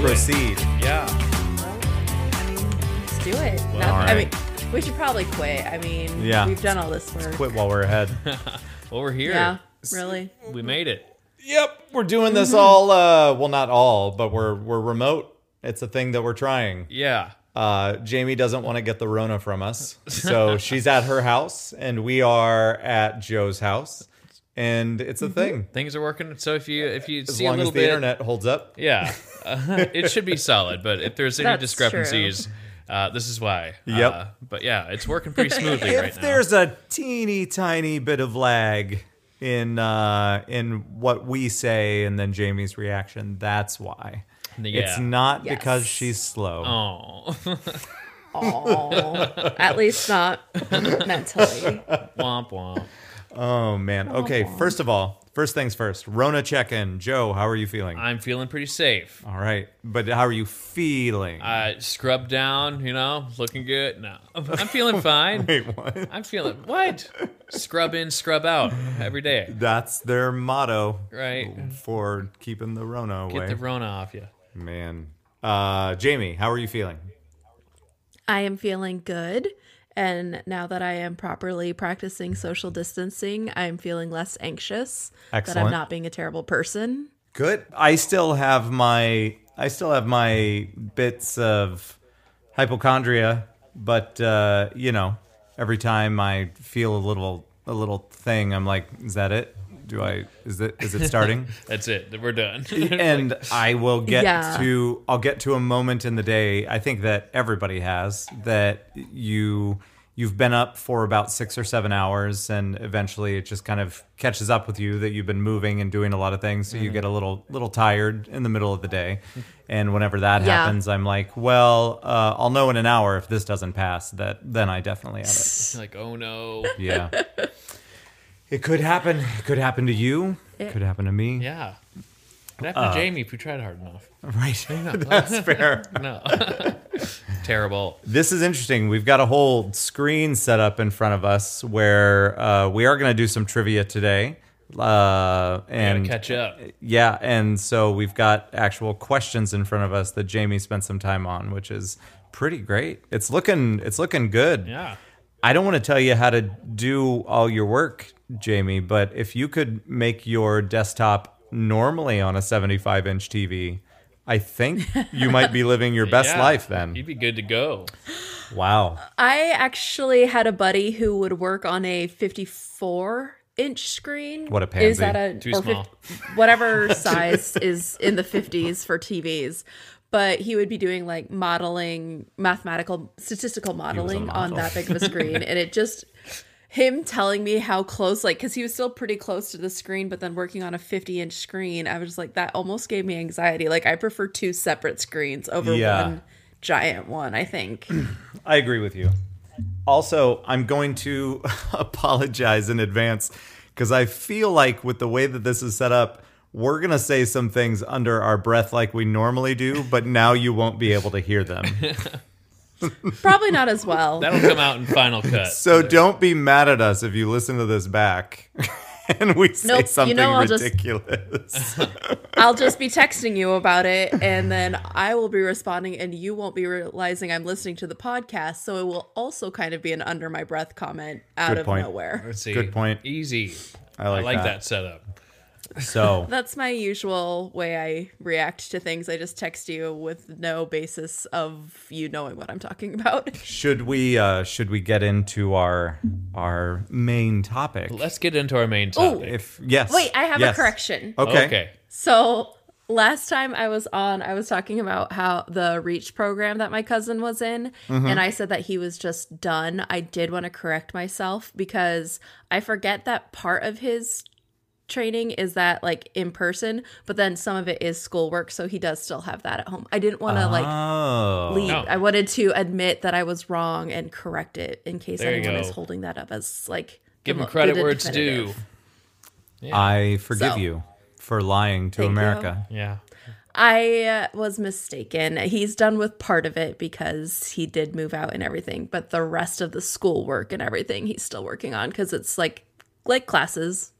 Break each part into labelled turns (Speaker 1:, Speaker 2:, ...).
Speaker 1: proceed.
Speaker 2: Yeah.
Speaker 3: I mean, let's do it.
Speaker 2: Well,
Speaker 3: Not-
Speaker 1: all
Speaker 3: I mean,
Speaker 1: right.
Speaker 3: we should probably quit. I mean,
Speaker 1: Yeah.
Speaker 3: we've done all this work.
Speaker 1: Quit while we're ahead.
Speaker 2: Well, we're here.
Speaker 3: Yeah, really.
Speaker 2: We made it.
Speaker 1: Yep, we're doing this
Speaker 2: Mm-hmm.
Speaker 1: all. Uh, well, not all, but we're we're remote. It's a thing that we're trying.
Speaker 2: Yeah.
Speaker 1: Uh, Jamie doesn't want to get the Rona from us, so she's at her house, and we are at Joe's house, and it's a thing.
Speaker 2: Things are working. So if you if you
Speaker 1: As
Speaker 2: Mm-hmm. see a
Speaker 1: long as
Speaker 2: little
Speaker 1: the
Speaker 2: bit,
Speaker 1: internet holds up,
Speaker 2: yeah, Uh, it should be solid. But if there's any
Speaker 3: That's
Speaker 2: discrepancies, uh, this is why.
Speaker 1: Yep.
Speaker 2: Uh, but yeah, it's working pretty smoothly right
Speaker 1: if
Speaker 2: now.
Speaker 1: there's a teeny tiny bit of lag in uh, in what we say and then Jamie's reaction, that's why. It's
Speaker 2: Yeah.
Speaker 1: not
Speaker 3: Yes.
Speaker 1: because she's slow.
Speaker 2: Oh,
Speaker 3: Aw. At least not mentally.
Speaker 2: womp womp.
Speaker 1: Oh man. Okay. First of all, first things first. Rona check in. Joe, how are you feeling?
Speaker 2: I'm feeling pretty safe.
Speaker 1: all right. But how are you feeling?
Speaker 2: Uh, scrubbed down, you know, looking good. No, I'm feeling fine.
Speaker 1: Wait, what?
Speaker 2: I'm feeling what? Scrub in, scrub out every day.
Speaker 1: That's their motto,
Speaker 2: Right.
Speaker 1: For keeping the Rona away.
Speaker 2: Get the Rona off you.
Speaker 1: man. Uh, Jamie, how are you feeling?
Speaker 3: I am feeling good. And now that I am properly practicing social distancing, I'm feeling less anxious that
Speaker 1: Excellent.
Speaker 3: I'm not being a terrible person.
Speaker 1: Good. I still have my I still have my bits of hypochondria, but uh, you know, every time I feel a little a little thing, I'm like, is that it? Do I is it is it starting?
Speaker 2: That's it. We're done.
Speaker 1: and I will get
Speaker 3: Yeah.
Speaker 1: to I'll get to a moment in the day I think that everybody has that you you've been up for about 6 or 7 hours and eventually it just kind of catches up with you that you've been moving and doing a lot of things so you get a little little tired in the middle of the day and whenever that
Speaker 3: Yeah.
Speaker 1: happens I'm like well uh, I'll know in an hour if this doesn't pass that then I definitely have it
Speaker 2: like, oh no.
Speaker 1: yeah it could happen it could happen to you it could happen to me
Speaker 2: Yeah. It happened
Speaker 1: Uh,
Speaker 2: to Jamie if we tried hard enough.
Speaker 1: right that's fair
Speaker 2: No. Terrible.
Speaker 1: This is interesting. We've got a whole screen set up in front of us where uh, we are going to do some trivia today. Uh,
Speaker 2: Gotta
Speaker 1: and
Speaker 2: catch up.
Speaker 1: yeah, and so we've got actual questions in front of us that Jamie spent some time on, which is pretty great. It's looking it's looking good.
Speaker 2: Yeah.
Speaker 1: I don't want to tell you how to do all your work, Jamie, but if you could make your desktop normally on a 75 inch TV, I think you might be living your best
Speaker 2: Yeah.
Speaker 1: life then.
Speaker 2: You'd be good to go.
Speaker 1: Wow.
Speaker 3: I actually had a buddy who would work on a 54 inch screen.
Speaker 1: What a
Speaker 3: Is
Speaker 1: pansy.
Speaker 3: that a
Speaker 2: Too
Speaker 3: or fif- whatever size is in the 50s for TVs. But he would be doing like modeling, mathematical, statistical modeling on
Speaker 1: model.
Speaker 3: that big of a screen. and it just, him telling me how close, like, because he was still pretty close to the screen, but then working on a 50 inch screen, I was like, that almost gave me anxiety. Like, I prefer two separate screens over
Speaker 1: Yeah.
Speaker 3: one giant one, I think.
Speaker 1: I agree with you. Also, I'm going to apologize in advance because I feel like with the way that this is set up, we're going to say some things under our breath like we normally do, but now you won't be able to hear them.
Speaker 3: Probably not as well.
Speaker 2: That'll come out in final cut.
Speaker 1: So don't be mad at us if you listen to this back and we say
Speaker 3: Nope, you
Speaker 1: something
Speaker 3: know I'll just-
Speaker 1: ridiculous.
Speaker 3: I'll just be texting you about it, and then I will be responding, and you won't be realizing I'm listening to the podcast. So it will also kind of be an under my breath comment out
Speaker 1: Good
Speaker 3: of
Speaker 1: point.
Speaker 3: nowhere.
Speaker 2: Let's see.
Speaker 1: Good point.
Speaker 2: Easy.
Speaker 1: I like that.
Speaker 2: that. setup.
Speaker 1: So
Speaker 3: That's my usual way I react to things. I just text you with no basis of you knowing what I'm talking about.
Speaker 1: should we uh, should we get into our our main topic?
Speaker 2: Let's get into our main topic.
Speaker 1: If yes,
Speaker 3: Wait, I have
Speaker 1: yes.
Speaker 3: a correction.
Speaker 1: Okay.
Speaker 2: okay.
Speaker 3: So last time I was on, I was talking about how the Reach program that my cousin was in, and I said that he was just done. I did want to correct myself because I forget that part of his training is that like in person, but then some of it is schoolwork, so he does still have that at home. I didn't want to like
Speaker 1: Oh.
Speaker 3: leave.
Speaker 2: No.
Speaker 3: I wanted to admit that I was wrong and correct it in case
Speaker 2: There you
Speaker 3: anyone
Speaker 2: go.
Speaker 3: is holding that up as like
Speaker 2: Give
Speaker 3: the
Speaker 2: him
Speaker 3: mo-
Speaker 2: credit
Speaker 3: the
Speaker 2: where it's
Speaker 3: definitive.
Speaker 2: due.
Speaker 1: I forgive
Speaker 3: So-
Speaker 1: you for lying to
Speaker 3: Thank
Speaker 1: America.
Speaker 2: Yeah.
Speaker 3: I uh, was mistaken. He's done with part of it because he did move out and everything, but the rest of the schoolwork and everything he's still working on because it's like like classes.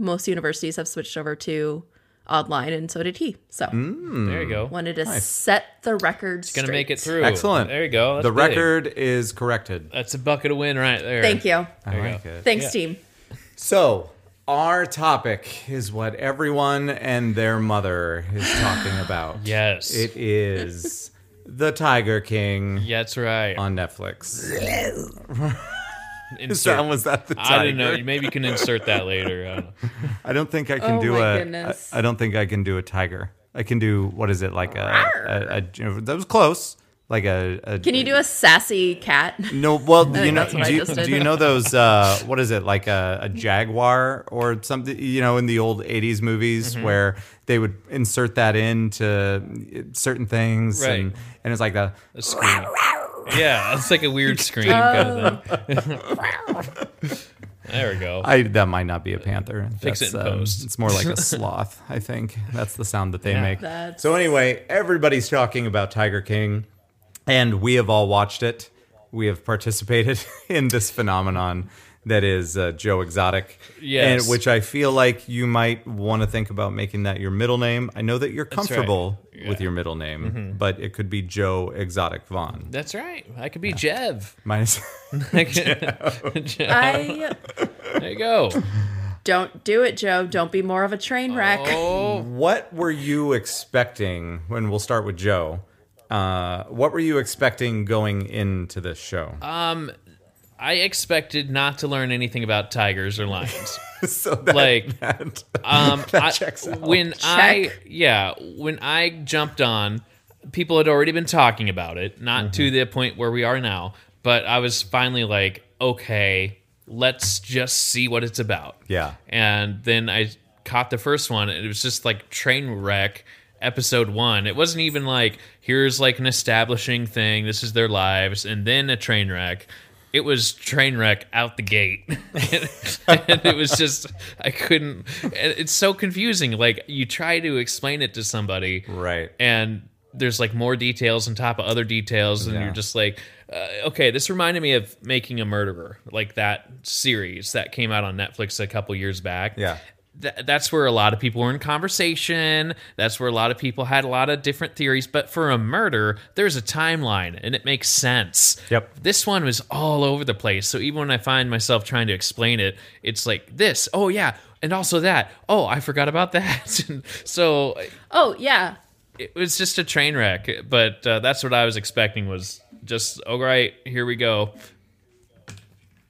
Speaker 3: Most universities have switched over to online, and so did he. So
Speaker 1: Hmm.
Speaker 2: There you go.
Speaker 3: wanted to set the record straight.
Speaker 2: Gonna make it through.
Speaker 1: Excellent.
Speaker 2: There you go. That's
Speaker 1: the
Speaker 2: big.
Speaker 1: record is corrected.
Speaker 2: That's a bucket of win right there.
Speaker 3: Thank you.
Speaker 2: you
Speaker 1: I
Speaker 2: go.
Speaker 1: like it.
Speaker 3: Thanks,
Speaker 2: Yeah.
Speaker 3: team.
Speaker 1: So, our topic is what everyone and their mother is talking about.
Speaker 2: Yes.
Speaker 1: It is The Tiger King
Speaker 2: yeah, that's right.
Speaker 1: on Netflix.
Speaker 2: Insert.
Speaker 1: was that the
Speaker 2: I don't know. Maybe you can insert that later. I don't know.
Speaker 1: I don't think I can
Speaker 3: Oh
Speaker 1: do
Speaker 3: my
Speaker 1: a.
Speaker 3: goodness.
Speaker 1: I, I don't think I can do a tiger. I can do what is it like a, a, a- that was close. Like a, a
Speaker 3: Can you do a sassy cat?
Speaker 1: no? Well, you know,
Speaker 3: that's what I
Speaker 1: do you,
Speaker 3: just did.
Speaker 1: do you know those? Uh, what is it like a, a jaguar or something? You know, in the old '80s movies
Speaker 3: Mm-hmm.
Speaker 1: where they would insert that into certain things,
Speaker 2: Right.
Speaker 1: and and it's like the
Speaker 2: A scream. yeah, it's like a weird scream kind of thing. there we go.
Speaker 1: I that might not be a panther.
Speaker 2: Fix
Speaker 1: That's,
Speaker 2: it in
Speaker 1: um,
Speaker 2: post.
Speaker 1: It's more like a sloth, I think. That's the sound that they make.
Speaker 3: That's-
Speaker 1: So anyway, everybody's talking about Tiger King, and we have all watched it. We have participated in this phenomenon that is uh, Joe Exotic.
Speaker 2: Yes.
Speaker 1: And which I feel like you might want to think about making that your middle name. I know that you're
Speaker 2: right.
Speaker 1: comfortable with
Speaker 2: Yeah. Mm-hmm.
Speaker 1: your middle name, but it could be Joe Exotic Vaughn.
Speaker 2: That's right. I could be Jev.
Speaker 1: Minus
Speaker 2: I could- Jev.
Speaker 3: I
Speaker 2: there you go.
Speaker 3: don't do it, Joe. Don't be more of a train wreck.
Speaker 2: Oh,
Speaker 1: What were you expecting when we'll start with Joe? Uh, what were you expecting going into this show?
Speaker 2: I expected not to learn anything about tigers or lions.
Speaker 1: so that,
Speaker 2: like-
Speaker 1: that-
Speaker 2: Um, I-
Speaker 1: checks out.
Speaker 2: When I yeah, when I jumped on, people had already been talking about it, not
Speaker 1: Mm-hmm.
Speaker 2: to the point where we are now, but I was finally like, okay, let's just see what it's about.
Speaker 1: Yeah.
Speaker 2: And then I caught the first one, and it was just like train wreck episode one. It wasn't even like here's like an establishing thing, this is their lives, and then a train wreck. It was train wreck out the gate, and it was just I couldn't. and It's so confusing. Like you try to explain it to somebody,
Speaker 1: right.
Speaker 2: and there's like more details on top of other details and
Speaker 1: Yeah.
Speaker 2: you're just like uh, okay this reminded me of making a murderer like that series that came out on netflix a couple years back
Speaker 1: Yeah.
Speaker 2: Th- that's where a lot of people were in conversation that's where a lot of people had a lot of different theories but for a murder there's a timeline and it makes sense
Speaker 1: Yep.
Speaker 2: this one was all over the place. So even when I find myself trying to explain it, it's like this. Oh yeah, and also that. Oh, I forgot about that. and so
Speaker 3: Oh yeah,
Speaker 2: it was just a train wreck. But uh, that's what I was expecting was just all right. Here we go.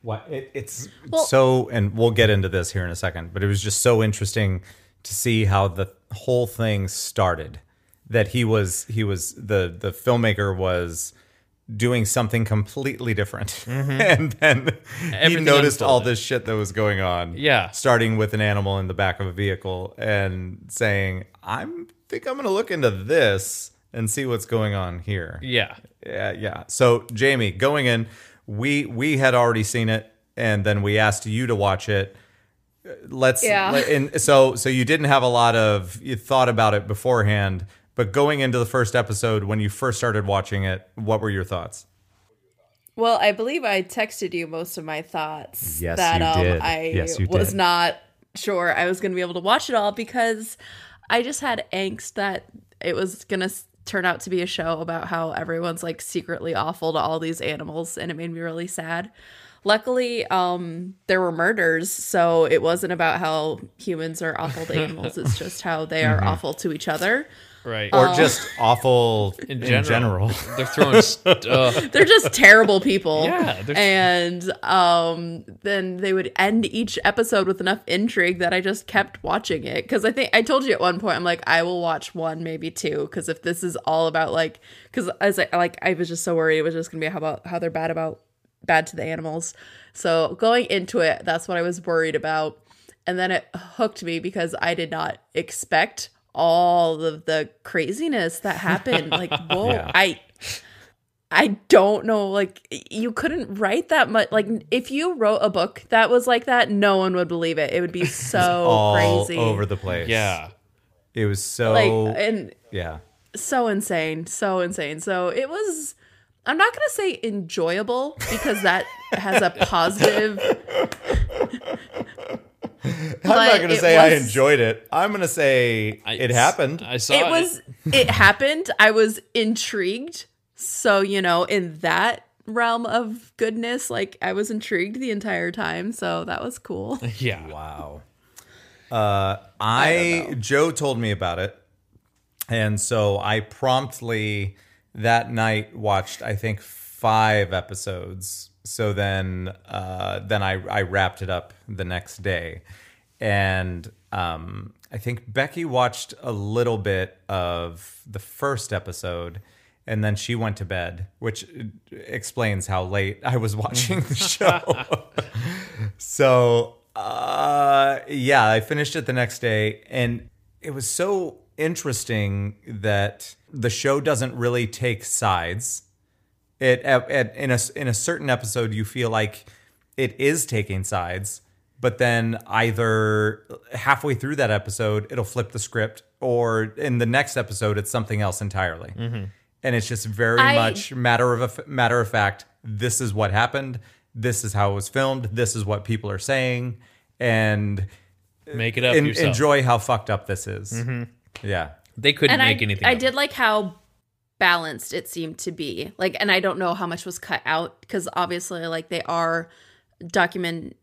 Speaker 1: What it, it's
Speaker 3: Well-
Speaker 1: so, and we'll get into this here in a second, but it was just so interesting to see how the whole thing started. That he was, he was the the filmmaker was doing something completely different, and then he
Speaker 2: Mm-hmm. Everything
Speaker 1: noticed all
Speaker 2: unfolded.
Speaker 1: this shit that was going on.
Speaker 2: Yeah.
Speaker 1: starting with an animal in the back of a vehicle and saying, "I'm think I'm going to look into this and see what's going on here."
Speaker 2: Yeah,
Speaker 1: Yeah, yeah. So Jamie, going in, we we had already seen it, and then we asked you to watch it. Uh, Let's
Speaker 3: Yeah.
Speaker 1: let- and so so you didn't have a lot of you thought about it beforehand, but going into the first episode when you first started watching it, what were your thoughts?
Speaker 3: Well, I believe I texted you most of my thoughts.
Speaker 1: Yes,
Speaker 3: that
Speaker 1: you
Speaker 3: um,
Speaker 1: did.
Speaker 3: I
Speaker 1: Yes, you
Speaker 3: was
Speaker 1: did.
Speaker 3: not sure I was going to be able to watch it all because I just had angst that it was going to turn out to be a show about how everyone's like secretly awful to all these animals, and it made me really sad. Luckily, um, there were murders, so it wasn't about how humans are awful to animals. It's just how they are
Speaker 1: Mm-hmm.
Speaker 3: awful to each other.
Speaker 2: right.
Speaker 3: Oh.
Speaker 1: Or just awful in, general.
Speaker 2: they're throwing. St- uh,
Speaker 3: they're just terrible people.
Speaker 2: Yeah, they're-
Speaker 3: And um, then they would end each episode with enough intrigue that I just kept watching it because I think I told you at one point I'm like I will watch one maybe two because if this is all about like because as I like I was just so worried it was just gonna be how about how they're bad about bad to the animals. So going into it, that's what I was worried about. And then it hooked me because I did not expect all of the craziness that happened. Like, whoa,
Speaker 1: Yeah.
Speaker 3: I I don't know. Like, y- you couldn't write that much. Like, if you wrote a book that was like that, no one would believe it. It would be so
Speaker 1: all
Speaker 3: Oh, crazy.
Speaker 1: over the place.
Speaker 2: yeah,
Speaker 1: It was so
Speaker 3: like, and
Speaker 1: yeah.
Speaker 3: so insane, so insane. So it was. I'm not gonna say enjoyable because that has a positive.
Speaker 1: I'm not
Speaker 3: But
Speaker 1: going to
Speaker 3: it
Speaker 1: say I
Speaker 3: was-
Speaker 1: enjoyed it. I'm going to say
Speaker 2: I-
Speaker 1: it happened.
Speaker 2: I saw
Speaker 3: it was it happened. I was intrigued. So, you know, in that realm of goodness, like I was intrigued the entire time, so that was cool.
Speaker 2: Yeah.
Speaker 1: Wow. Uh, I, Joe told me about it, and so I promptly that night watched I think five episodes. So then, uh, then I I wrapped it up the next day, and um, I think Becky watched a little bit of the first episode. And then she went to bed, which uh, explains how late I was watching the show. So, uh, yeah, I finished it the next day, and it was so interesting that the show doesn't really take sides. It at, at, in a in a certain episode, you feel like it is taking sides, but then either halfway through that episode, it'll flip the script, or in the next episode, it's something else entirely. And it's just very
Speaker 3: I-
Speaker 1: much matter of matter of fact. This is what happened. This is how it was filmed. This is what people are saying, and
Speaker 2: Make it up
Speaker 1: en-
Speaker 2: yourself.
Speaker 1: enjoy how fucked up this is. Yeah,
Speaker 2: They couldn't
Speaker 3: and
Speaker 2: make
Speaker 3: I,
Speaker 2: anything.
Speaker 3: I
Speaker 2: up.
Speaker 3: did like how balanced it seemed to be. Like, and I don't know how much was cut out because obviously, like, they are document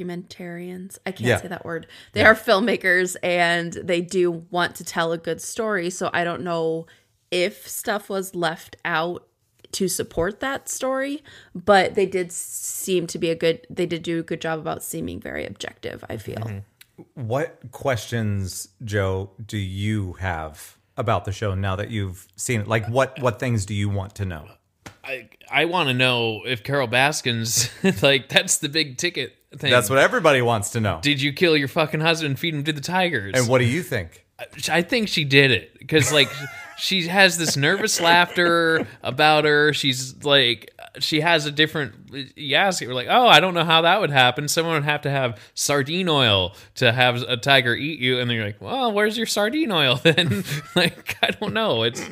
Speaker 3: documentarians. I can't
Speaker 1: Yeah.
Speaker 3: say that word. They are filmmakers and they do want to tell a good story. So I don't know if stuff was left out to support that story, but they did seem to be a good. They did do a good job about seeming very objective. I feel.
Speaker 2: Mm-hmm.
Speaker 1: What questions, Joe, do you have about the show now that you've seen it? Like, what what things do you want to know?
Speaker 2: I, I want to know if Carol Baskins, like, that's the big ticket thing.
Speaker 1: That's what everybody wants to know.
Speaker 2: Did you kill your fucking husband? and Feed him to the tigers.
Speaker 1: And what do you think?
Speaker 2: I think she did it because like she has this nervous laughter about her. She's like she has a different. You ask it, we're like, oh, I don't know how that would happen. Someone would have to have sardine oil to have a tiger eat you, and then you're like, well, where's your sardine oil then? like I don't know. It's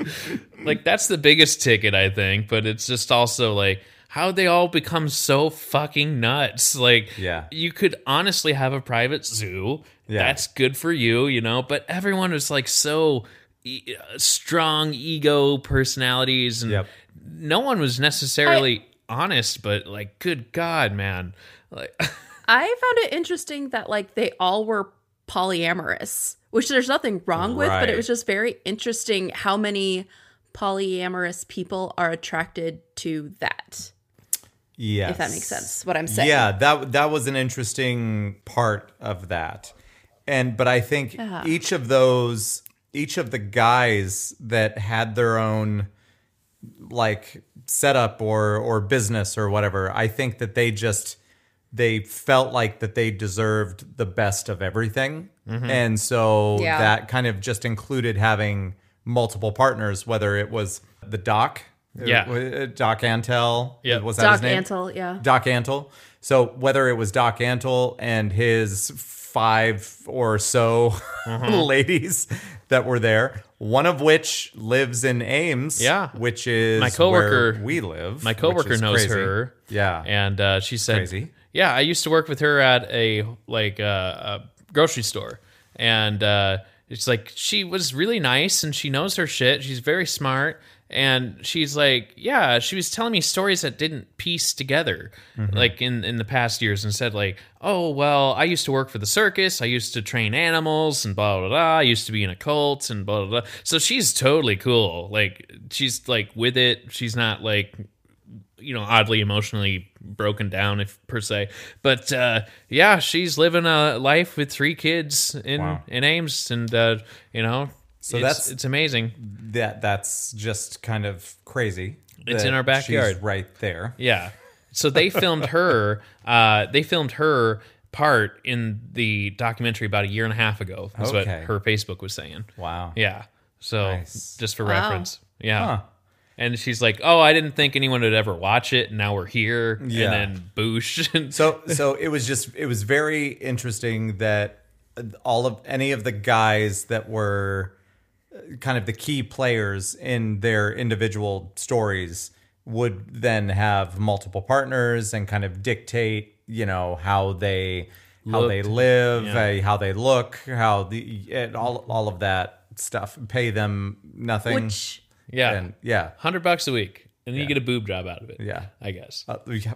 Speaker 2: like that's the biggest ticket I think, but it's just also like. How they all become so fucking nuts? Like,
Speaker 1: Yeah.
Speaker 2: you could honestly have a private zoo.
Speaker 1: Yeah.
Speaker 2: That's good for you, you know. But everyone was like so e- uh, strong ego personalities, and
Speaker 1: Yep.
Speaker 2: no one was necessarily honest. But like, good God, man! Like,
Speaker 3: I found it interesting that like they all were polyamorous, which there's nothing wrong with, but
Speaker 1: Right.
Speaker 3: it was just very interesting how many polyamorous people are attracted to that.
Speaker 1: Yes.
Speaker 3: If that makes sense, what I'm saying.
Speaker 1: Yeah, that that was an interesting part of that. And but I think each of those each of the guys that had their own like setup or or business or whatever, I think that they just they felt like that they deserved the best of everything.
Speaker 2: Mm-hmm.
Speaker 1: And so
Speaker 3: Yeah.
Speaker 1: that kind of just included having multiple partners whether it was the doc
Speaker 2: Yeah.
Speaker 1: uh, Doc Antel
Speaker 2: Yeah.
Speaker 1: was that
Speaker 3: Doc
Speaker 1: his name?
Speaker 3: Antle, yeah.
Speaker 1: Doc Antle. So whether it was Doc Antle and his five or so
Speaker 2: Mm-hmm.
Speaker 1: ladies that were there, one of which lives in Ames,
Speaker 2: Yeah.
Speaker 1: which is
Speaker 2: My coworker-
Speaker 1: where we live.
Speaker 2: my
Speaker 1: which
Speaker 2: coworker
Speaker 1: is
Speaker 2: knows
Speaker 1: crazy.
Speaker 2: her.
Speaker 1: Yeah,
Speaker 2: and uh, she said,
Speaker 1: Crazy.
Speaker 2: "Yeah, I used to work with her at a like uh, a grocery store, and uh, it's like she was really nice and she knows her shit. She's very smart." And she's like, yeah, she was telling me stories that didn't piece together,
Speaker 1: Mm-hmm.
Speaker 2: like in, in the past years, and said like, oh well, I used to work for the circus, I used to train animals, and blah blah blah. I used to be in a cult, and blah blah blah. So she's totally cool, like she's like with it. She's not like you know oddly emotionally broken down if per se but uh yeah she's living a life with three kids in
Speaker 1: Wow.
Speaker 2: in ames and uh you know so it's,
Speaker 1: that's-
Speaker 2: it's amazing
Speaker 1: that that's just kind of crazy.
Speaker 2: It's
Speaker 1: that
Speaker 2: in our backyard.
Speaker 1: she's right there.
Speaker 2: yeah so they filmed her uh they filmed her part in the documentary about a year and a half ago is
Speaker 1: Okay.
Speaker 2: what her facebook was saying
Speaker 1: Wow.
Speaker 2: yeah so
Speaker 1: Nice.
Speaker 2: just for
Speaker 3: Wow.
Speaker 2: reference yeah
Speaker 1: Huh.
Speaker 2: And she's like, "Oh, I didn't think anyone would ever watch it, and now we're here."
Speaker 1: Yeah.
Speaker 2: And then boosh. And
Speaker 1: So so it was just it was very interesting that all of any of the guys that were uh, kind of the key players in their individual stories would then have multiple partners and kind of dictate, you know, how they how they
Speaker 2: Looked,
Speaker 1: live,
Speaker 2: yeah.
Speaker 1: uh, how they look, how the and all all of that stuff. Pay them nothing.
Speaker 3: Which
Speaker 2: Yeah.
Speaker 1: And yeah,
Speaker 2: hundred bucks a week, and then you get a boob job out of it.
Speaker 1: Yeah.
Speaker 2: I guess.
Speaker 1: Uh, yeah.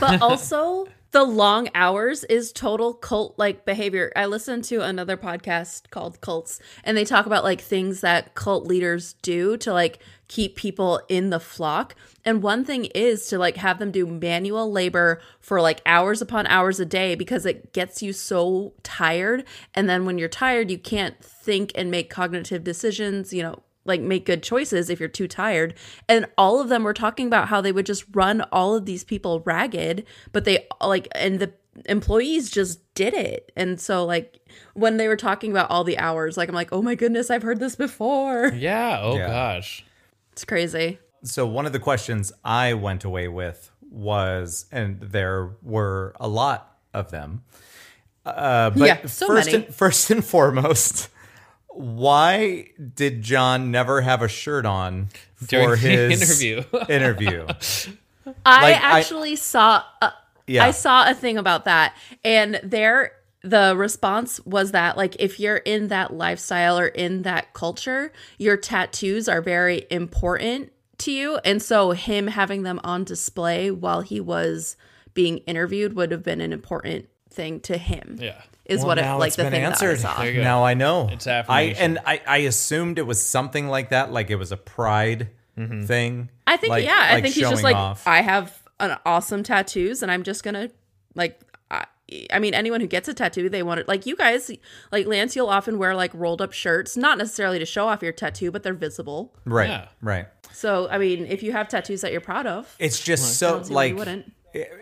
Speaker 3: but also the long hours is total cult like behavior. I listened to another podcast called Cults and they talk about like things that cult leaders do to like keep people in the flock. And one thing is to like have them do manual labor for like hours upon hours a day because it gets you so tired and then when you're tired you can't think and make cognitive decisions, you know, like make good choices if you're too tired. And all of them were talking about how they would just run all of these people ragged, but they like and the employees just did it. And so like when they were talking about all the hours, like I'm like, "Oh my goodness, I've heard this before."
Speaker 2: Yeah. Oh
Speaker 1: Yeah.
Speaker 2: gosh.
Speaker 3: It's crazy.
Speaker 1: so one of the questions I went away with was, and there were a lot of them. Uh, but
Speaker 3: Yeah, so
Speaker 1: first,
Speaker 3: many.
Speaker 1: And, first and foremost, why did John never have a shirt on for
Speaker 2: During the
Speaker 1: his
Speaker 2: interview.
Speaker 1: interview,
Speaker 3: I
Speaker 1: Like, I-
Speaker 3: actually saw a,
Speaker 1: Yeah.
Speaker 3: I saw a thing about that and there the response was that like if you're in that lifestyle or in that culture, your tattoos are very important to you and so him having them on display while he was being interviewed would have been an important thing to him.
Speaker 2: Yeah.
Speaker 3: Is
Speaker 1: Well,
Speaker 3: what it
Speaker 1: now
Speaker 3: like
Speaker 1: it's
Speaker 3: the
Speaker 1: been
Speaker 3: thing
Speaker 1: answered.
Speaker 3: that
Speaker 2: There
Speaker 3: I saw.
Speaker 2: you go.
Speaker 1: Now I know.
Speaker 2: It's
Speaker 1: I
Speaker 2: affirmation.
Speaker 1: and I, I assumed it was something like that, like it was a pride
Speaker 2: Mm-hmm.
Speaker 1: thing.
Speaker 3: I think
Speaker 1: like-
Speaker 3: yeah, I
Speaker 1: like
Speaker 3: think he's just
Speaker 1: showing
Speaker 3: like
Speaker 1: off.
Speaker 3: I have an awesome tattoos and I'm just going to like I, I mean anyone who gets a tattoo they want it like you guys like Lance you'll often wear like rolled up shirts not necessarily to show off your tattoo but they're visible.
Speaker 1: right,
Speaker 2: Yeah.
Speaker 1: right.
Speaker 3: So I mean if you have tattoos that you're proud of
Speaker 1: It's just
Speaker 3: I
Speaker 1: so
Speaker 3: don't see why you
Speaker 1: like,
Speaker 3: wouldn't.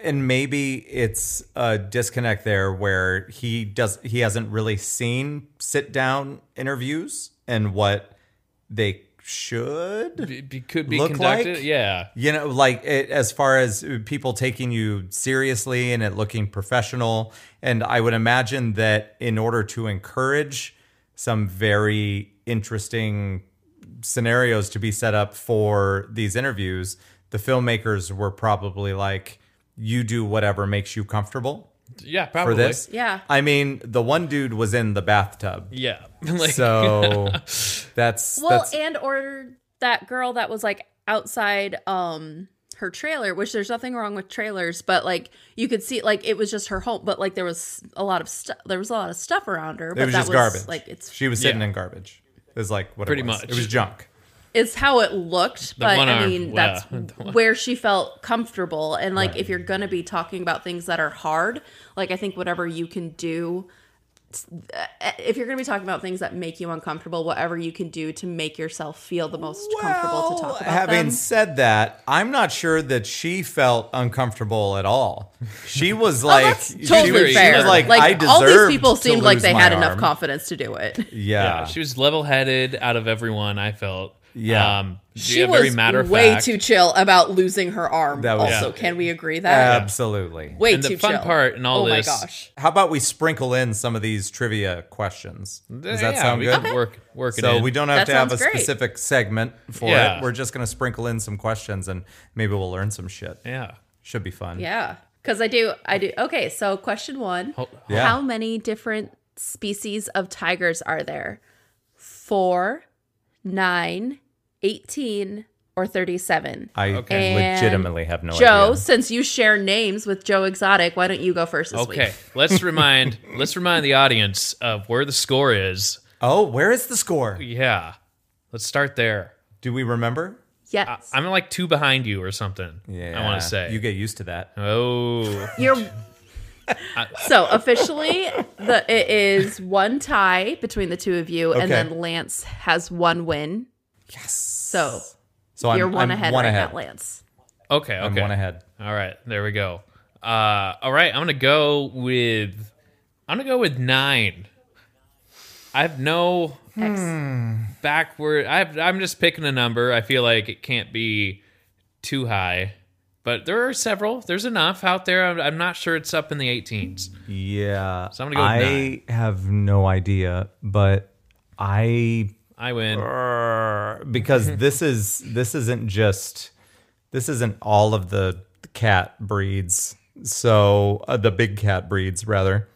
Speaker 1: and maybe it's a disconnect there where he does he hasn't really seen sit down interviews and what they should.
Speaker 2: Be- be- could be
Speaker 1: Look
Speaker 2: conducted.
Speaker 1: like?
Speaker 2: Yeah.
Speaker 1: You know, like it, as far as uh, people taking you seriously and it looking professional, and I would imagine that in order to encourage some very interesting scenarios to be set up for these interviews, the filmmakers were probably like, "You do whatever makes you comfortable
Speaker 2: Yeah.
Speaker 1: for
Speaker 2: Probably.
Speaker 1: this."
Speaker 3: Yeah.
Speaker 1: I mean, the one dude was in the bathtub,
Speaker 2: Yeah. like,
Speaker 1: so that's
Speaker 3: Well,
Speaker 1: that's
Speaker 3: and ordered that girl that was like outside um her trailer, which there's nothing wrong with trailers, but like you could see like it was just her home, but like there was a lot of stuff there was a lot of stuff around her, but
Speaker 1: it was
Speaker 3: that
Speaker 1: just
Speaker 3: was
Speaker 1: garbage.
Speaker 3: like it's
Speaker 1: she was sitting
Speaker 2: Yeah.
Speaker 1: in garbage. It was like what
Speaker 2: Pretty
Speaker 1: it was.
Speaker 2: much.
Speaker 1: It was junk.
Speaker 3: it's how it looked, but
Speaker 2: one
Speaker 3: I
Speaker 2: arm,
Speaker 3: mean
Speaker 2: yeah,
Speaker 3: that's
Speaker 2: the one-
Speaker 3: where she felt comfortable and like if you're going to be talking about things that are hard, like I think whatever you can do uh, if you're going to be talking about things that make you uncomfortable, whatever you can do to make yourself feel the most comfortable to
Speaker 1: Well,
Speaker 3: talk about
Speaker 1: having
Speaker 3: them.
Speaker 1: said that, I'm not sure that she felt uncomfortable at all. She was like,
Speaker 3: Oh, That's
Speaker 1: she,
Speaker 3: totally
Speaker 1: was-
Speaker 2: she
Speaker 3: fair.
Speaker 1: was like, I deserve.
Speaker 3: all these people seemed
Speaker 1: to
Speaker 3: like
Speaker 1: lose
Speaker 3: they
Speaker 1: my
Speaker 3: had enough
Speaker 1: arm."
Speaker 3: confidence to do it.
Speaker 1: Yeah,
Speaker 2: yeah. She was level headed out of everyone. I felt.
Speaker 1: Yeah.
Speaker 2: Um,
Speaker 3: She
Speaker 2: yeah,
Speaker 3: was
Speaker 2: very matter of
Speaker 3: way
Speaker 2: fact.
Speaker 3: too chill about losing her arm.
Speaker 1: That was-
Speaker 3: also,
Speaker 2: Yeah.
Speaker 3: can we agree that
Speaker 1: absolutely.
Speaker 3: way
Speaker 2: And the
Speaker 3: too
Speaker 2: fun
Speaker 3: chill?
Speaker 2: part in all
Speaker 3: oh
Speaker 2: this-
Speaker 3: my gosh,
Speaker 1: How about we sprinkle in some of these trivia questions? Does that
Speaker 2: yeah,
Speaker 1: sound
Speaker 2: we
Speaker 1: good?
Speaker 2: could Work. Work it
Speaker 1: So
Speaker 2: in.
Speaker 1: we don't have
Speaker 3: That
Speaker 1: to have a
Speaker 3: sounds great.
Speaker 1: specific segment for
Speaker 2: Yeah.
Speaker 1: it. We're just going to sprinkle in some questions, and maybe we'll learn some shit.
Speaker 2: Yeah.
Speaker 1: Should be fun.
Speaker 3: yeah. Because I do, I do. Okay, so question one:
Speaker 2: Hold-
Speaker 1: Yeah.
Speaker 3: How many different species of tigers are there? Four, nine, 18, or thirty-seven?
Speaker 1: I
Speaker 2: Okay.
Speaker 3: And
Speaker 1: legitimately have no
Speaker 3: Joe,
Speaker 1: idea.
Speaker 3: since you share names with Joe Exotic, why don't you go first this
Speaker 2: Okay.
Speaker 3: week?
Speaker 2: let's remind. Let's remind the audience of where the score is.
Speaker 1: Oh, where is the score?
Speaker 2: Yeah. Let's start there.
Speaker 1: Do we remember?
Speaker 3: Yes.
Speaker 2: I'm like two behind you or something. I want to say.
Speaker 1: You get used to that.
Speaker 2: oh.
Speaker 3: You're so officially the it is one tie between the two of you, and
Speaker 1: Okay.
Speaker 3: then Lance has one win.
Speaker 1: Yes.
Speaker 3: So
Speaker 1: So
Speaker 3: you're
Speaker 1: I'm,
Speaker 3: one
Speaker 1: I'm
Speaker 3: ahead
Speaker 1: one
Speaker 3: right
Speaker 1: ahead.
Speaker 3: now, Lance.
Speaker 2: Okay. Okay.
Speaker 1: I'm one ahead.
Speaker 2: All right, there we go. Uh, all right, I'm gonna go with I'm gonna go with nine. I have no
Speaker 3: Ex-
Speaker 2: backward. I have, I'm just picking a number. I feel like it can't be too high, but there are several. There's enough out there. I'm, I'm not sure it's up in the 18s.
Speaker 1: Yeah.
Speaker 2: So I'm gonna go
Speaker 1: I
Speaker 2: nine.
Speaker 1: have no idea, but I
Speaker 2: I win.
Speaker 1: because this is this isn't just this isn't all of the cat breeds. So uh, the big cat breeds rather.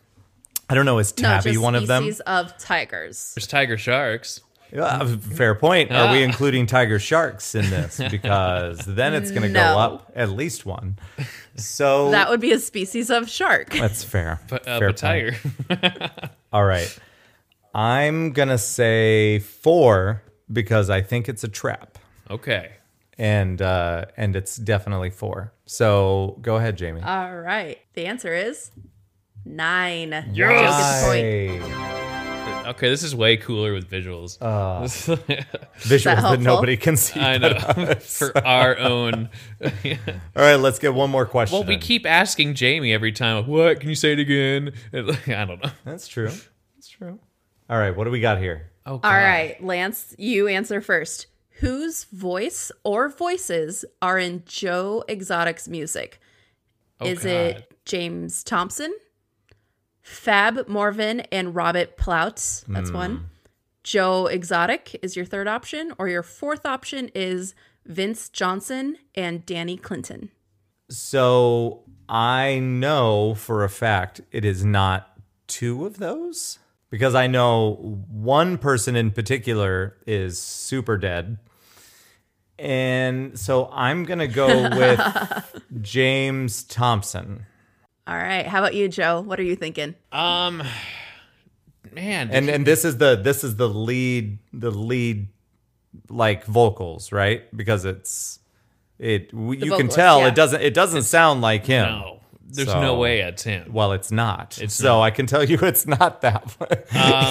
Speaker 1: I don't know. Is
Speaker 3: No,
Speaker 1: Tabby
Speaker 3: just
Speaker 1: one of them?
Speaker 3: species of tigers.
Speaker 2: There's tiger sharks.
Speaker 1: Uh, fair point. Are we
Speaker 2: Ah.
Speaker 1: including tiger sharks in this? Because then it's going to go
Speaker 3: No.
Speaker 1: up at least one. So
Speaker 3: That would be a species of shark.
Speaker 1: that's fair.
Speaker 2: But,
Speaker 1: fair
Speaker 2: uh, but
Speaker 1: point.
Speaker 2: tiger.
Speaker 1: All right. I'm going to say four because I think it's a trap.
Speaker 2: okay.
Speaker 1: And uh, and it's definitely four. So go ahead, Jamie.
Speaker 3: All right. The answer is nine.
Speaker 2: Yes.
Speaker 3: Joe gets a point.
Speaker 1: Aye.
Speaker 2: Okay, this is way cooler with visuals.
Speaker 1: Ah. Visuals that
Speaker 3: helpful?
Speaker 1: nobody can see.
Speaker 2: I know. For our own.
Speaker 1: All right, let's get one more question.
Speaker 2: Well, we
Speaker 1: in.
Speaker 2: keep asking Jamie every time, what? Can you say it again? And, like, I don't know.
Speaker 1: That's true. That's true. All right, what do we got here?
Speaker 2: Oh, God.
Speaker 3: All right, Lance, you answer first. Whose voice or voices are in Joe Exotic's music?
Speaker 2: Oh,
Speaker 3: Is
Speaker 2: God.
Speaker 3: it James Thompson, Fab Morvin, and Robert Ploutz? That's one. Joe Exotic is your third option, or your fourth option is Vince Johnson and Danny Clinton.
Speaker 1: So I know for a fact it is not two of those because I know one person in particular is super dead. And so I'm going to go with James Thompson.
Speaker 3: All right, how about you, Joe? What are you thinking?
Speaker 2: Um, man.
Speaker 1: And and this is the this is the lead the lead like vocals, right? Because it's it you can
Speaker 3: vocalist,
Speaker 1: tell
Speaker 3: yeah.
Speaker 1: it doesn't it doesn't sound like him.
Speaker 2: no. There's
Speaker 1: So-
Speaker 2: no way it's him.
Speaker 1: Well, it's not. Um, so I can tell you it's not that one.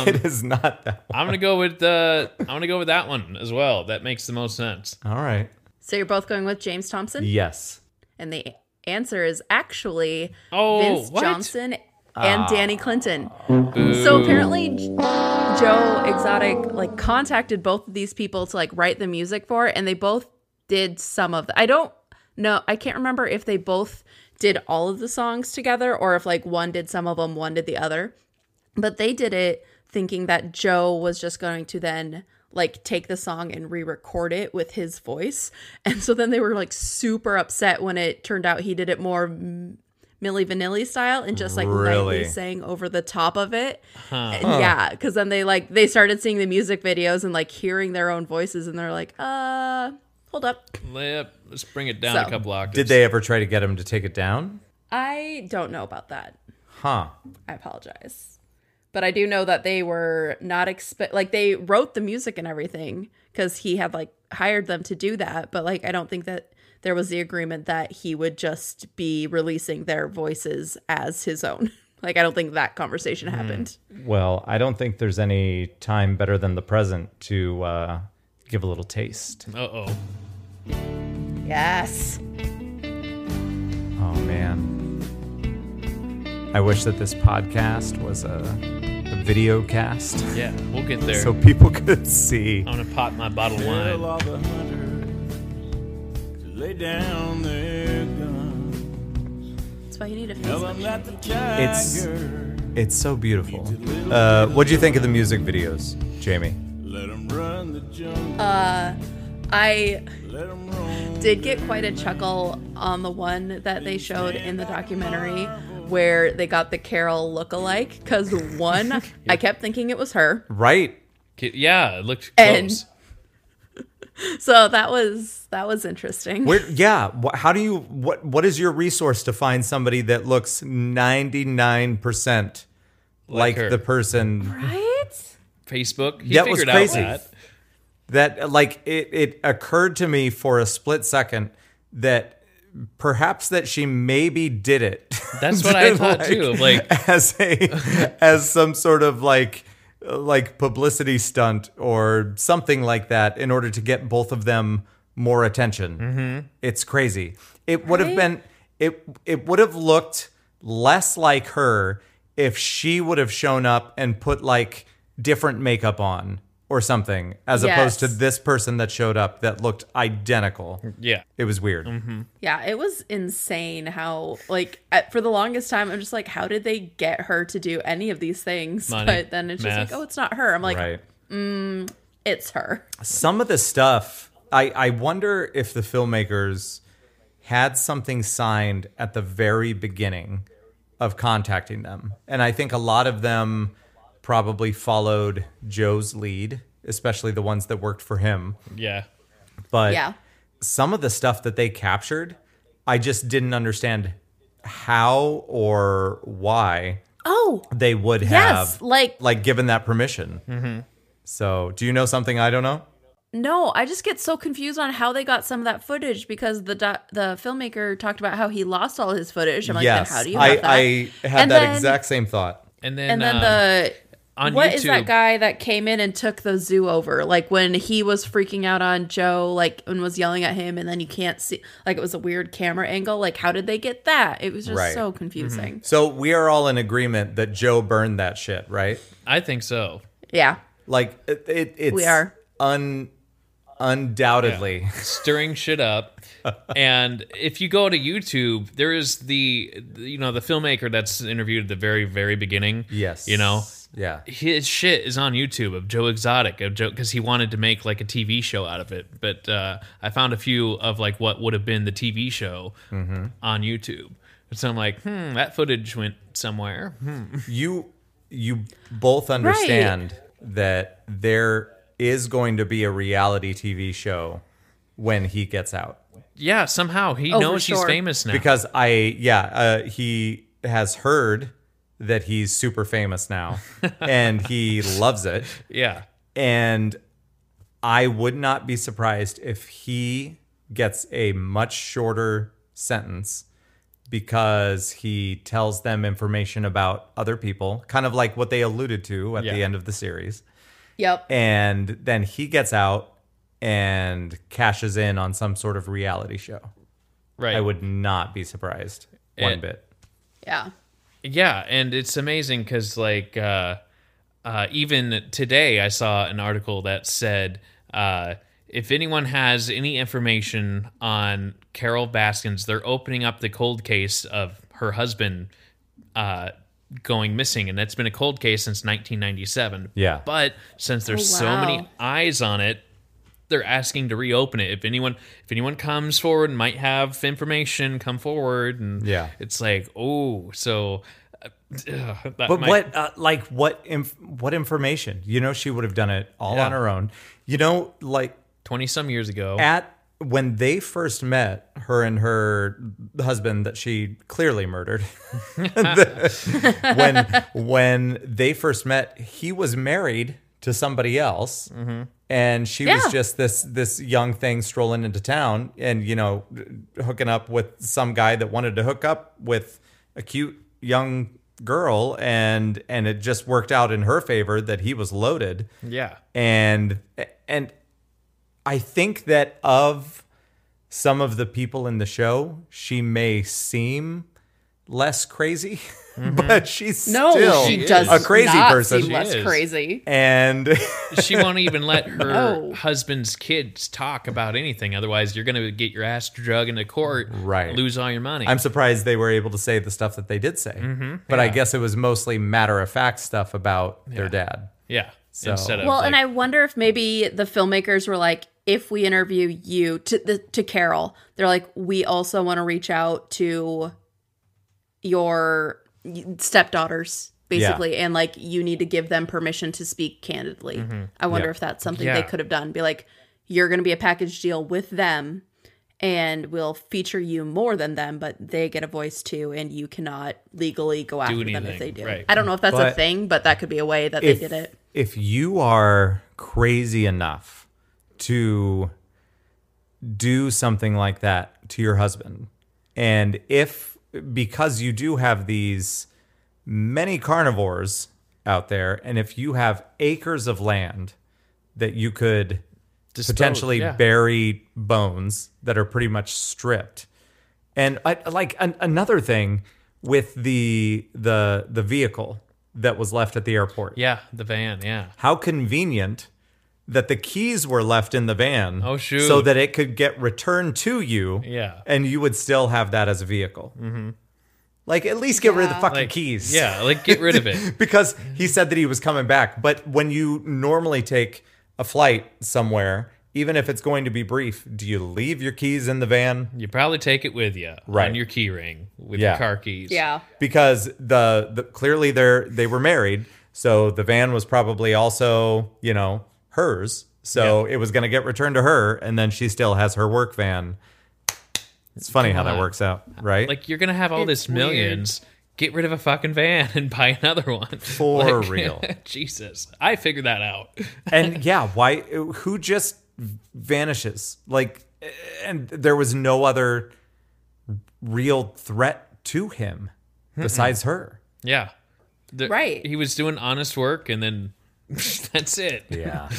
Speaker 1: it is not that
Speaker 2: I'm gonna go with the. I'm gonna go with that one as well. That makes the most sense.
Speaker 1: one. All right.
Speaker 3: So you're both going with James Thompson?
Speaker 1: Yes.
Speaker 3: And the answer is actually
Speaker 2: Oh,
Speaker 3: Vince
Speaker 2: what?
Speaker 3: Johnson and Danny Clinton. So apparently J- Joe Exotic like contacted both of these people to like write the music for and they both did some of the I don't know I can't remember if they both did all of the songs together or if like one did some of them one did the other. But they did it thinking that Joe was just going to then like take the song and re-record it with his voice. And so then they were like super upset when it turned out he did it more M- Milli Vanilli style and just like
Speaker 1: Really?
Speaker 3: lightly sang over the top of it. And Yeah, cuz then they like they started seeing the music videos and like hearing their own voices and they're like, "Uh, hold up.
Speaker 2: Lip. Let's bring it down
Speaker 3: So-
Speaker 2: a couple octaves.
Speaker 1: Did they ever try to get him to take it down?
Speaker 3: I don't know about that."
Speaker 1: Huh.
Speaker 3: I apologize. But I do know that they were not expect like they wrote the music and everything because he had like hired them to do that. But like I don't think that there was the agreement that he would just be releasing their voices as his own. Like I don't think that conversation happened.
Speaker 1: Well, I don't think there's any time better than the present to uh, give a little taste.
Speaker 2: Uh oh.
Speaker 3: Yes.
Speaker 1: Oh man. I wish that this podcast was a, a video cast
Speaker 2: Yeah, we'll get there.
Speaker 1: so people could see.
Speaker 2: I'm gonna pop my bottle of
Speaker 4: Tell
Speaker 2: wine.
Speaker 4: all the hunters to lay down their guns.
Speaker 3: That's why you need a face.
Speaker 4: Tell 'em that the tiger
Speaker 1: It's- It's so beautiful. Uh, what do you think of the music videos, Jamie?
Speaker 4: let 'em run the jungle.
Speaker 3: I
Speaker 4: let 'em roam.
Speaker 3: did get quite a chuckle on the one that they showed in the documentary where they got the Carol look-alike because one, I kept thinking it was her.
Speaker 1: Right.
Speaker 2: Get- yeah, it looked
Speaker 3: And-
Speaker 2: close.
Speaker 3: So that was that was interesting.
Speaker 1: Where, yeah. Wh- how do you? What? What is your resource to find somebody that looks ninety nine percent like
Speaker 2: Like her.
Speaker 1: the person
Speaker 3: Right?
Speaker 2: Facebook. He
Speaker 1: That was
Speaker 2: figured
Speaker 1: crazy.
Speaker 2: out that.
Speaker 1: that? Like it. It occurred to me for a split second that perhaps that she maybe did it.
Speaker 2: That's what I thought too. Like
Speaker 1: as a as some sort of like like publicity stunt or something like that in order to get both of them more attention. It's crazy. It would have been it it would have looked less like her if she would have shown up and put like different makeup on or something as opposed to
Speaker 3: Yes.
Speaker 1: this person that showed up that looked identical.
Speaker 2: yeah.
Speaker 1: It was weird.
Speaker 3: Yeah, it was insane how like at, for the longest time I'm just like how did they get her to do any of these things?
Speaker 2: Money,
Speaker 3: But then it's just
Speaker 2: math.
Speaker 3: like oh it's not her. I'm like
Speaker 1: Right.
Speaker 3: it's her.
Speaker 1: some of the stuff I, I wonder if the filmmakers had something signed at the very beginning of contacting them. And I think a lot of them probably followed Joe's lead, especially the ones that worked for him.
Speaker 2: Yeah.
Speaker 1: But
Speaker 3: Yeah.
Speaker 1: some of the stuff that they captured, I just didn't understand how or why
Speaker 3: Oh,
Speaker 1: they would
Speaker 3: yes.
Speaker 1: have
Speaker 3: Like,
Speaker 1: like given that permission. So, do you know something I don't know?
Speaker 3: no, I just get so confused on how they got some of that footage because the doc- the filmmaker talked about how he lost all his footage. I'm like, then
Speaker 1: yes,
Speaker 3: how do you
Speaker 1: I,
Speaker 3: have that?
Speaker 1: I had
Speaker 3: And
Speaker 1: that
Speaker 3: then-
Speaker 1: exact same thought.
Speaker 2: And then
Speaker 3: and then
Speaker 2: um,
Speaker 3: the
Speaker 2: on
Speaker 3: what is
Speaker 2: YouTube,
Speaker 3: that guy that came in and took the zoo over? Like when he was freaking out on Joe, like and was yelling at him, and then you can't see. Like it was a weird camera angle. Like how did they get that? It was just
Speaker 1: Right.
Speaker 3: so confusing.
Speaker 1: So, we are all in agreement that Joe burned that shit, right?
Speaker 2: I think so.
Speaker 3: Yeah,
Speaker 1: Like it, it it's
Speaker 3: We are.
Speaker 1: un undoubtedly.
Speaker 2: stirring shit up. And if you go to YouTube, there is the you know the filmmaker that's interviewed at the very very beginning.
Speaker 1: Yes.
Speaker 2: you know
Speaker 1: Yeah.
Speaker 2: his shit is on YouTube of Joe Exotic of Joe because he wanted to make like a TV show out of it. But uh, I found a few of like what would have been the TV show
Speaker 1: Mm-hmm.
Speaker 2: on YouTube. So I'm like, hmm, that footage went somewhere. Hmm.
Speaker 1: You you both understand that there is going to be a reality TV show when he gets out.
Speaker 2: Yeah, somehow he
Speaker 3: Oh, for
Speaker 2: knows he's
Speaker 3: sure.
Speaker 2: famous now.
Speaker 1: Because I yeah, uh, he has heard that he's super famous now and he loves it.
Speaker 2: yeah,
Speaker 1: And I would not be surprised if he gets a much shorter sentence because he tells them information about other people, kind of like what they alluded to at
Speaker 2: Yeah.
Speaker 1: the end of the series.
Speaker 3: yep.
Speaker 1: And then he gets out and cashes in on some sort of reality show.
Speaker 2: right.
Speaker 1: I would not be surprised one
Speaker 2: It-
Speaker 1: bit.
Speaker 3: Yeah.
Speaker 2: Yeah, and it's amazing because like uh, uh, even today, I saw an article that said uh, if anyone has any information on Carol Baskins, they're opening up the cold case of her husband uh, going missing, and that's been a cold case since 1997.
Speaker 1: Yeah.
Speaker 2: but since there's
Speaker 3: Oh,
Speaker 2: so many
Speaker 3: wow.
Speaker 2: eyes on it, they're asking to reopen it. If anyone if anyone comes forward and might have information, come forward. And
Speaker 1: Yeah.
Speaker 2: it's like oh, so. Uh, ugh, that
Speaker 1: But
Speaker 2: might-
Speaker 1: what, uh, like, what, inf- what information? You know, she would have done it all
Speaker 2: Yeah.
Speaker 1: on her own. You know, like,
Speaker 2: Twenty some years ago.
Speaker 1: at when they first met her and her husband that she clearly murdered the- when when they first met he was married to somebody else and she
Speaker 3: Yeah.
Speaker 1: was just this this young thing strolling into town and you know hooking up with some guy that wanted to hook up with a cute young girl and and it just worked out in her favor that he was loaded
Speaker 2: yeah.
Speaker 1: and and I think that of some of the people in the show, she may seem less crazy, but she's
Speaker 3: No,
Speaker 1: still
Speaker 3: she
Speaker 2: Mm-hmm. is.
Speaker 3: does
Speaker 1: a crazy
Speaker 3: not
Speaker 1: person.
Speaker 3: Seem
Speaker 2: She
Speaker 3: less
Speaker 2: is.
Speaker 3: crazy.
Speaker 1: and
Speaker 2: She won't even let her
Speaker 3: No.
Speaker 2: husband's kids talk about anything. Otherwise, you're going to get your ass drug into court,
Speaker 1: Right.
Speaker 2: Lose all your money.
Speaker 1: I'm surprised they were able to say the stuff that they did say.
Speaker 2: Mm-hmm.
Speaker 1: But I guess it was mostly matter of fact stuff about their dad.
Speaker 2: yeah.
Speaker 1: So-
Speaker 2: Instead of
Speaker 3: Well, and I
Speaker 2: like-
Speaker 3: wonder if maybe the filmmakers were like, if we interview you to the, to Carol, they're like, we also want to reach out to your stepdaughters, basically, and like you need to give them permission to speak candidly. I wonder
Speaker 1: Yeah.
Speaker 3: if that's something
Speaker 2: Yeah.
Speaker 3: they could have done. Be like, you're going to be a package deal with them, and we'll feature you more than them, but they get a voice too, and you cannot legally go after them if
Speaker 2: anything,
Speaker 3: they do.
Speaker 2: right.
Speaker 3: I don't know if that's
Speaker 1: But
Speaker 3: a thing, but that could be a way that
Speaker 1: if,
Speaker 3: they did it.
Speaker 1: If you are crazy enough to do something like that to your husband, and if because you do have these many carnivores out there, and if you have acres of land that you could
Speaker 2: Dispose,
Speaker 1: potentially
Speaker 2: yeah.
Speaker 1: bury bones that are pretty much stripped. And I, like an, another thing with the the the vehicle that was left at the airport
Speaker 2: yeah, the van. Yeah.
Speaker 1: how convenient that the keys were left in the van.
Speaker 2: Oh, shoot.
Speaker 1: So that it could get returned to you.
Speaker 2: Yeah.
Speaker 1: And you would still have that as a vehicle. Mm-hmm. Like, at least get rid of the fucking
Speaker 2: Like,
Speaker 1: keys.
Speaker 2: Yeah. Like, get rid of it.
Speaker 1: because he said that he was coming back. But when you normally take a flight somewhere even if it's going to be brief, do you leave your keys in the van?
Speaker 2: You probably take it with you
Speaker 1: Right.
Speaker 2: on your key ring with
Speaker 1: Yeah.
Speaker 2: your car keys.
Speaker 3: Yeah.
Speaker 1: because the, the clearly they they were married, so the van was probably also you know hers. So it was going to get returned to her, and then she still has her work van. It's funny how that
Speaker 2: on.
Speaker 1: works out, right?
Speaker 2: Like you're gonna have all
Speaker 3: It's
Speaker 2: this millions. Get rid of a fucking van and buy another one.
Speaker 1: For
Speaker 2: Like,
Speaker 1: real.
Speaker 2: Jesus, I figured that out.
Speaker 1: and yeah, why? Who just vanishes? Like, and there was no other real threat to him besides her.
Speaker 2: Yeah. The-
Speaker 3: Right.
Speaker 2: He was doing honest work and then that's it.
Speaker 1: Yeah.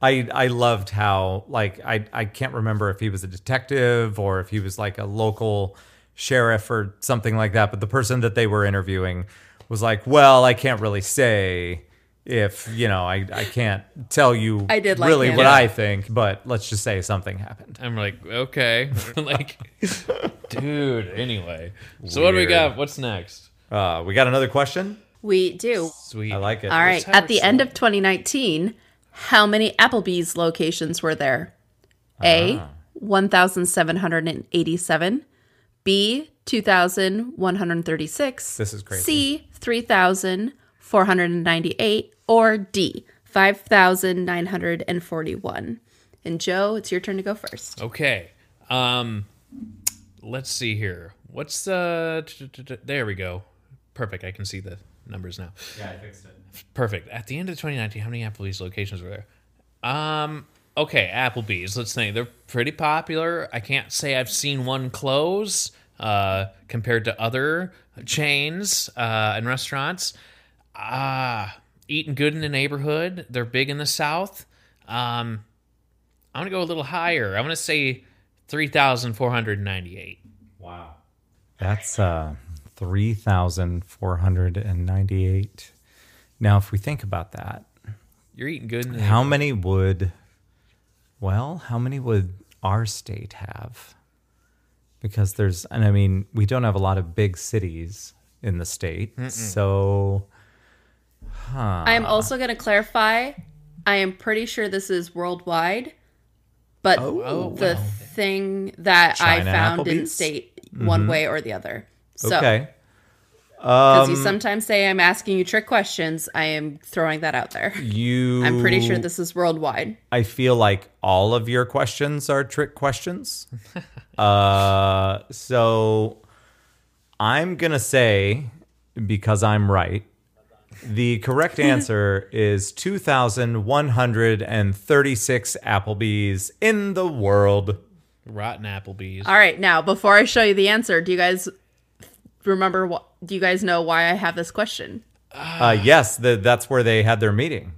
Speaker 1: I I loved how like I I can't remember if he was a detective or if he was like a local sheriff or something like that, but the person that they were interviewing was like, "Well, I can't really say if, you know, I I can't tell you
Speaker 3: I did like
Speaker 1: really
Speaker 3: him.
Speaker 1: what
Speaker 3: Yeah.
Speaker 1: I think, but let's just say something happened."
Speaker 2: I'm like, okay. like, dude, anyway. So, what do we
Speaker 1: Weird.
Speaker 2: got? What's next?
Speaker 1: Uh, we got another question?
Speaker 3: We do.
Speaker 2: Sweet.
Speaker 1: I like it.
Speaker 3: All right.
Speaker 2: Let's have
Speaker 3: At the end of 2019, how many Applebee's locations were there?
Speaker 1: Ah.
Speaker 3: A, 1,787. B, 2,136.
Speaker 1: This is crazy.
Speaker 3: C, 3,498. Or D, 5,941. And Joe, it's your turn to go first.
Speaker 2: Okay. Um, let's see here. What's the? There we go. Perfect. I can see the numbers now.
Speaker 1: Yeah, I fixed it.
Speaker 2: Perfect. At the end of 2019, how many Applebee's locations were there? Um. Okay, Applebee's. Let's think. They're pretty popular. I can't say I've seen one close. Uh, compared to other chains uh, and restaurants. Ah, eating good in the neighborhood. They're big in the South. Um, I'm gonna go a little higher. I'm gonna say three thousand four hundred ninety-eight.
Speaker 1: Wow. That's uh, 3,498. Now, if we think about that,
Speaker 2: You're eating good. In the
Speaker 1: How many would, well, how many would our state have? Because there's, and I mean, we don't have a lot of big cities in the state. So,
Speaker 3: I'm also going to clarify I am pretty sure this is worldwide, but the thing that
Speaker 1: Oh, China
Speaker 3: I found didn't
Speaker 1: Applebee's? Mm-hmm.
Speaker 3: state one way or the other. So,
Speaker 1: okay.
Speaker 3: because you sometimes say I'm asking you trick questions, I am throwing that out there.
Speaker 1: You,
Speaker 3: I'm pretty sure this is worldwide.
Speaker 1: I feel like all of your questions are trick questions. uh, so I'm going to say, because I'm right, the correct answer is 2,136 Applebee's in the world.
Speaker 2: rotten Applebee's.
Speaker 3: All right, now before I show you the answer, do you guys remember what? Do you guys know why I have this question?
Speaker 1: Uh, yes, the, that's where they had their meeting.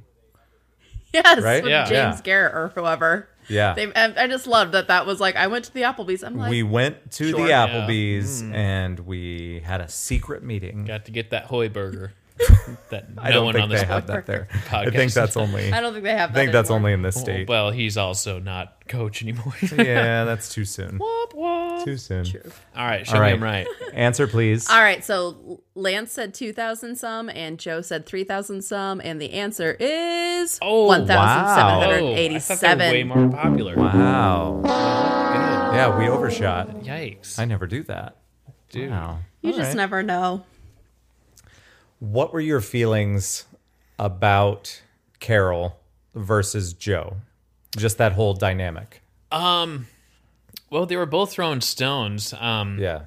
Speaker 3: Yes,
Speaker 1: Right?
Speaker 3: with
Speaker 2: Yeah.
Speaker 3: James
Speaker 1: Yeah.
Speaker 3: Garrett or whoever.
Speaker 1: Yeah.
Speaker 3: They, I I just loved that. That was like I went to the Applebee's. I'm like,
Speaker 1: we went to
Speaker 2: Sure,
Speaker 1: the
Speaker 2: yeah.
Speaker 1: Applebee's and we had a secret meeting.
Speaker 2: Got to get that hoy burger. that no
Speaker 1: I don't
Speaker 2: one on
Speaker 1: think
Speaker 2: this
Speaker 1: they have that
Speaker 2: podcast-
Speaker 1: there. I
Speaker 2: podcast.
Speaker 1: think that's only.
Speaker 3: I don't think they have.
Speaker 1: I
Speaker 3: That
Speaker 1: think that's
Speaker 3: anymore.
Speaker 1: only in this state.
Speaker 2: Well, he's also not coach anymore.
Speaker 1: yeah, that's too soon. Too soon.
Speaker 2: All right, show
Speaker 1: All
Speaker 2: me
Speaker 1: right.
Speaker 2: I'm right.
Speaker 1: Answer, please.
Speaker 3: All right, so Lance said 2,000 some, and Joe said 3,000 some, and the answer is
Speaker 2: Oh, wow. Oh, I thought
Speaker 3: 1,787.
Speaker 2: they were way more popular.
Speaker 1: Wow.
Speaker 2: Good.
Speaker 1: Yeah, we overshot.
Speaker 2: Yikes.
Speaker 1: I never do that.
Speaker 2: Dude.
Speaker 1: Wow.
Speaker 3: you
Speaker 1: All
Speaker 3: just
Speaker 1: right.
Speaker 3: never know.
Speaker 1: What were your feelings about Carol versus Joe? Just that whole dynamic.
Speaker 2: Well, they were both throwing stones. Um,
Speaker 1: Yeah.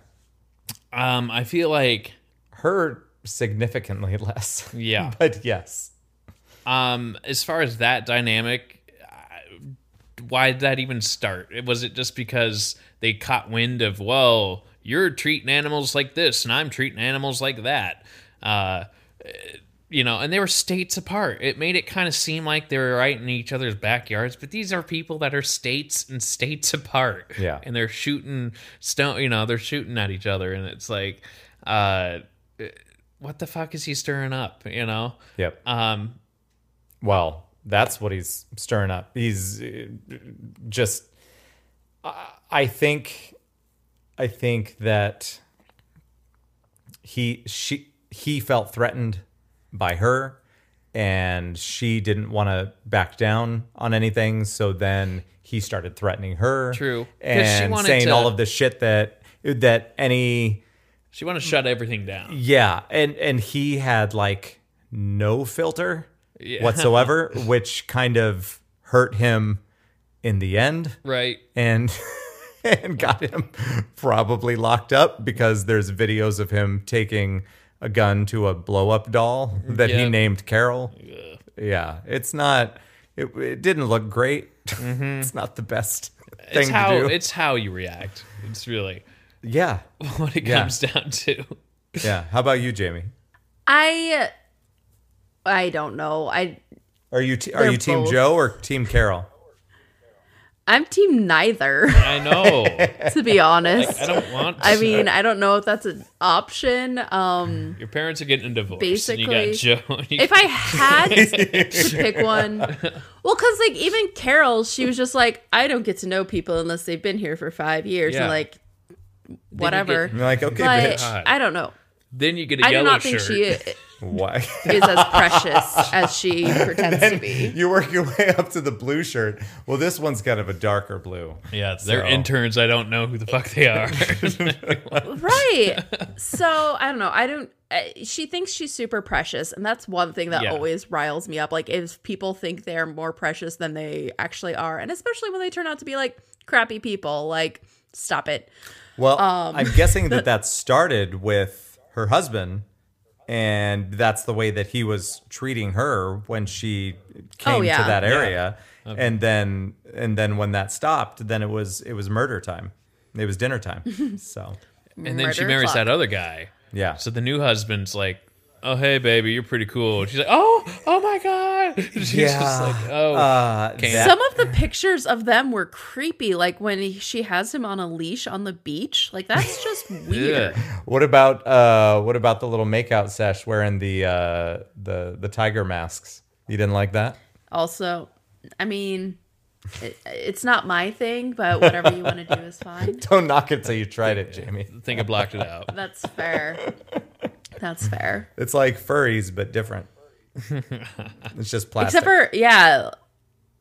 Speaker 2: um, I feel like,
Speaker 1: Her significantly less.
Speaker 2: yeah.
Speaker 1: But yes.
Speaker 2: Um, as far as that dynamic, I- why did that even start? It- Was it just because they caught wind of, whoa, you're treating animals like this and I'm treating animals like that? Uh, eh, you know, and they were states apart. It made it kind of seem like they were right in each other's backyards, but these are people that are states and states apart.
Speaker 1: Yeah.
Speaker 2: And they're shooting stone, you know, they're shooting at each other. And it's like, uh, eh, what the fuck is he stirring up? You know?
Speaker 1: Yep.
Speaker 2: Um,
Speaker 1: Well, that's what he's stirring up. He's uh, just. I I think, I think that he she he felt threatened by her, and she didn't want to back down on anything. So then he started threatening her.
Speaker 2: True. 'Cause she
Speaker 1: and
Speaker 2: wanted
Speaker 1: saying
Speaker 2: to-
Speaker 1: all of the shit that that any
Speaker 2: She wanted to shut everything down.
Speaker 1: yeah, and and he had like no filter
Speaker 2: Yeah.
Speaker 1: whatsoever, which kind of hurt him in the end,
Speaker 2: Right.
Speaker 1: and and got him probably locked up because there's videos of him taking a gun to a blow up doll that he
Speaker 2: Yep.
Speaker 1: named Carol. Yeah, it's not. It, it didn't look great. it's not the best thing
Speaker 2: Mm-hmm. It's how
Speaker 1: to do.
Speaker 2: it's how you react. It's really
Speaker 1: yeah,
Speaker 2: what it
Speaker 1: Yeah.
Speaker 2: comes down to.
Speaker 1: yeah. How about you, Jamie?
Speaker 3: I I don't know. I
Speaker 1: Are you t- are
Speaker 3: They're
Speaker 1: you Team
Speaker 3: both-
Speaker 1: Joe or Team Carol?
Speaker 3: I'm team neither,
Speaker 2: I know.
Speaker 3: to be honest.
Speaker 2: I don't want.
Speaker 3: I mean, I don't know if that's an option. Um
Speaker 2: your parents are getting a divorce. and you
Speaker 3: basically-
Speaker 2: got Joe. and you-
Speaker 3: if I had to pick one, well, because like even Carol, she was just like, I don't get to know people unless they've been here for five years,
Speaker 2: Yeah.
Speaker 3: and like, whatever.
Speaker 1: You're like, okay,
Speaker 3: But
Speaker 1: bitch.
Speaker 3: I don't know.
Speaker 2: then you get a
Speaker 3: I do
Speaker 2: yellow
Speaker 3: not think
Speaker 2: shirt.
Speaker 3: she i-
Speaker 1: Why?
Speaker 3: is as precious as she pretends to be.
Speaker 1: you work your way up to the blue shirt. Well, this one's kind of a darker blue.
Speaker 2: yeah, they're
Speaker 1: So-
Speaker 2: interns. I don't know who the fuck they are.
Speaker 3: right so i don't know i don't uh, she thinks she's super precious and that's one thing that
Speaker 2: Yeah.
Speaker 3: always riles me up like if people think they're more precious than they actually are and especially when they turn out to be like crappy people like stop it
Speaker 1: Well, I'm guessing that that started with her husband, and that's the way that he was treating her when she came
Speaker 3: Oh, yeah.
Speaker 1: to that area. And then, and then when that stopped, then it was it was murder time. It was dinner time. So,
Speaker 2: and then she
Speaker 3: Murder
Speaker 2: marries
Speaker 3: clock.
Speaker 2: that other guy.
Speaker 1: yeah.
Speaker 2: So the new husband's like, "Oh hey baby, you're pretty cool." And she's like, "Oh oh my god." She's just like, "Oh."
Speaker 1: uh, that-
Speaker 3: some of the pictures of them were creepy like when he- she has him on a leash on the beach like that's just weird
Speaker 2: yeah.
Speaker 1: What about uh, what about the little makeout sesh wearing the uh, the the tiger masks? You didn't like that?
Speaker 3: also i mean it, it's not my thing but whatever you want to do is fine
Speaker 1: Don't knock it till you tried it, Jamie.
Speaker 2: I think I blocked it out.
Speaker 3: that's fair that's fair
Speaker 1: It's like furries but different. It's just plastic.
Speaker 3: except for yeah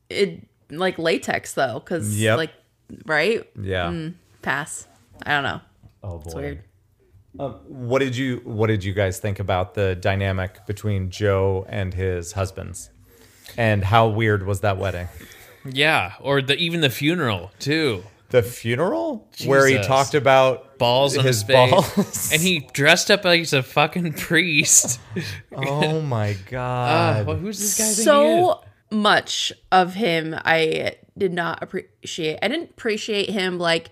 Speaker 3: it like latex though because
Speaker 1: Yep.
Speaker 3: like right
Speaker 1: yeah.
Speaker 3: pass i don't know
Speaker 1: Oh boy.
Speaker 3: Mm. it's weird
Speaker 1: What did you What did you guys think about the dynamic between Joe and his husbands? And how weird was that wedding?
Speaker 2: Yeah, or the, even the funeral too.
Speaker 1: The funeral where he
Speaker 2: Jesus.
Speaker 1: talked about
Speaker 2: Balls on
Speaker 1: his
Speaker 2: his, face,
Speaker 1: balls.
Speaker 2: and he dressed up like he's a fucking priest.
Speaker 1: Oh my
Speaker 2: Uh,
Speaker 1: god!
Speaker 2: well, who's this guy? think he is?
Speaker 3: so much of him i did not appreciate i didn't appreciate him like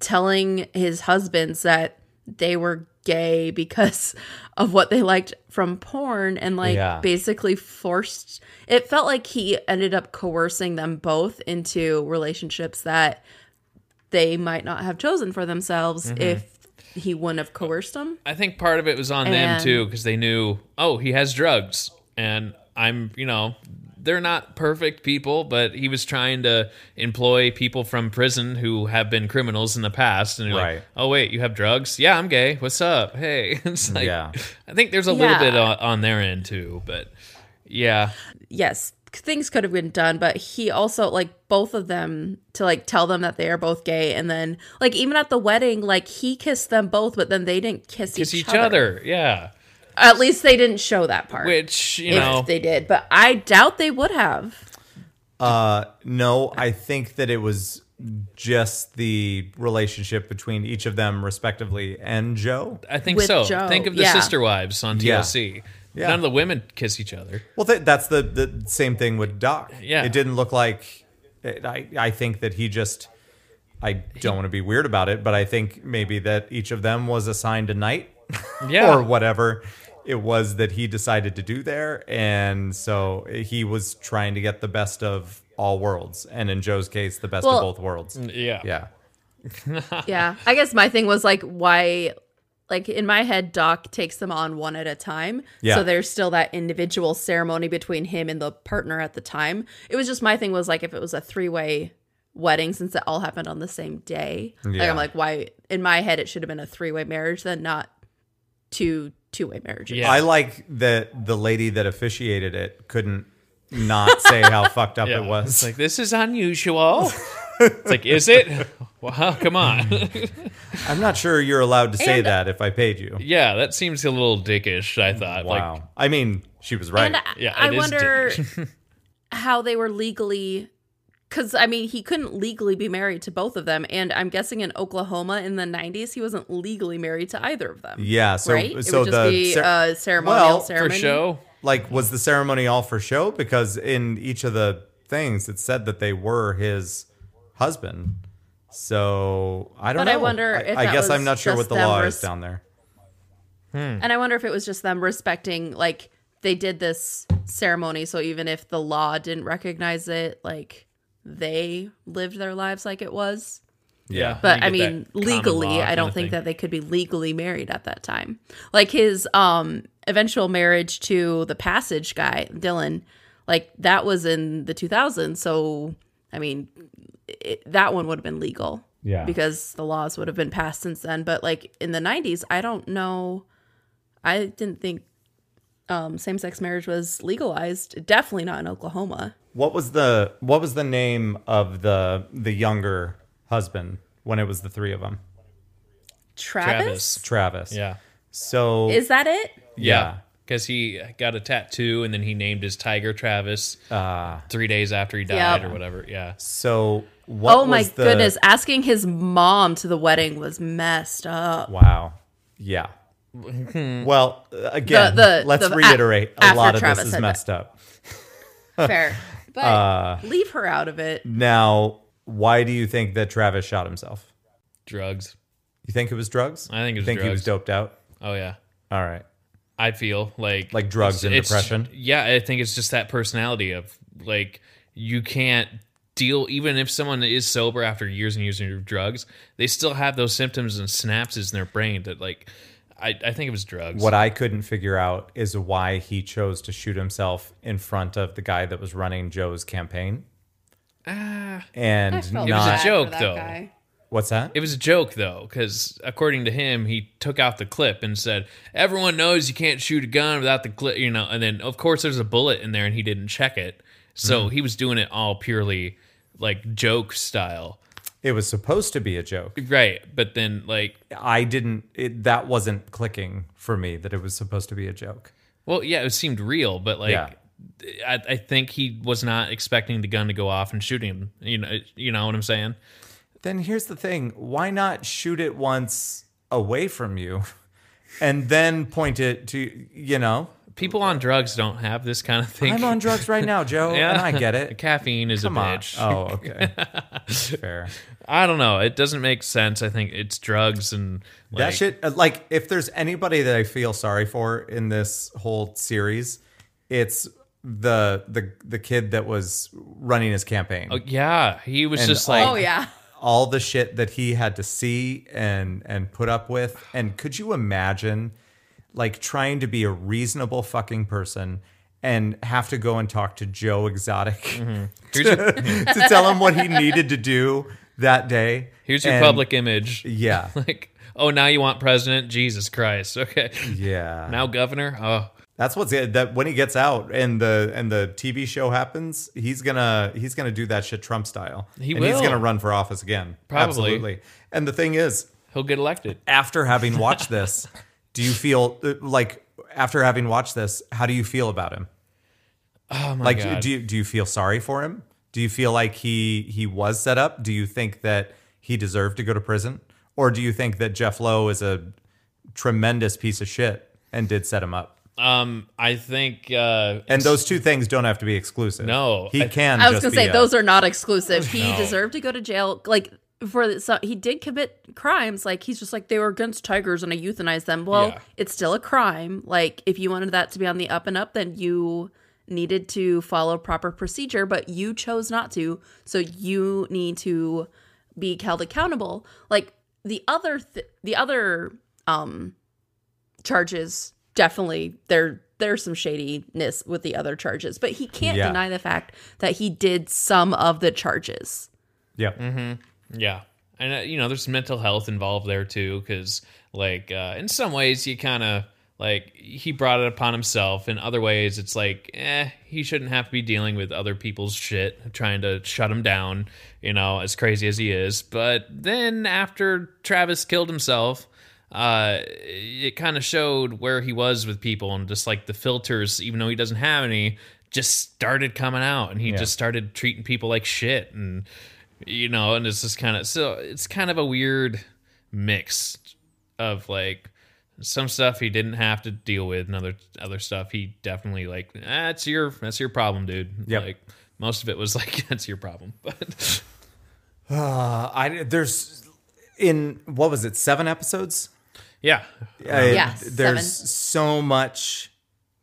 Speaker 3: telling his husbands that they were gay because of what they liked from porn and like
Speaker 1: Yeah.
Speaker 3: basically forced it felt like he ended up coercing them both into relationships that they might not have chosen for themselves if he wouldn't have coerced them
Speaker 2: I think part of it was on them
Speaker 3: And-
Speaker 2: too because they knew, oh, he has drugs, and I'm, you know, they're not perfect people, but he was trying to employ people from prison who have been criminals in the past, and you're
Speaker 1: Right.
Speaker 2: like, oh wait, you have drugs? Yeah, I'm gay. What's up? Hey, it's like,
Speaker 1: Yeah.
Speaker 2: I think there's a little
Speaker 3: Yeah.
Speaker 2: bit on, on their end too, but yeah,
Speaker 3: yes things could have been done but he also like both of them to like tell them that they are both gay and then like even at the wedding like he kissed them both but then they didn't kiss,
Speaker 2: kiss
Speaker 3: each,
Speaker 2: each other, yeah.
Speaker 3: at least they didn't show that part
Speaker 2: Which you
Speaker 3: if
Speaker 2: know,
Speaker 3: they did but i doubt they would have
Speaker 1: Uh, no, I think that it was just the relationship between each of them, respectively, and Joe.
Speaker 2: I think
Speaker 3: with
Speaker 2: so.
Speaker 3: Joe,
Speaker 2: Think of the
Speaker 3: yeah.
Speaker 2: sister wives on
Speaker 1: Yeah.
Speaker 2: TLC.
Speaker 1: Yeah.
Speaker 2: None of the women kiss each other.
Speaker 1: Well, th- that's the, the same thing with Doc.
Speaker 2: Yeah.
Speaker 1: It didn't look like. It, I, I think that he just. I don't want to be weird about it, but I think maybe that each of them was assigned a night
Speaker 2: Yeah.
Speaker 1: or whatever it was that he decided to do there. And so eh, he was trying to get the best of all worlds. And in Joe's case, the best
Speaker 3: Well-
Speaker 1: of both worlds.
Speaker 2: Yeah.
Speaker 1: Yeah.
Speaker 3: yeah i guess my thing was like why like in my head doc takes them on one at a time
Speaker 1: Yeah.
Speaker 3: so there's still that individual ceremony between him and the partner at the time it was just my thing was like if it was a three-way wedding since it all happened on the same day like
Speaker 1: Yeah.
Speaker 3: i'm like why in my head it should have been a three-way marriage then not two two-way marriages.
Speaker 2: Yeah.
Speaker 1: I like that the lady that officiated it couldn't not say how fucked up
Speaker 2: Yeah.
Speaker 1: it was.
Speaker 2: It's like this is unusual. it's like, is it? Wow, come on.
Speaker 1: I'm not sure you're allowed to say
Speaker 3: And-
Speaker 1: that if I paid you.
Speaker 2: yeah, that seems a little dickish. I thought.
Speaker 1: Wow.
Speaker 2: Like,
Speaker 1: I mean, she was right.
Speaker 3: And uh, I,
Speaker 2: Yeah,
Speaker 3: I
Speaker 2: it is
Speaker 3: wonder how they were legally cuz I mean, he couldn't legally be married to both of them and I'm guessing in Oklahoma in the 90s he wasn't legally married to either of them.
Speaker 1: yeah. So,
Speaker 3: right? it
Speaker 1: so
Speaker 3: would just
Speaker 1: the
Speaker 3: be
Speaker 1: cer-
Speaker 3: uh, ceremonial
Speaker 1: Well, for
Speaker 2: for
Speaker 3: ceremony.
Speaker 2: show.
Speaker 1: like was the ceremony all for show? Because in each of the things, it said that they were his husband. So I don't
Speaker 3: But
Speaker 1: know.
Speaker 3: I wonder if
Speaker 1: I
Speaker 3: that
Speaker 1: guess I'm
Speaker 3: was
Speaker 1: not sure what
Speaker 3: just
Speaker 1: the
Speaker 3: them
Speaker 1: law
Speaker 3: or
Speaker 1: is
Speaker 3: s-
Speaker 1: down there.
Speaker 3: And I wonder if it was just them respecting, like, they did this ceremony. So even if the law didn't recognize it, like, they lived their lives like it was.
Speaker 1: Yeah.
Speaker 3: But
Speaker 2: You get
Speaker 3: I
Speaker 2: that
Speaker 3: mean,
Speaker 2: common law
Speaker 3: legally, I
Speaker 2: kinda
Speaker 3: don't think
Speaker 2: thing.
Speaker 3: that they could be legally married at that time. Like, his um eventual marriage to the passage guy, Dylan, like, that was in the 2000s. So, I mean, it, that one would have been legal
Speaker 1: Yeah.
Speaker 3: because the laws would have been passed since then. But like in the 90s, I don't know. I didn't think um, same sex marriage was legalized. Definitely not in Oklahoma.
Speaker 1: What was the what was the name of the the younger husband when it was the three of them?
Speaker 3: Travis?
Speaker 1: Travis.
Speaker 2: Yeah.
Speaker 1: So
Speaker 3: Is that it?
Speaker 1: yeah.
Speaker 2: Because he got a tattoo and then he named his tiger Travis
Speaker 1: Uh,
Speaker 2: three days after he died
Speaker 3: Yep.
Speaker 2: or whatever. Yeah.
Speaker 1: so what
Speaker 3: oh my
Speaker 1: was the-
Speaker 3: goodness. Asking his mom to the wedding was messed up.
Speaker 1: Wow. Yeah. well, uh, again,
Speaker 3: Hmm. the-
Speaker 1: let's
Speaker 3: the- a-
Speaker 1: reiterate a
Speaker 3: after
Speaker 1: lot of
Speaker 3: Travis
Speaker 1: this is
Speaker 3: said
Speaker 1: messed up.
Speaker 3: Fair. But leave her out of Uh, it.
Speaker 1: Now, why do you think that Travis shot himself?
Speaker 2: Drugs.
Speaker 1: You think it was drugs?
Speaker 2: I think it was
Speaker 1: think he was doped out.
Speaker 2: Oh, yeah.
Speaker 1: All right.
Speaker 2: I feel like
Speaker 1: Like drugs and depression?
Speaker 2: Yeah, I think it's just that personality of like you can't deal even if someone is sober after years and years of drugs, they still have those symptoms and synapses in their brain that like I, I think it was drugs.
Speaker 1: What I couldn't figure out is why he chose to shoot himself in front of the guy that was running Joe's campaign. Ah, and
Speaker 3: felt
Speaker 2: It was
Speaker 1: not
Speaker 2: a
Speaker 3: bad for
Speaker 2: joke,
Speaker 3: that
Speaker 2: though.
Speaker 3: guy.
Speaker 1: what's that?
Speaker 2: It was a joke though, because according to him, he took out the clip and said, "Everyone knows you can't shoot a gun without the clip," you know. And then, of course, there's a bullet in there, and he didn't check it, so
Speaker 1: Mm-hmm.
Speaker 2: he was doing it all purely like joke style,
Speaker 1: It was supposed to be a joke.
Speaker 2: right? But then, like,
Speaker 1: I didn't. It, that wasn't clicking for me that it was supposed to be a joke.
Speaker 2: well, yeah, it seemed real, but like,
Speaker 1: Yeah.
Speaker 2: I, I think he was not expecting the gun to go off and shoot him. You know, you know what I'm saying?
Speaker 1: Then here's the thing: why not shoot it once away from you, and then point it to you know?
Speaker 2: People on drugs don't have this kind of thing.
Speaker 1: I'm on drugs right now, Joe, and I get it.
Speaker 2: Caffeine is
Speaker 1: Come
Speaker 2: a
Speaker 1: on.
Speaker 2: bitch.
Speaker 1: Oh, okay. Fair.
Speaker 2: I don't know. It doesn't make sense. I think it's drugs and like,
Speaker 1: that shit uh, like if there's anybody that i feel sorry for in this whole series it's the the the kid that was running his campaign
Speaker 2: Oh, Yeah, he was
Speaker 1: And
Speaker 2: just
Speaker 1: all-
Speaker 2: like,
Speaker 3: Oh, yeah.
Speaker 1: all the shit that he had to see and and put up with and could you imagine like trying to be a reasonable fucking person and have to go and talk to joe exotic
Speaker 2: Mm-hmm. here's your,
Speaker 1: to tell him what he needed to do that day
Speaker 2: here's your
Speaker 1: And-
Speaker 2: public image.
Speaker 1: yeah
Speaker 2: Like, oh, now you want president? Jesus Christ. Okay.
Speaker 1: yeah
Speaker 2: Now governor? Oh,
Speaker 1: That's what's that when he gets out and the and the TV show happens, he's gonna he's gonna do that shit Trump style.
Speaker 2: He
Speaker 1: and He's
Speaker 2: will.
Speaker 1: gonna run for office again.
Speaker 2: Probably.
Speaker 1: Absolutely. And the thing is,
Speaker 2: he'll get elected.
Speaker 1: after having watched this, do you feel uh, like after having watched this, how do you feel about him?
Speaker 2: Oh my
Speaker 1: Like
Speaker 2: god.
Speaker 1: do you, do you feel sorry for him? Do you feel like he he was set up? Do you think that he deserved to go to prison? Or do you think that Jeff Lowe is a tremendous piece of shit and did set him up?
Speaker 2: um, I think uh,
Speaker 1: And those two things don't have to be exclusive.
Speaker 2: No,
Speaker 1: he
Speaker 2: I-
Speaker 1: can.
Speaker 3: I was
Speaker 1: just
Speaker 3: gonna
Speaker 1: be
Speaker 3: say
Speaker 1: a-
Speaker 3: those are not exclusive. He
Speaker 2: No.
Speaker 3: deserved to go to jail. Like for the, so he did commit crimes. Like he's just like they were against tigers and I euthanized them. Well,
Speaker 2: Yeah.
Speaker 3: it's still a crime. Like if you wanted that to be on the up and up, then you needed to follow proper procedure, but you chose not to. So you need to be held accountable. Like the other th- the other um charges definitely there there's some shadiness with the other charges but he can't
Speaker 1: Yeah.
Speaker 3: deny the fact that he did some of the charges
Speaker 1: Yeah,
Speaker 2: Mm-hmm. Yeah. And, uh, you know, there's mental health involved there too, because, like, uh, in some ways, you kind of like he brought it upon himself. In other ways, it's like, eh, he shouldn't have to be dealing with other people's shit, trying to shut him down, you know, as crazy as he is. But then after Travis killed himself, uh, it kind of showed where he was with people and just like the filters, even though he doesn't have any, just started coming out and he just started treating people like shit. And, you know, and it's just kind of so it's kind of a weird mix of like some stuff he didn't have to deal with and other other stuff he definitely like that's your that's your problem dude
Speaker 1: Yep.
Speaker 2: like most of it was like that's your problem but
Speaker 1: Uh, I there's in what was it seven episodes?
Speaker 2: yeah
Speaker 1: Uh,
Speaker 3: Yeah,
Speaker 1: there's
Speaker 3: seven.
Speaker 1: so much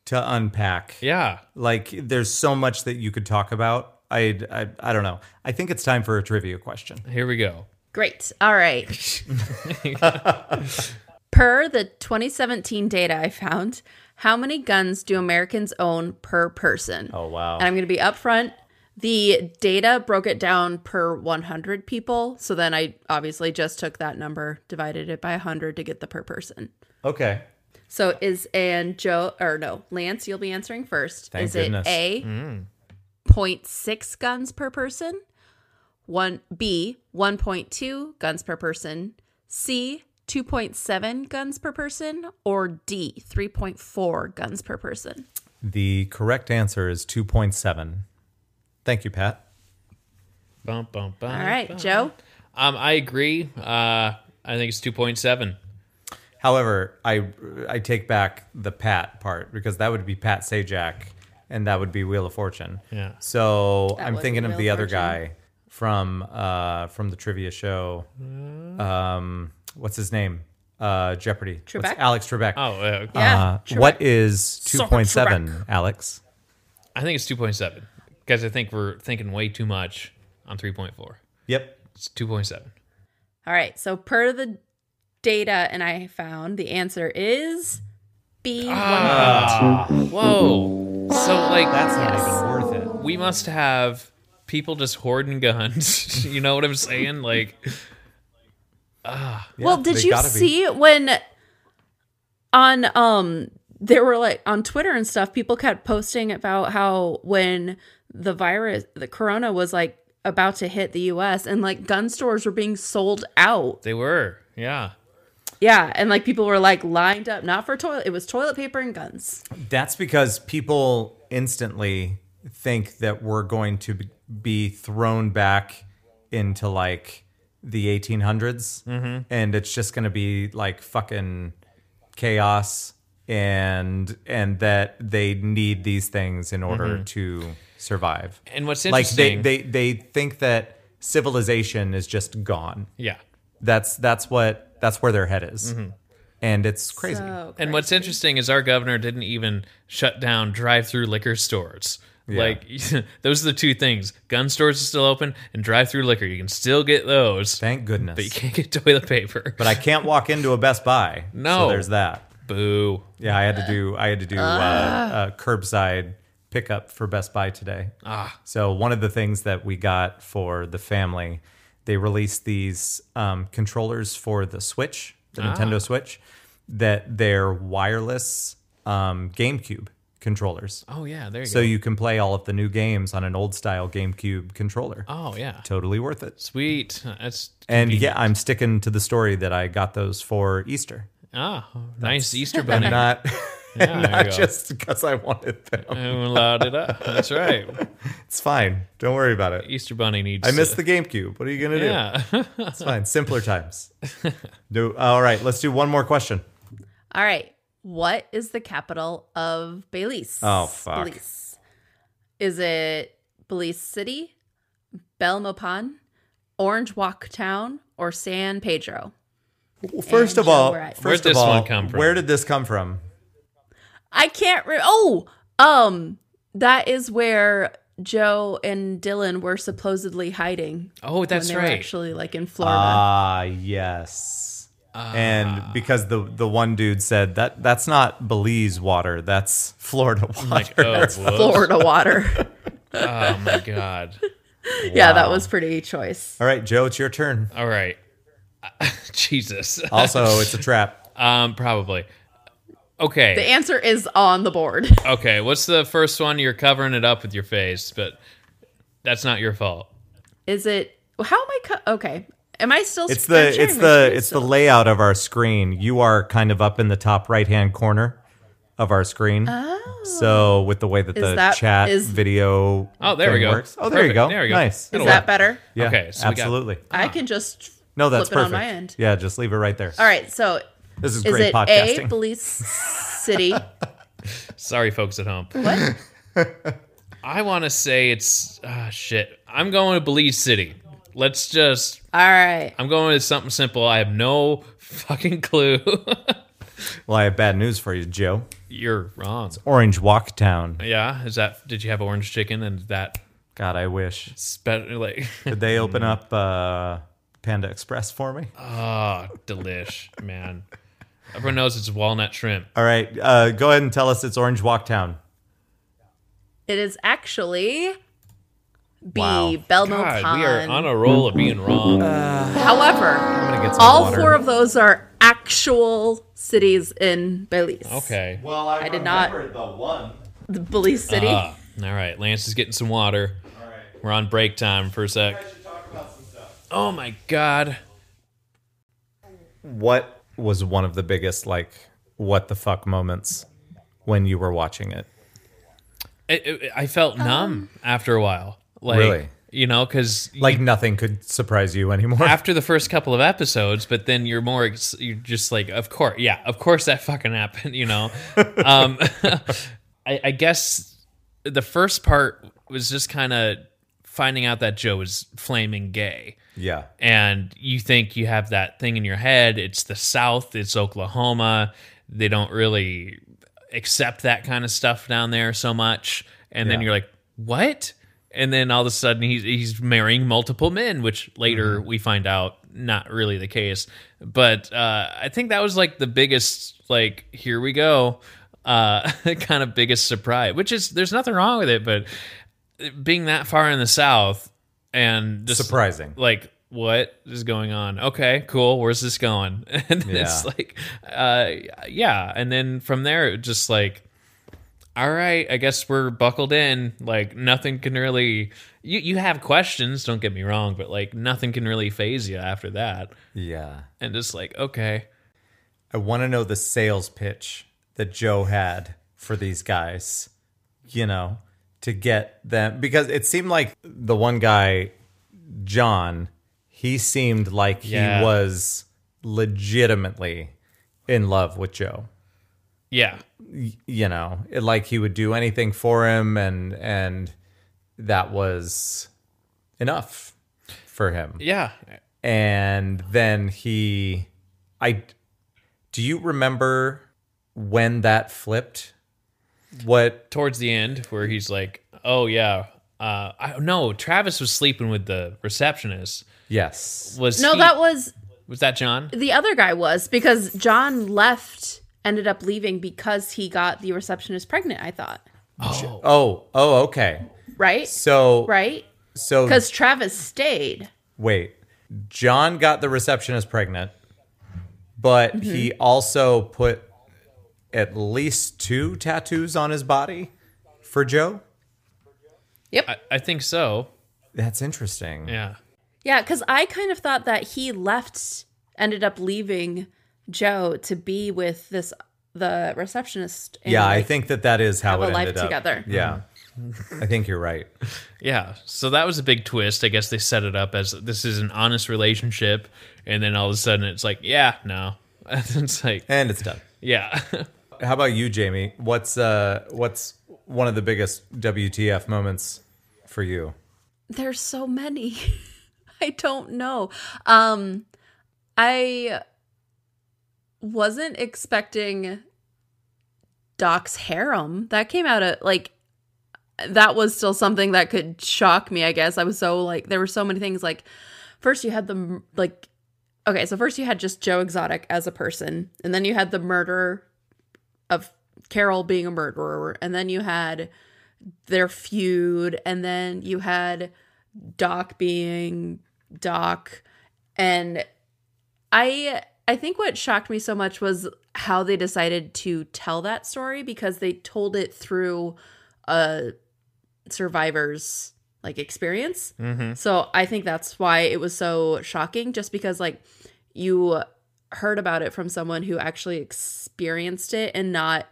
Speaker 1: to unpack.
Speaker 2: yeah
Speaker 1: Like there's so much that you could talk about. I, I I don't know. I think it's time for a trivia question.
Speaker 2: here we go
Speaker 3: Great. All right. per the 2017 data I found, how many guns do Americans own per person?
Speaker 1: Oh wow.
Speaker 3: And I'm going to be upfront. The data broke it down per 100 people. So then I obviously just took that number, divided it by 100 to get the per person.
Speaker 1: Okay.
Speaker 3: So is and Joe or no Lance, you'll be answering first.
Speaker 1: Thank
Speaker 3: is
Speaker 1: goodness. Mm.
Speaker 3: it A point six guns per person? One B one point two guns per person. C two point seven guns per person or D three point four guns per person.
Speaker 1: The correct answer is 2.7. Thank you, Pat.
Speaker 2: bum, bum, bum,
Speaker 3: All right,
Speaker 2: bum.
Speaker 3: Joe.
Speaker 2: um i agree uh i think it's 2.7
Speaker 1: However, I I take back the Pat part because that would be Pat Sajak and that would be Wheel of Fortune.
Speaker 2: Yeah.
Speaker 1: So
Speaker 3: That
Speaker 1: I'm
Speaker 3: was
Speaker 1: thinking
Speaker 3: Wheel
Speaker 1: of the
Speaker 3: of
Speaker 1: other
Speaker 3: Fortune.
Speaker 1: guy from uh from the trivia show.
Speaker 2: Uh.
Speaker 1: Um what's his name? Uh Jeopardy. What's-
Speaker 3: Trebek?
Speaker 1: Alex Trebek.
Speaker 2: oh uh,
Speaker 3: Yeah.
Speaker 1: Uh, what is 2.7, Alex?
Speaker 2: i think it's 2.7 because i think we're thinking way too much on 3.4
Speaker 1: Yep.
Speaker 2: it's 2.7
Speaker 3: All right. So per the data and I found the answer is B one.
Speaker 2: whoa so like
Speaker 1: That's not
Speaker 3: Yes.
Speaker 1: even worth it.
Speaker 2: we must have people just hoarding guns. you know what I'm saying? Like,
Speaker 1: Yeah,
Speaker 3: well, did
Speaker 1: they
Speaker 3: you
Speaker 1: gotta be.
Speaker 3: see when on um there were like on Twitter and stuff, people kept posting about how when the virus, the corona was like about to hit the US and like gun stores were being sold out.
Speaker 2: they were. Yeah.
Speaker 3: Yeah, and like people were like lined up not for toilet, it was toilet paper and guns.
Speaker 1: That's because people instantly think that we're going to b- be thrown back into like the 1800s and it's just going to be like fucking chaos and and that they need these things in order to survive.
Speaker 2: And what's
Speaker 1: Like they,
Speaker 2: interesting.
Speaker 1: they they think that civilization is just gone.
Speaker 2: yeah.
Speaker 1: That's that's what that's where their head is.
Speaker 2: Mm-hmm.
Speaker 1: And it's crazy.
Speaker 3: So
Speaker 2: And what's interesting is our governor didn't even shut down drive-through liquor stores. Like those are the two things. Gun stores are still open and drive-through liquor. You can still get those,
Speaker 1: Thank goodness.
Speaker 2: but you can't get toilet paper.
Speaker 1: but I can't walk into a Best Buy.
Speaker 2: No.
Speaker 1: so there's that.
Speaker 2: boo.
Speaker 1: Yeah, I had to do I had to do uh, uh, curbside pickup for Best Buy today. Ah, so one of the things that we got for the family, they released these um, controllers for the Switch, the
Speaker 2: Ah.
Speaker 1: Nintendo Switch, that they're wireless um, GameCube controllers.
Speaker 2: Oh yeah, there you
Speaker 1: So
Speaker 2: go.
Speaker 1: you can play all of the new games on an old style GameCube controller.
Speaker 2: Oh yeah.
Speaker 1: Totally worth it.
Speaker 2: Sweet. That's
Speaker 1: And
Speaker 2: convenient.
Speaker 1: yeah, I'm sticking to the story that I got those for Easter.
Speaker 2: ah nice Easter
Speaker 1: and
Speaker 2: bunny.
Speaker 1: not and
Speaker 2: there you
Speaker 1: not
Speaker 2: go.
Speaker 1: just because I wanted them.
Speaker 2: Oh, la, da, da. That's right.
Speaker 1: It's fine. Don't worry about it.
Speaker 2: Easter bunny needs.
Speaker 1: I missed
Speaker 2: to-
Speaker 1: the GameCube. What are you gonna do?
Speaker 2: Yeah.
Speaker 1: It's fine. Simpler times. No. All right. Let's do one more question.
Speaker 3: All right. What is the capital of Belize?
Speaker 1: Oh, fuck.
Speaker 3: Belize. Is it Belize City, Belmopan, Orange Walk Town, or San Pedro?
Speaker 1: Well, first of
Speaker 3: Joe,
Speaker 1: all,
Speaker 3: we're at-
Speaker 1: first
Speaker 2: Where'd
Speaker 1: of
Speaker 2: this
Speaker 1: all,
Speaker 2: one come from?
Speaker 1: where did this come from?
Speaker 3: I can't re- Oh, um that is where Joe and Dylan were supposedly hiding.
Speaker 2: Oh, that's
Speaker 3: when they were
Speaker 2: right.
Speaker 3: actually like in Florida.
Speaker 1: Ah, yes.
Speaker 2: Ah.
Speaker 1: and because the the one dude said that that's not Belize water, that's Florida water.
Speaker 2: Like, oh, whoops.
Speaker 3: Florida water.
Speaker 2: oh my god.
Speaker 3: yeah, that was pretty choice.
Speaker 1: all right, Joe, it's your turn.
Speaker 2: All right. Jesus.
Speaker 1: Also, it's a trap.
Speaker 2: Um, probably. Okay.
Speaker 3: The answer is on the board.
Speaker 2: okay. What's the first one? You're covering it up with your face, but that's not your fault.
Speaker 3: Is it? How am I? Co- okay. Am I still?
Speaker 1: It's
Speaker 3: I'm
Speaker 1: the
Speaker 3: sharing
Speaker 1: it's
Speaker 3: my
Speaker 1: the
Speaker 3: screen
Speaker 1: it's the
Speaker 3: still.
Speaker 1: layout of our screen. You are kind of up in the top right hand corner of our screen. So with the way that the
Speaker 3: that-
Speaker 1: chat
Speaker 3: is-
Speaker 1: video
Speaker 2: Oh, there we
Speaker 1: thing
Speaker 2: go.
Speaker 1: works. Oh, there you
Speaker 2: Perfect.
Speaker 1: go.
Speaker 2: There we go.
Speaker 1: Nice.
Speaker 2: It'll
Speaker 3: Is
Speaker 2: work.
Speaker 3: that better?
Speaker 1: Yeah,
Speaker 2: Okay, so we got-
Speaker 1: absolutely.
Speaker 3: I can just.
Speaker 1: no, that's
Speaker 3: flip it
Speaker 1: perfect.
Speaker 3: on my end.
Speaker 1: Yeah, just leave it right there.
Speaker 3: All right. So
Speaker 1: This is
Speaker 3: is
Speaker 1: great
Speaker 3: it A
Speaker 1: podcasting.
Speaker 3: Belize City?
Speaker 2: Sorry, folks at home.
Speaker 3: What?
Speaker 2: I want to say it's ah shit. I'm going to Belize City. Let's just.
Speaker 3: All right.
Speaker 2: I'm going with something simple. I have no fucking clue.
Speaker 1: well, I have bad news for you, Joe.
Speaker 2: You're wrong.
Speaker 1: Orange Walk Town.
Speaker 2: Yeah, is that? Did you have orange chicken and that?
Speaker 1: God, I wish.
Speaker 2: Spe- like,
Speaker 1: Could they open up uh, Panda Express for me?
Speaker 2: ah, delish, man. Everyone knows it's walnut shrimp.
Speaker 1: All right, uh, go ahead and tell us it's Orange Walk Town.
Speaker 3: It is actually B
Speaker 1: Wow.
Speaker 3: Belmo
Speaker 2: God,
Speaker 3: Pond.
Speaker 2: we are on a roll of being wrong.
Speaker 3: However,
Speaker 1: I'm gonna get some
Speaker 3: all
Speaker 1: water.
Speaker 3: four of those are actual cities in Belize.
Speaker 2: okay.
Speaker 1: Well, I,
Speaker 3: did not-
Speaker 1: remembered the one.
Speaker 3: The Belize City.
Speaker 2: Ah, all right. Lance is getting some water.
Speaker 1: All right.
Speaker 2: We're on break time for a sec. Oh my god.
Speaker 1: What was one of the biggest like what the fuck moments when you were watching it?
Speaker 2: It, it, I felt numb after a while. Like,
Speaker 1: Really?
Speaker 2: You know, because
Speaker 1: Like nothing could surprise you anymore.
Speaker 2: after the first couple of episodes, but then you're more, ex- you're just like, of course, yeah, of course that fucking happened, you know? um, I, I guess the first part was just kind of finding out that Joe is flaming gay.
Speaker 1: yeah.
Speaker 2: And you think you have that thing in your head. It's the South, it's Oklahoma. They don't really accept that kind of stuff down there so much. And then
Speaker 1: Yeah.
Speaker 2: you're like, what? And then all of a sudden he's he's marrying multiple men, which later we find out not really the case. But uh, I think that was like the biggest like here we go uh, kind of biggest surprise. Which is there's nothing wrong with it, but being that far in the South and just
Speaker 1: Surprising.
Speaker 2: like what is going on okay cool where's this going and then it's
Speaker 1: Yeah.
Speaker 2: like uh yeah and then from there it just like all right i guess we're buckled in like nothing can really you you have questions don't get me wrong but like nothing can really phase you after that
Speaker 1: Yeah.
Speaker 2: and just like okay
Speaker 1: I want to know the sales pitch that Joe had for these guys, you know, to get them because it seemed like the one guy, John, he seemed like
Speaker 2: Yeah.
Speaker 1: he was legitimately in love with Joe.
Speaker 2: yeah
Speaker 1: You know, it, like he would do anything for him and and that was enough for him
Speaker 2: yeah
Speaker 1: and then he i do you remember when that flipped what
Speaker 2: towards the end where he's like oh yeah uh i no travis was sleeping with the receptionist
Speaker 1: yes
Speaker 2: was
Speaker 3: No,
Speaker 2: he-
Speaker 3: that was
Speaker 2: was that john
Speaker 3: the other guy was because John left, ended up leaving because he got the receptionist pregnant. I thought,
Speaker 2: oh
Speaker 1: oh oh okay
Speaker 3: right,
Speaker 1: so
Speaker 3: right,
Speaker 1: so
Speaker 3: because Travis stayed.
Speaker 1: wait john got the receptionist pregnant but
Speaker 3: Mm-hmm.
Speaker 1: he also put at least two tattoos on his body for joe
Speaker 3: Yep.
Speaker 2: I, I think so.
Speaker 1: that's interesting
Speaker 2: Yeah.
Speaker 3: Yeah, because I kind of thought that he left, ended up leaving Joe to be with this the receptionist. And
Speaker 1: Yeah, I
Speaker 3: like,
Speaker 1: think that that is how
Speaker 3: have
Speaker 1: it
Speaker 3: a life
Speaker 1: ended up.
Speaker 3: together.
Speaker 1: Yeah, I think you're right.
Speaker 2: Yeah. So that was a big twist. I guess they set it up as this is an honest relationship. And then all of a sudden it's like, yeah, no. it's like,
Speaker 1: And it's done.
Speaker 2: yeah.
Speaker 1: How about you, Jamie? What's uh what's one of the biggest WTF moments for you?
Speaker 3: There's so many. I don't know. Um I wasn't expecting Doc's harem. That came out of like that was still something that could shock me, I guess. I was so like there were so many things like first you had the m- like okay, so first you had just Joe Exotic as a person, and then you had the murder of Carol being a murderer, and then you had their feud and then you had doc being doc and i I think what shocked me so much was how they decided to tell that story because they told it through a survivor's like experience. So I think that's why it was so shocking just because like you heard about it from someone who actually experienced it and not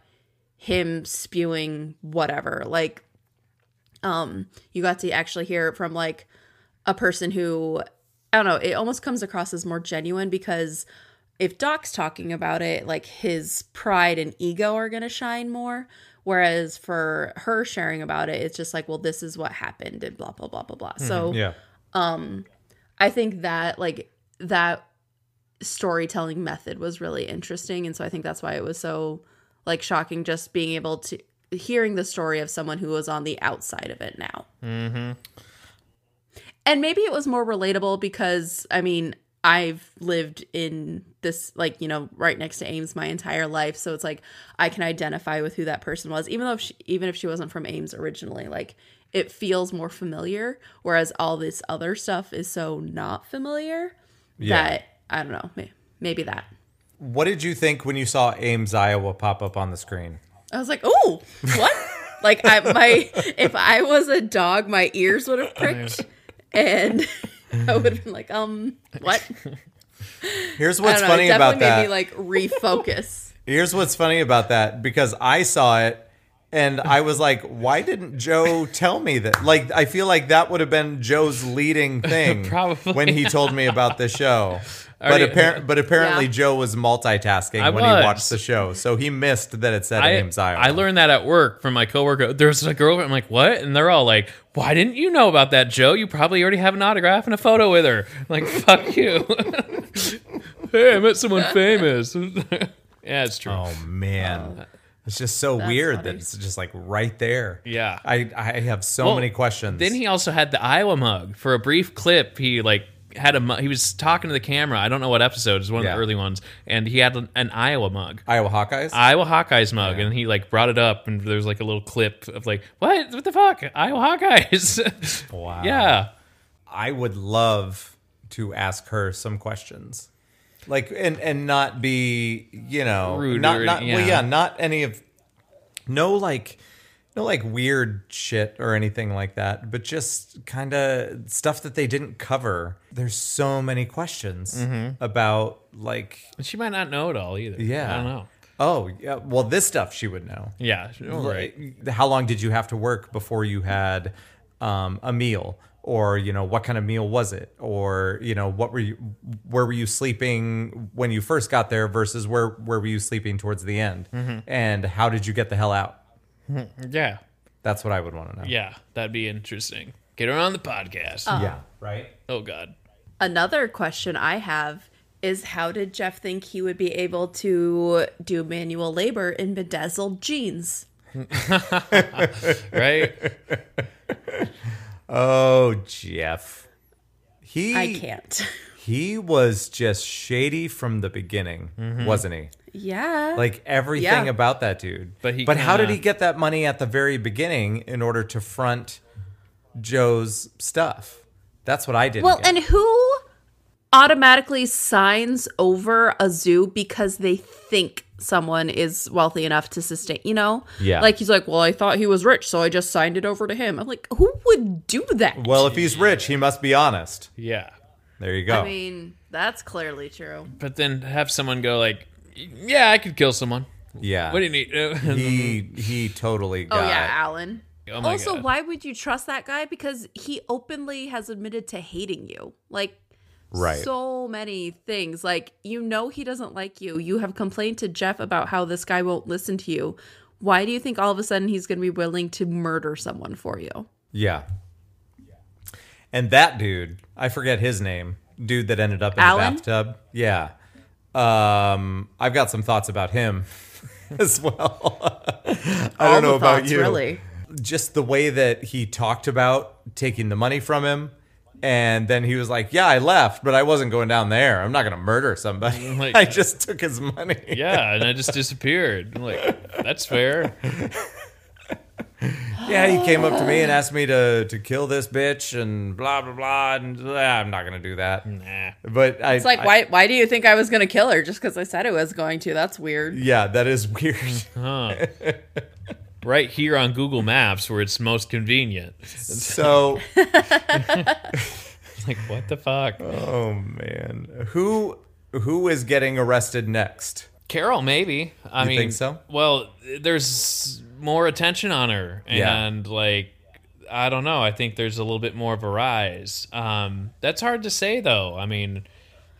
Speaker 3: him spewing whatever. Like um you got to actually hear it from like a person who I don't know, it almost comes across as more genuine because if Doc's talking about it, like his pride and ego are going to shine more. Whereas for her sharing about it, it's just like, well, this is what happened and blah, blah, blah, blah, blah. So
Speaker 1: Mm-hmm. Yeah.
Speaker 3: I think that, like, that storytelling method was really interesting. And so I think that's why it was so, like, shocking just being able to hearing the story of someone who was on the outside of it now.
Speaker 2: Mm-hmm.
Speaker 3: and maybe it was more relatable because I mean I've lived in this like you know right next to Ames my entire life, so it's like I can identify with who that person was, even though if she, even if she wasn't from Ames originally, like it feels more familiar. Whereas all this other stuff is so not familiar
Speaker 1: Yeah.
Speaker 3: that I don't know, may- maybe that
Speaker 1: What did you think when you saw Ames, Iowa pop up on the screen?
Speaker 3: I was like, oh, what? like I my if I was a dog, my ears would have pricked, and I would have been like, um, what?
Speaker 1: Here's
Speaker 3: I
Speaker 1: what's
Speaker 3: don't know,
Speaker 1: funny
Speaker 3: it
Speaker 1: about
Speaker 3: definitely
Speaker 1: that.
Speaker 3: made me like refocus.
Speaker 1: Here's what's funny about that because I saw it and I was like, why didn't Joe tell me that? Like, I feel like that would have been Joe's leading thing
Speaker 2: Probably.
Speaker 1: when he told me about the show. But,
Speaker 2: Already-
Speaker 1: appar- but apparently,
Speaker 3: Yeah.
Speaker 1: Joe was multitasking
Speaker 2: I
Speaker 1: when he
Speaker 2: was.
Speaker 1: watched the show. So he missed that it said
Speaker 2: I,
Speaker 1: Ames, Iowa.
Speaker 2: I learned that at work from my coworker. There's a girl. I'm like, what? And they're all like, why didn't you know about that, Joe? You probably already have an autograph and a photo with her. I'm like, fuck you. hey, I met someone famous. yeah, it's true.
Speaker 1: Oh, man.
Speaker 2: Uh,
Speaker 1: it's just so weird that
Speaker 3: funny.
Speaker 1: it's just like right there.
Speaker 2: Yeah.
Speaker 1: I, I have so
Speaker 2: Well,
Speaker 1: many questions.
Speaker 2: Then he also had the Iowa mug for a brief clip. He like had a mu- he was talking to the camera. I don't know what episode. It was one of
Speaker 1: Yeah.
Speaker 2: the early ones, and he had an, an Iowa mug.
Speaker 1: Iowa Hawkeyes?
Speaker 2: Iowa Hawkeyes mug, and he like brought it up, and there's like a little clip of like, what, what the fuck, Iowa Hawkeyes?
Speaker 1: Wow.
Speaker 2: yeah,
Speaker 1: I would love to ask her some questions. Like and and not be, you know,
Speaker 2: Rude
Speaker 1: not
Speaker 2: or-
Speaker 1: not well
Speaker 2: yeah.
Speaker 1: yeah, not any of no like no like weird shit or anything like that, but just kind of stuff that they didn't cover. There's so many questions
Speaker 2: Mm-hmm.
Speaker 1: about like
Speaker 2: and she might not know it all either.
Speaker 1: yeah.
Speaker 2: I don't know.
Speaker 1: Oh, yeah, well this stuff she would know.
Speaker 2: Yeah, all right.
Speaker 1: Like, How long did you have to work before you had um, a meal? Or you know what kind of meal was it? Or you know what were you, where were you sleeping when you first got there versus where where were you sleeping towards the end? And how did you get the hell out?
Speaker 2: Yeah,
Speaker 1: That's what I would want to know.
Speaker 2: yeah, that'd be interesting. Get her on the podcast.
Speaker 1: yeah, right.
Speaker 2: oh God,
Speaker 3: Another question I have is how did Jeff think he would be able to do manual labor in bedazzled jeans?
Speaker 2: right?
Speaker 1: Oh, Jeff, he
Speaker 3: I can't.
Speaker 1: he was just shady from the beginning, wasn't he?
Speaker 3: yeah.
Speaker 1: like everything
Speaker 3: Yeah.
Speaker 1: about that dude.
Speaker 2: But he
Speaker 1: how did
Speaker 2: kinda-
Speaker 1: he get that money at the very beginning in order to front Joe's stuff? That's what I didn't.
Speaker 3: well,
Speaker 1: get.
Speaker 3: and who automatically signs over a zoo because they think someone is wealthy enough to sustain, you know?
Speaker 1: Yeah.
Speaker 3: Like he's like, "Well, I thought he was rich, so I just signed it over to him." I'm like, "Who would do that?"
Speaker 1: well, if he's rich, he must be honest.
Speaker 2: Yeah,
Speaker 1: There you go.
Speaker 3: I mean, that's clearly true.
Speaker 2: but then have someone go like, yeah, I could kill someone.
Speaker 1: yeah,
Speaker 2: What do you need?
Speaker 1: he he totally
Speaker 3: Oh
Speaker 1: got.
Speaker 3: yeah,
Speaker 1: it.
Speaker 3: Alan.
Speaker 2: Oh my
Speaker 3: also,
Speaker 2: God.
Speaker 3: why would you trust that guy? Because he openly has admitted to hating you. Like
Speaker 1: Right.
Speaker 3: so many things. Like you know he doesn't like you. You have complained to Jeff about how this guy won't listen to you. Why do you think all of a sudden he's going to be willing to murder someone for you?
Speaker 1: Yeah. And that dude, I forget his name, dude that ended up in
Speaker 3: Alan?
Speaker 1: the bathtub. Yeah. Um, I've got some thoughts about him as well. I
Speaker 3: all
Speaker 1: don't know
Speaker 3: the
Speaker 1: about
Speaker 3: thoughts,
Speaker 1: you.
Speaker 3: Really.
Speaker 1: just the way that he talked about taking the money from him and then he was like yeah i left but i wasn't going down there i'm not going to murder somebody
Speaker 2: Like-
Speaker 1: i just took his money
Speaker 2: yeah, and I just disappeared. I'm like, that's fair.
Speaker 1: yeah, he came up to me and asked me to to kill this bitch and blah blah blah. And "Ah, I'm not gonna do that.
Speaker 2: Nah.
Speaker 1: But I,
Speaker 3: It's like,
Speaker 1: I-
Speaker 3: why, why do you think I was going to kill her just because I said I was going to? That's weird.
Speaker 1: Yeah, that is weird.
Speaker 2: Huh. right here on Google Maps where it's most convenient.
Speaker 1: so
Speaker 2: It's like, what the fuck?
Speaker 1: Oh man, who who is getting arrested next?
Speaker 2: Carol, maybe. I
Speaker 1: You
Speaker 2: mean,
Speaker 1: think so?
Speaker 2: Well, there's more attention on her,
Speaker 1: Yeah.
Speaker 2: and like, I don't know. I think there's a little bit more of a rise. Um, that's hard to say, though. I mean,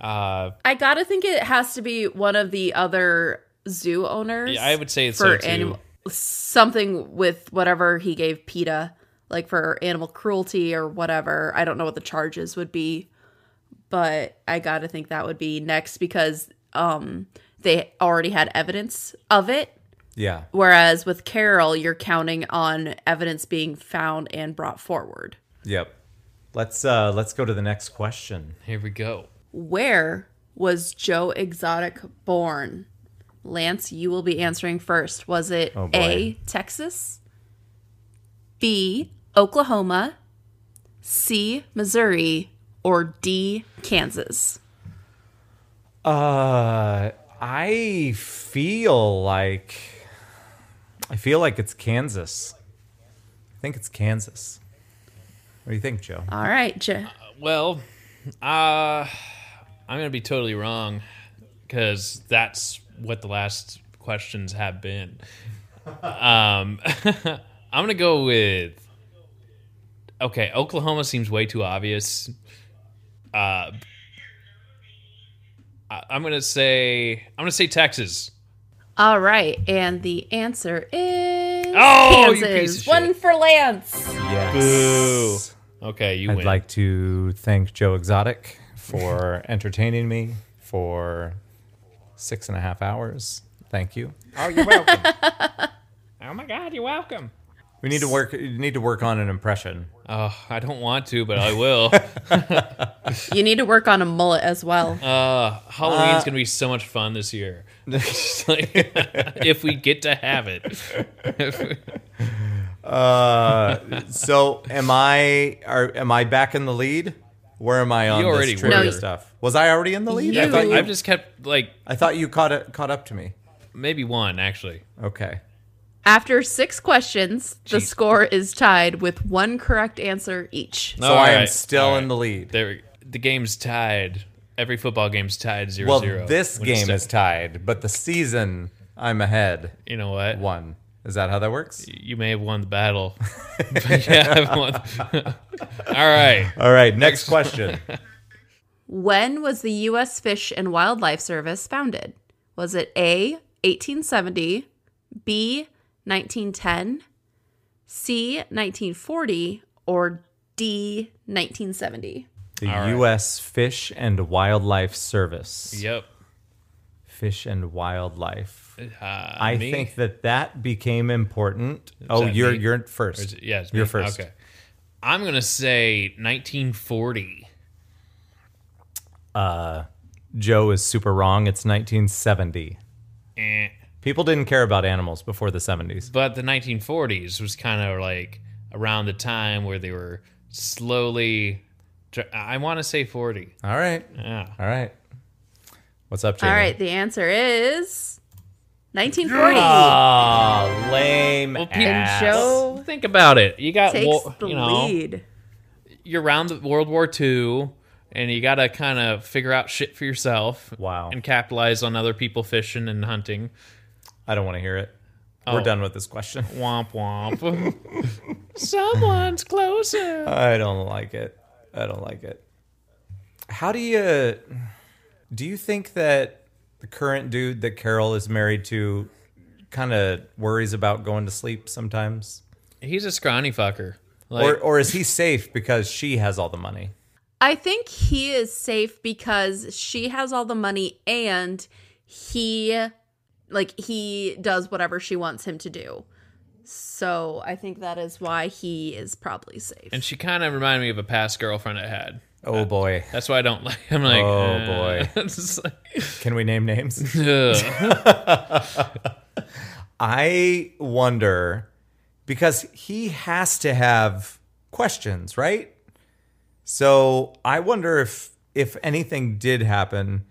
Speaker 2: uh,
Speaker 3: I got to think it has to be one of the other zoo owners.
Speaker 2: yeah, I would say it's so
Speaker 3: for
Speaker 2: too.
Speaker 3: animal something with whatever he gave PETA, like for animal cruelty or whatever. I don't know what the charges would be, but I gotta think that would be next because um they already had evidence of it.
Speaker 1: Yeah,
Speaker 3: Whereas with Carol, you're counting on evidence being found and brought forward.
Speaker 1: yep. Let's uh let's go to the next question.
Speaker 2: Here we go.
Speaker 3: Where was Joe Exotic born? Lance, you will be answering first. Was it
Speaker 1: Oh, boy.
Speaker 3: A, Texas? B, Oklahoma? C, Missouri? Or D, Kansas?
Speaker 1: Uh, I feel like I feel like it's Kansas. I think it's Kansas. What do you think, Joe?
Speaker 3: All right, Joe.
Speaker 2: Well, uh, I'm gonna be totally wrong because that's what the last questions have been. Um, I'm gonna go with. Okay, Oklahoma seems way too obvious. Uh, I- I'm gonna say I'm gonna say Texas.
Speaker 3: All right, and the answer is
Speaker 2: Oh, you
Speaker 3: Kansas.
Speaker 2: piece of
Speaker 3: One
Speaker 2: shit.
Speaker 3: for Lance.
Speaker 1: Yes.
Speaker 2: Okay, you
Speaker 1: I'd
Speaker 2: win.
Speaker 1: like to thank Joe Exotic for entertaining me for six and a half hours. Thank you.
Speaker 2: oh, you're welcome. oh my God, you're welcome.
Speaker 1: We need to work. Need to work on an impression.
Speaker 2: Oh, I don't want to, but I will.
Speaker 3: You need to work on a mullet as well.
Speaker 2: Uh, Halloween's gonna be so much fun this year. Just like, if we get to have it,
Speaker 1: Uh, so am I? Are am I back in the lead? Where am I on
Speaker 2: You already
Speaker 1: this trivia
Speaker 3: were.
Speaker 1: stuff? Was I already in the lead? I
Speaker 3: You-
Speaker 1: thought you.
Speaker 2: I've just kept like
Speaker 1: I thought you caught it, caught up to me.
Speaker 2: maybe one actually.
Speaker 1: Okay.
Speaker 3: After six questions, the
Speaker 2: Jeez.
Speaker 3: score is tied with one correct answer each.
Speaker 1: So
Speaker 2: All
Speaker 1: I am
Speaker 2: right,
Speaker 1: still
Speaker 2: all
Speaker 1: in the lead.
Speaker 2: There, the game's tied. Every football game's tied zero
Speaker 1: Well,
Speaker 2: zero.
Speaker 1: this
Speaker 2: When it's
Speaker 1: game
Speaker 2: done.
Speaker 1: is tied, but the season I'm ahead
Speaker 2: You know what?
Speaker 1: one. Is that how that works?
Speaker 2: You may have won the battle. But yeah, I've won. All right.
Speaker 1: All right. Next question.
Speaker 3: When was the U.S. Fish and Wildlife Service founded? Was it A, 1870, B, 1910, C, 1940, or D, 1970?
Speaker 1: The
Speaker 2: All right.
Speaker 1: U.S. Fish and Wildlife Service.
Speaker 2: Yep.
Speaker 1: Fish and Wildlife.
Speaker 2: Uh,
Speaker 1: I
Speaker 2: me?
Speaker 1: think that that became important. oh,
Speaker 2: that
Speaker 1: you're
Speaker 2: me?
Speaker 1: you're first.
Speaker 2: Or is it- yeah, it's me.
Speaker 1: you're first.
Speaker 2: Okay. I'm gonna say 1940.
Speaker 1: Joe is super wrong. It's 1970.
Speaker 2: Eh.
Speaker 1: People didn't care about animals before the 70s.
Speaker 2: but the 1940s was kind of like around the time where they were slowly dr- i want to say 40
Speaker 1: All right,
Speaker 2: yeah
Speaker 1: all right. What's up, Jamie?
Speaker 3: All right, the answer is 1940.
Speaker 1: Ah, lame.
Speaker 2: Well, people-
Speaker 1: ass.
Speaker 3: Joe- Oh.
Speaker 2: think about it you got
Speaker 3: Takes
Speaker 2: wo-
Speaker 3: the
Speaker 2: you know
Speaker 3: lead.
Speaker 2: you're around the world war ii and you gotta kind of figure out shit for yourself
Speaker 1: Wow.
Speaker 2: and capitalize on other people fishing and hunting
Speaker 1: I don't want to hear it.
Speaker 2: Oh.
Speaker 1: We're done with this question.
Speaker 2: womp womp someone's closer
Speaker 1: I don't like it. I don't like it. How do you do you think that the current dude that Carol is married to kind of worries about going to sleep sometimes?
Speaker 2: he's a scrawny fucker like
Speaker 1: or or is he safe because she has all the money?
Speaker 3: I think he is safe because she has all the money and he like he does whatever she wants him to do. So I think that is why he is probably safe.
Speaker 2: and she kind of reminded me of a past girlfriend i had
Speaker 1: Oh boy.
Speaker 2: That's why I don't like. I'm like,
Speaker 1: Oh,
Speaker 2: uh,
Speaker 1: boy.
Speaker 2: it's like,
Speaker 1: Can we name names?
Speaker 2: ugh.
Speaker 1: I wonder because he has to have questions, right? So I wonder if if anything did happen,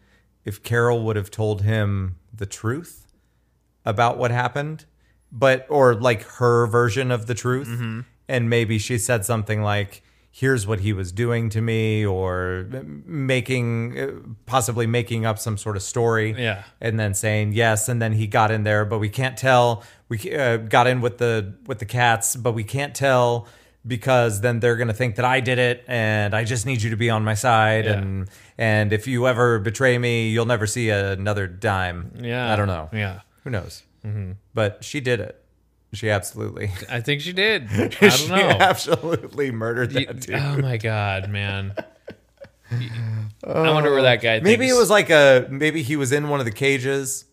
Speaker 1: if Carol would have told him the truth about what happened, but or like her version of the truth, and maybe she said something like, "Here's what he was doing to me," or making uh, possibly making up some sort of story,
Speaker 2: Yeah.
Speaker 1: and then saying yes, and then he got in there, but we can't tell. We ca- uh, got in with the with the cats, but we can't tell because then they're gonna think that I did it, and I just need you to be on my side,
Speaker 2: Yeah.
Speaker 1: and and if you ever betray me, you'll never see another dime.
Speaker 2: Yeah.
Speaker 1: I don't know.
Speaker 2: Yeah.
Speaker 1: Who knows? Mm-hmm. But she did it. She absolutely.
Speaker 2: I think she did. I don't
Speaker 1: she
Speaker 2: know.
Speaker 1: absolutely murdered
Speaker 2: You-
Speaker 1: that dude.
Speaker 2: oh my god, man. I wonder where that guy.
Speaker 1: Oh. maybe it
Speaker 2: thinks-
Speaker 1: was like a maybe he was in one of the cages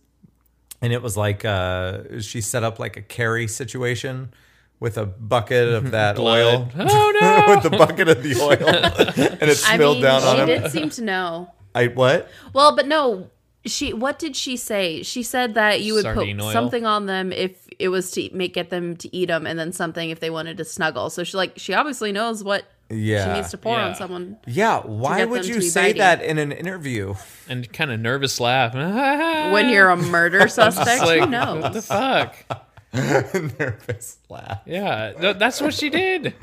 Speaker 1: and it was like uh she set up like a carry situation with a bucket of that oil
Speaker 2: Blood. Oh no!
Speaker 1: with the bucket of the oil and it
Speaker 3: I
Speaker 1: spilled
Speaker 3: mean,
Speaker 1: down
Speaker 3: she
Speaker 1: on him
Speaker 3: did seem to know.
Speaker 1: i what
Speaker 3: Well, but no, she. What did she say? She said that you would
Speaker 2: Sardine
Speaker 3: put
Speaker 2: oil.
Speaker 3: something on them if it was to make get them to eat them, and then something if they wanted to snuggle. So she like she obviously knows what
Speaker 1: yeah
Speaker 3: she needs to pour
Speaker 2: Yeah.
Speaker 3: on someone.
Speaker 1: yeah why
Speaker 3: get
Speaker 1: would
Speaker 3: them
Speaker 1: you
Speaker 3: to be
Speaker 1: say
Speaker 3: biting.
Speaker 1: that in an interview
Speaker 2: and kind of nervous laugh.
Speaker 3: When you're a murder suspect,
Speaker 2: It's
Speaker 3: who
Speaker 2: like, what the
Speaker 3: knows?
Speaker 2: fuck?
Speaker 1: nervous laugh
Speaker 2: Yeah, th- that's what she did.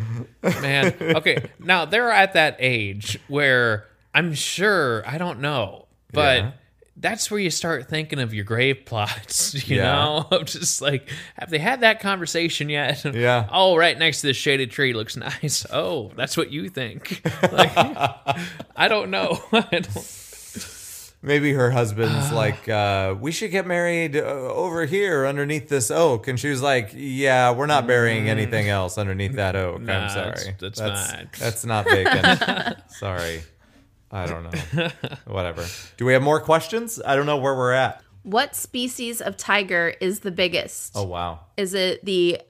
Speaker 2: Man, okay. Now they're at that age where I'm sure I don't know, but.
Speaker 1: Yeah.
Speaker 2: That's where you start thinking of your grave plots, you
Speaker 1: Yeah.
Speaker 2: know? I'm just like, have they had that conversation yet?
Speaker 1: Yeah.
Speaker 2: Oh, right next to this shaded tree looks nice. Oh, that's what you think. Like, I don't know. I don't-
Speaker 1: maybe her
Speaker 2: Ah.
Speaker 1: husband's like uh we should get married uh, over here underneath this oak and she was like yeah we're not burying anything else underneath that oak i'm
Speaker 2: Mm. Nah, that's-
Speaker 1: sorry
Speaker 2: that's fine.
Speaker 1: that's not vacant sorry i don't know whatever do we have more questions i don't know where we're at
Speaker 3: What species of tiger is the biggest?
Speaker 1: oh wow
Speaker 3: Is it the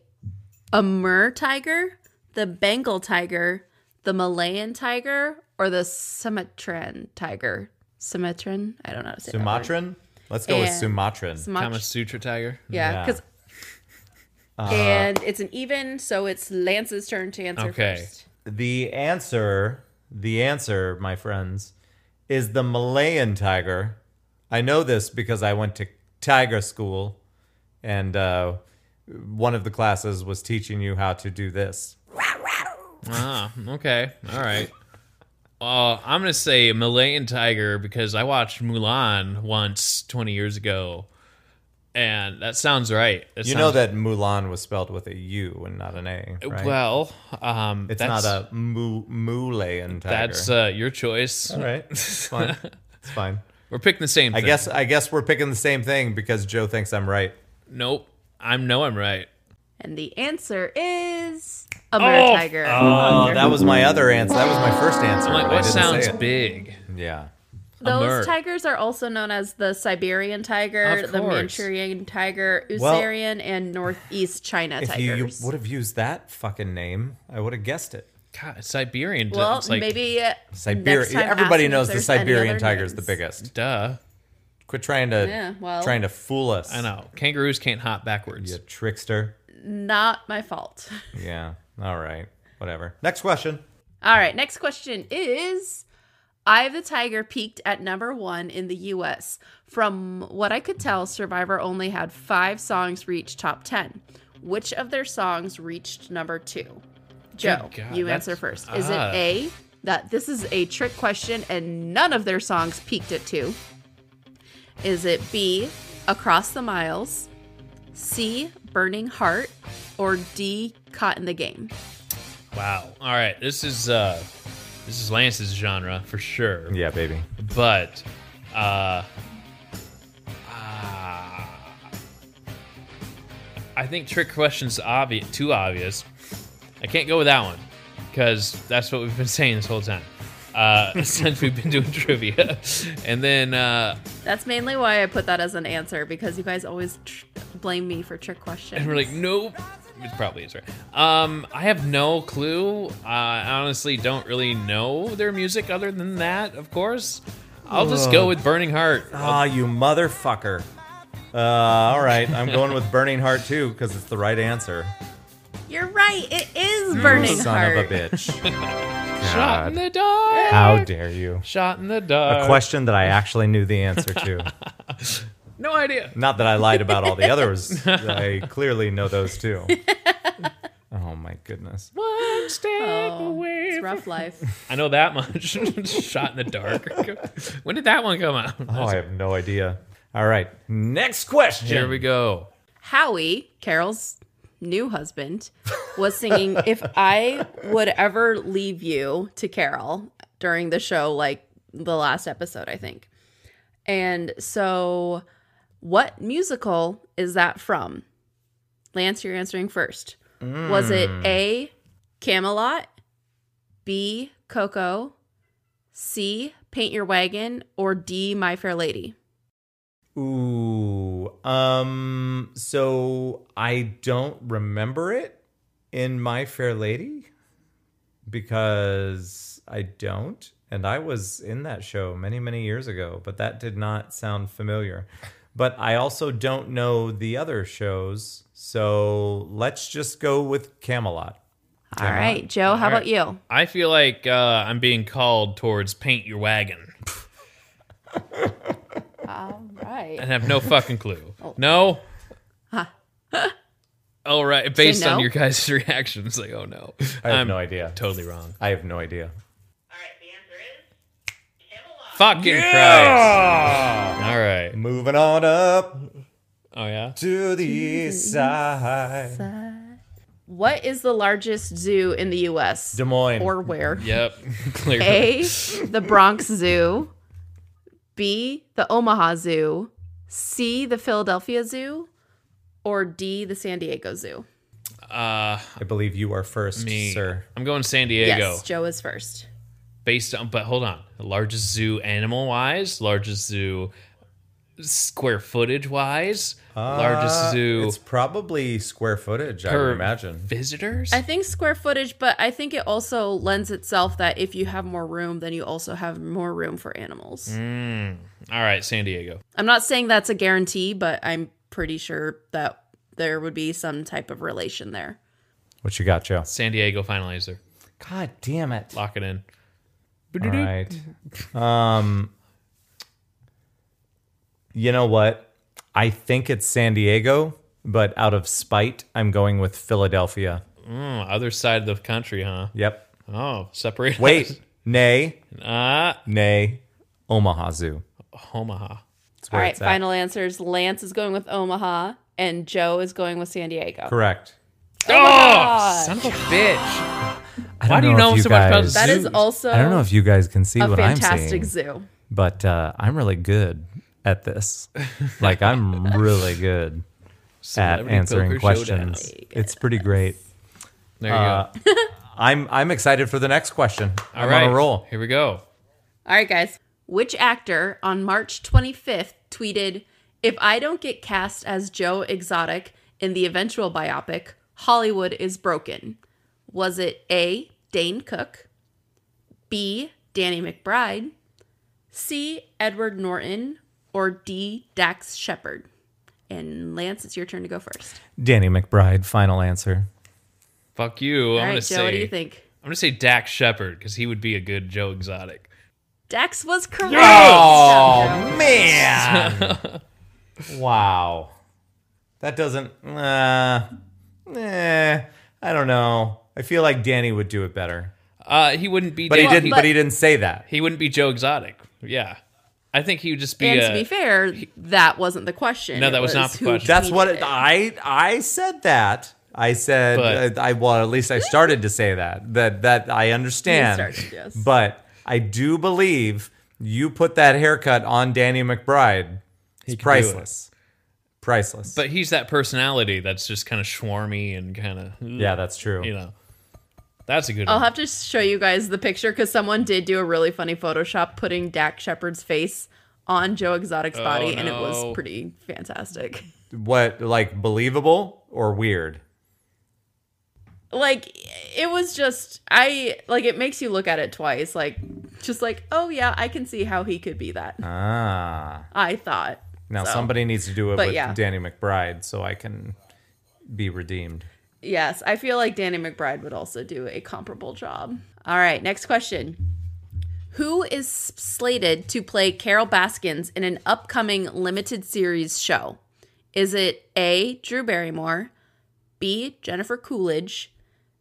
Speaker 3: Amur tiger, the Bengal tiger, the Malayan tiger, or the Sumatran tiger? Sumatran? I don't know how to say that word.
Speaker 1: sumatran let's go with
Speaker 3: And-
Speaker 1: sumatran
Speaker 3: Sumat-
Speaker 2: Kama Sutra Tiger.
Speaker 3: yeah,
Speaker 1: Yeah. Uh-huh.
Speaker 3: because. and it's an even, so it's Lance's turn to answer
Speaker 2: Okay.
Speaker 3: first.
Speaker 1: the answer the answer my friends is the malayan tiger i know this because i went to tiger school and uh, one of the classes was teaching you how to do this
Speaker 2: Ah, okay. All right. Uh, I'm going to say Malayan Tiger because I watched Mulan once 20 years ago. And that sounds right. That
Speaker 1: you
Speaker 2: sounds-
Speaker 1: know that mulan was spelled with a u and not an a right
Speaker 2: Well, um,
Speaker 1: it's
Speaker 2: that's,
Speaker 1: not a mu- mulayan tiger
Speaker 2: That's uh, your choice.
Speaker 1: all right it's fine it's fine
Speaker 2: We're picking the same
Speaker 1: i guess i guess we're picking the same thing because joe thinks i'm right
Speaker 2: Nope. I know I'm right.
Speaker 3: And the answer is Amur
Speaker 2: Oh,
Speaker 3: tiger.
Speaker 1: oh that was my other answer that was my first answer
Speaker 2: I'm like,
Speaker 1: but I
Speaker 2: what
Speaker 1: didn't say
Speaker 2: sounds
Speaker 1: it.
Speaker 2: big?
Speaker 1: yeah
Speaker 3: Those
Speaker 2: Amur.
Speaker 3: tigers are also known as the Siberian tiger,
Speaker 2: Of
Speaker 3: the
Speaker 2: course.
Speaker 3: Manchurian tiger,
Speaker 1: Well-
Speaker 3: Usarian, and Northeast China
Speaker 1: If you
Speaker 3: tigers.
Speaker 1: would have used that fucking name, I would have guessed it.
Speaker 2: God, Siberian.
Speaker 3: well,
Speaker 2: it's like,
Speaker 3: maybe uh, next
Speaker 1: Siberian.
Speaker 3: time
Speaker 1: Everybody
Speaker 3: ask them
Speaker 1: knows the
Speaker 3: if there's any
Speaker 1: Siberian
Speaker 3: other
Speaker 1: tiger is the
Speaker 3: names.
Speaker 1: biggest.
Speaker 2: Duh.
Speaker 1: Quit trying to
Speaker 3: Yeah, well-
Speaker 1: trying to fool us.
Speaker 2: I know. Kangaroos can't hop backwards.
Speaker 1: You trickster.
Speaker 3: Not my fault.
Speaker 1: Yeah. All right. Whatever. Next question.
Speaker 3: All right, next question is Eye of the Tiger peaked at number one in the US. From what I could tell, Survivor only had five songs reach top 10. Which of their songs reached number two? Joe,
Speaker 2: Good God,
Speaker 3: you
Speaker 2: that's-
Speaker 3: answer first. Is it
Speaker 2: ah.
Speaker 3: A, that this is a trick question and none of their songs peaked at two? Is it B, Across the Miles? C, Burning Heart? Or D, Caught in the Game?
Speaker 2: Wow. All right. This is uh, this is Lance's genre for sure.
Speaker 1: Yeah, baby.
Speaker 2: but uh, ah, I think trick question's obvious, too obvious. I can't go with that one because that's what we've been saying this whole time uh, since we've been doing trivia. And then uh,
Speaker 3: That's mainly why I put that as an answer because you guys always tr- blame me for trick questions.
Speaker 2: and we're like, nope. It probably is right. Um, I have no clue. I honestly don't really know their music other than that, of course. I'll just go with Burning Heart.
Speaker 1: Ah, you motherfucker. Uh, all right. I'm going with Burning Heart too because it's the right answer.
Speaker 3: You're right. It is burning
Speaker 1: Son
Speaker 3: heart.
Speaker 1: of a bitch.
Speaker 2: Shot
Speaker 1: God.
Speaker 2: in the dark.
Speaker 1: How dare you?
Speaker 2: Shot in the dark.
Speaker 1: A question that I actually knew the answer to.
Speaker 2: No idea.
Speaker 1: Not that I lied about all the others. I clearly know those too. Oh my goodness.
Speaker 2: One step
Speaker 3: Oh,
Speaker 2: away.
Speaker 3: it's
Speaker 2: from-
Speaker 3: rough life.
Speaker 2: I know that much. Shot in the dark. when did that one come out?
Speaker 1: Oh, I have no idea. All right. Next question.
Speaker 2: Here we go.
Speaker 3: Howie, Carol's new husband, was singing "If I Would Ever Leave You" to Carol during the show, like the last episode, I think. And so, what musical is that from? Lance, you're answering first. Was it A, Camelot, B, Coco, C, Paint Your Wagon, or D, My Fair Lady?
Speaker 1: Ooh. Um so I don't remember it in My Fair Lady because I don't and I was in that show many many years ago, but that did not sound familiar. But I also don't know the other shows, so let's just go with Camelot.
Speaker 3: All right, Joe, how about you?
Speaker 2: I feel like uh, I'm being called towards paint your wagon
Speaker 3: All right.
Speaker 2: and have no fucking clue.
Speaker 3: Oh.
Speaker 2: No. All right. Based on
Speaker 3: no?
Speaker 2: your guys' reactions, like, oh no.
Speaker 1: I have
Speaker 2: I'm
Speaker 1: no idea.
Speaker 2: Totally wrong.
Speaker 1: I have no idea.
Speaker 5: All right, the answer is Camelot.
Speaker 2: Fucking Christ. All right.
Speaker 1: Moving on up
Speaker 2: Oh yeah.
Speaker 1: to the east side.
Speaker 3: What is the largest zoo in the U.S.
Speaker 1: Des Moines.
Speaker 3: or where?
Speaker 2: Yep. Clearly.
Speaker 3: A, the Bronx Zoo. B, the Omaha Zoo. C, the Philadelphia Zoo. Or D, the San Diego Zoo.
Speaker 2: Uh,
Speaker 1: I believe you are first,
Speaker 2: me.
Speaker 1: sir.
Speaker 2: I'm going San Diego.
Speaker 3: yes, Joe is first.
Speaker 2: based on but hold on largest zoo animal wise largest zoo square footage wise largest
Speaker 1: Uh,
Speaker 2: zoo
Speaker 1: It's probably square footage, I
Speaker 2: Per-
Speaker 1: would imagine.
Speaker 2: visitors
Speaker 3: I think square footage, but I think it also lends itself that if you have more room, then you also have more room for animals.
Speaker 1: Mm.
Speaker 2: all right san diego
Speaker 3: I'm not saying that's a guarantee, but I'm pretty sure that there would be some type of relation there.
Speaker 1: What you got, Joe?
Speaker 2: san diego finalizer
Speaker 1: God damn it. All
Speaker 2: lock it in
Speaker 1: right.
Speaker 3: Mm-hmm.
Speaker 1: Um, you know what? I think it's San Diego, but out of spite, I'm going with Philadelphia.
Speaker 2: Mm, other side of the country huh
Speaker 1: Yep.
Speaker 2: oh separate
Speaker 1: Wait. nay.
Speaker 2: uh
Speaker 1: Nay. Omaha Zoo.
Speaker 3: Oh
Speaker 2: omaha
Speaker 1: That's
Speaker 3: All
Speaker 1: where
Speaker 3: right,
Speaker 1: it's at.
Speaker 3: final answers. Lance is going with Omaha, and Joe is going with San Diego.
Speaker 1: Correct.
Speaker 2: oh son of a bitch
Speaker 1: I
Speaker 2: Why
Speaker 1: don't
Speaker 2: do you know
Speaker 1: if
Speaker 2: so much about
Speaker 1: guys-
Speaker 3: That is
Speaker 2: Zoos.
Speaker 3: also
Speaker 1: I don't know if you guys can see
Speaker 3: a
Speaker 1: what I'm
Speaker 3: fantastic
Speaker 1: seeing,
Speaker 3: zoo.
Speaker 1: but uh, I'm really good at this. like I'm really good at
Speaker 2: Celebrity
Speaker 1: answering
Speaker 2: poker
Speaker 1: questions.
Speaker 2: showdown.
Speaker 1: It's pretty great.
Speaker 2: there you
Speaker 1: Uh,
Speaker 2: go
Speaker 1: I'm I'm excited for the next question.
Speaker 2: All
Speaker 1: I'm
Speaker 2: right,
Speaker 1: on a roll.
Speaker 2: here we go
Speaker 3: All right, guys. Which actor on March 25th tweeted, If I don't get cast as Joe Exotic in the eventual biopic, Hollywood is broken? Was it A. Dane Cook, B. Danny McBride, C. Edward Norton, or D. Dax Shepard? And Lance, it's your turn to go first.
Speaker 1: Danny McBride. Final answer.
Speaker 2: fuck you i'm
Speaker 3: All
Speaker 2: gonna
Speaker 3: right, Joe,
Speaker 2: say
Speaker 3: what do you think?
Speaker 2: i'm gonna say dak shepard because he would be a good joe exotic
Speaker 3: Dax was correct.
Speaker 1: man! wow, that doesn't. Uh, eh, I don't know. I feel like Danny would do it better,
Speaker 2: Uh, he wouldn't be.
Speaker 1: but
Speaker 2: Joe-
Speaker 1: he didn't. But, he didn't say that.
Speaker 2: he wouldn't be Joe Exotic. Yeah, I think he would just be.
Speaker 3: And
Speaker 2: a,
Speaker 3: to be fair, that wasn't the question.
Speaker 2: No, that
Speaker 3: It
Speaker 2: was not the
Speaker 3: who
Speaker 2: question.
Speaker 1: That's what
Speaker 3: tweeted
Speaker 1: it, I I said that. I said
Speaker 2: But-
Speaker 1: uh, I well at least I started to say that that that I understand.
Speaker 3: You started, yes.
Speaker 1: But I do believe you put that haircut on Danny McBride. It's
Speaker 2: could do it.
Speaker 1: priceless. Priceless.
Speaker 2: but he's that personality that's just kind of swarmy and kind of.
Speaker 1: yeah, that's true.
Speaker 2: You know, that's a good.
Speaker 3: I'll
Speaker 2: one.
Speaker 3: have to show you guys the picture because someone did do a really funny Photoshop putting Dak Shepard's face on Joe Exotic's body, and it
Speaker 2: Oh, no.
Speaker 3: was pretty fantastic.
Speaker 1: What like believable or weird?
Speaker 3: Like it was just I like it makes you look at it twice, like just like oh yeah, I can see how he could be that.
Speaker 1: Ah.
Speaker 3: I thought
Speaker 1: Now
Speaker 3: So,
Speaker 1: somebody needs to do it
Speaker 3: but
Speaker 1: with
Speaker 3: yeah.
Speaker 1: Danny McBride so I can be redeemed.
Speaker 3: Yes, I feel like Danny McBride would also do a comparable job. All right, next question. Who is slated to play Carol Baskins in an upcoming limited series show? Is it A. Drew Barrymore, B. Jennifer Coolidge,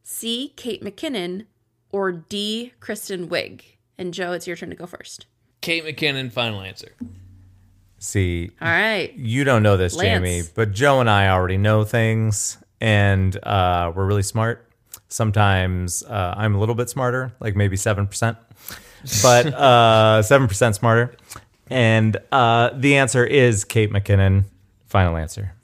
Speaker 3: C. Kate McKinnon, or D. Kristen Wiig? And Joe, it's your turn to go first.
Speaker 2: Kate McKinnon, final answer.
Speaker 1: See,
Speaker 3: All right.
Speaker 1: you don't know this,
Speaker 3: Lance.
Speaker 1: Jamie, but Joe and I already know things, and uh, we're really smart. Sometimes uh, I'm a little bit smarter, like maybe seven percent, but uh, seven percent smarter. And uh, the answer is Kate McKinnon. Final answer.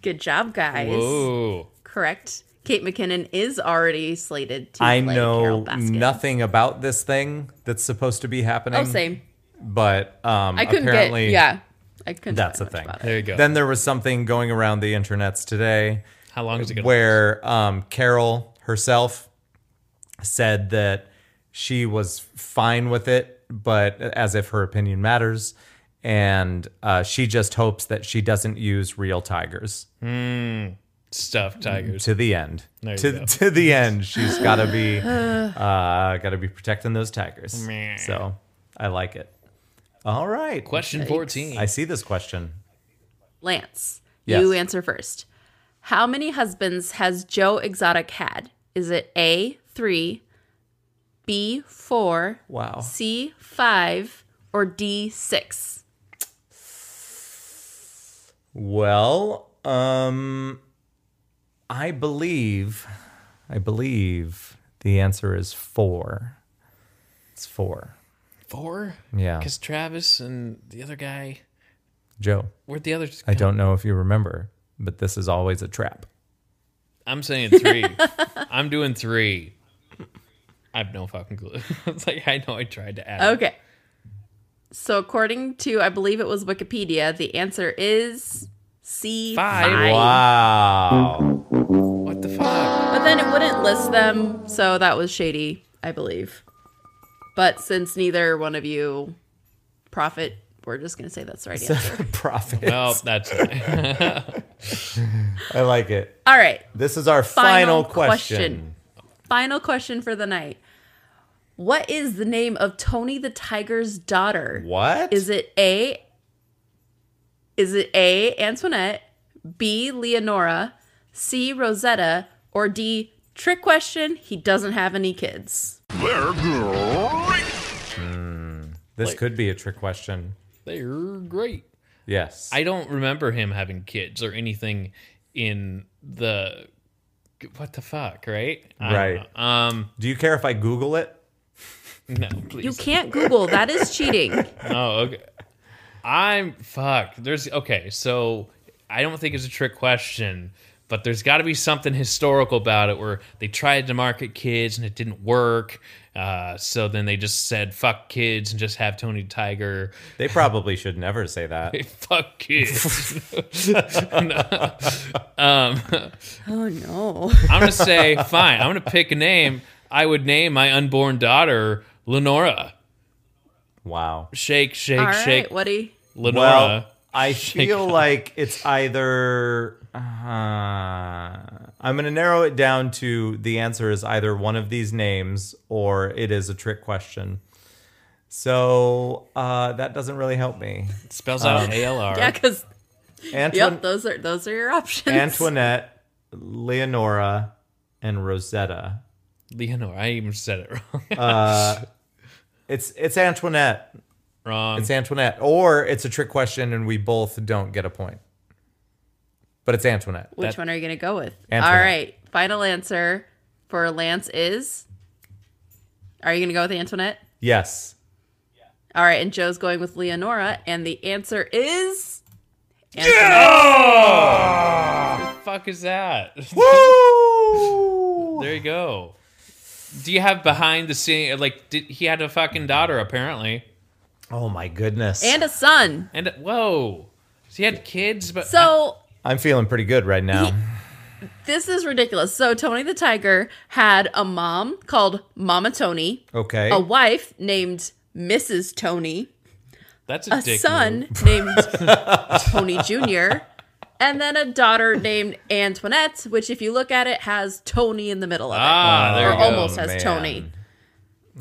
Speaker 3: Good job, guys.
Speaker 2: Whoa.
Speaker 3: Correct. Kate McKinnon is already slated to
Speaker 1: I
Speaker 3: play
Speaker 1: know
Speaker 3: Carol Baskin.
Speaker 1: nothing about this thing that's supposed to be happening.
Speaker 3: Oh, same.
Speaker 1: But um,
Speaker 3: I couldn't
Speaker 1: apparently,
Speaker 3: get. Yeah, I couldn't.
Speaker 1: that's the
Speaker 3: find
Speaker 1: thing.
Speaker 3: much about it.
Speaker 2: There you go.
Speaker 1: Then there was something going around the internets today
Speaker 2: How long is it going to
Speaker 1: where um, Carol herself said that she was fine with it, but as if her opinion matters. And uh, she just hopes that she doesn't use real tigers
Speaker 2: Stuffed tigers.
Speaker 1: to the end.
Speaker 2: There you
Speaker 1: To,
Speaker 2: go.
Speaker 1: to the end, she's got to be uh, got to be protecting those tigers.
Speaker 2: Meh.
Speaker 1: So I like it. All right,
Speaker 2: Question 14.
Speaker 1: I see this question.
Speaker 3: Lance,
Speaker 1: Yes.
Speaker 3: you answer first. How many husbands has Joe Exotic had? Is it A three, B four,
Speaker 1: Wow.
Speaker 3: C five, or D six?
Speaker 1: Well, um I believe I believe the answer is 4. It's 4.
Speaker 2: Four?
Speaker 1: Yeah.
Speaker 2: Because Travis and the other guy,
Speaker 1: Joe,
Speaker 2: where'd the other?
Speaker 1: I don't know if you remember, but this is always a trap.
Speaker 2: I'm saying three. I'm doing three. I have no fucking clue. it's like I know I tried to add.
Speaker 3: Okay. So according to I believe it was Wikipedia, the answer is C
Speaker 2: Five.
Speaker 1: Wow.
Speaker 2: What the fuck?
Speaker 3: But then it wouldn't list them, so that was shady, I believe. But since neither one of you profit, we're just gonna say that's the right answer.
Speaker 1: Profit.
Speaker 2: Well, that's
Speaker 1: I like it.
Speaker 3: All right.
Speaker 1: This is our final,
Speaker 3: Final
Speaker 1: question.
Speaker 3: question. Final question for the night. What is the name of Tony the Tiger's daughter?
Speaker 1: What?
Speaker 3: Is it A Is it A Antoinette, B Leonora, C Rosetta, or D trick question, he doesn't have any kids?
Speaker 1: This could be a trick question.
Speaker 2: they're great.
Speaker 1: Yes.
Speaker 2: I don't remember him having kids or anything in the what the fuck, right? I don't
Speaker 1: Right.
Speaker 2: know. Um,
Speaker 1: Do you care if I google it?
Speaker 2: no,
Speaker 3: You
Speaker 2: please.
Speaker 3: can't Google, that is cheating.
Speaker 2: Oh, okay. I'm fuck. There's okay. So I don't think it's a trick question, but there's got to be something historical about it where they tried to market kids and it didn't work. Uh, so then they just said fuck kids and just have Tony the Tiger.
Speaker 1: They probably should never say that.
Speaker 2: Fuck kids. No. um,
Speaker 3: Oh no.
Speaker 2: I'm gonna say fine. I'm gonna pick a name. I would name my unborn daughter Lenora.
Speaker 1: Wow.
Speaker 2: Shake, shake,
Speaker 3: All right,
Speaker 2: shake,
Speaker 3: Woody.
Speaker 2: Lenora.
Speaker 1: Well, I feel
Speaker 2: up.
Speaker 1: like it's either. Uh, I'm going to narrow it down to the answer is either one of these names or it is a trick question. So uh, that doesn't really help me.
Speaker 2: Spells out
Speaker 1: uh,
Speaker 2: ALR.
Speaker 3: Yeah, because
Speaker 1: Antoine-
Speaker 3: yep, those are those are your options.
Speaker 1: Antoinette, Leonora, and Rosetta.
Speaker 2: Leonore. I even said it wrong.
Speaker 1: Uh, It's it's Antoinette.
Speaker 2: wrong.
Speaker 1: It's Antoinette, or it's a trick question, and we both don't get a point. But it's Antoinette.
Speaker 3: Which
Speaker 2: That-
Speaker 3: one are you gonna go with?
Speaker 1: Antoinette.
Speaker 3: All right. Final answer for Lance is. Are you gonna go with Antoinette?
Speaker 1: Yes,
Speaker 3: All right, and Joe's going with Leonora, and the answer is. Antoinette.
Speaker 2: What the fuck is that? there you go. Do you have behind the scene? Like, did, he had a fucking daughter apparently,
Speaker 1: Oh my goodness.
Speaker 3: And a son.
Speaker 2: and whoa, so he had kids, but
Speaker 3: So
Speaker 1: I'm feeling pretty good right now.
Speaker 3: this is ridiculous. So Tony the Tiger had a mom called Mama Tony,
Speaker 1: Okay.
Speaker 3: a wife named Mrs. Tony,
Speaker 2: that's a,
Speaker 3: a
Speaker 2: dick
Speaker 3: son
Speaker 2: move.
Speaker 3: named Tony Jr., and then a daughter named Antoinette, which, if you look at it, has Tony in the middle of it.
Speaker 2: Ah, there
Speaker 3: or
Speaker 2: you go.
Speaker 3: almost has Tony.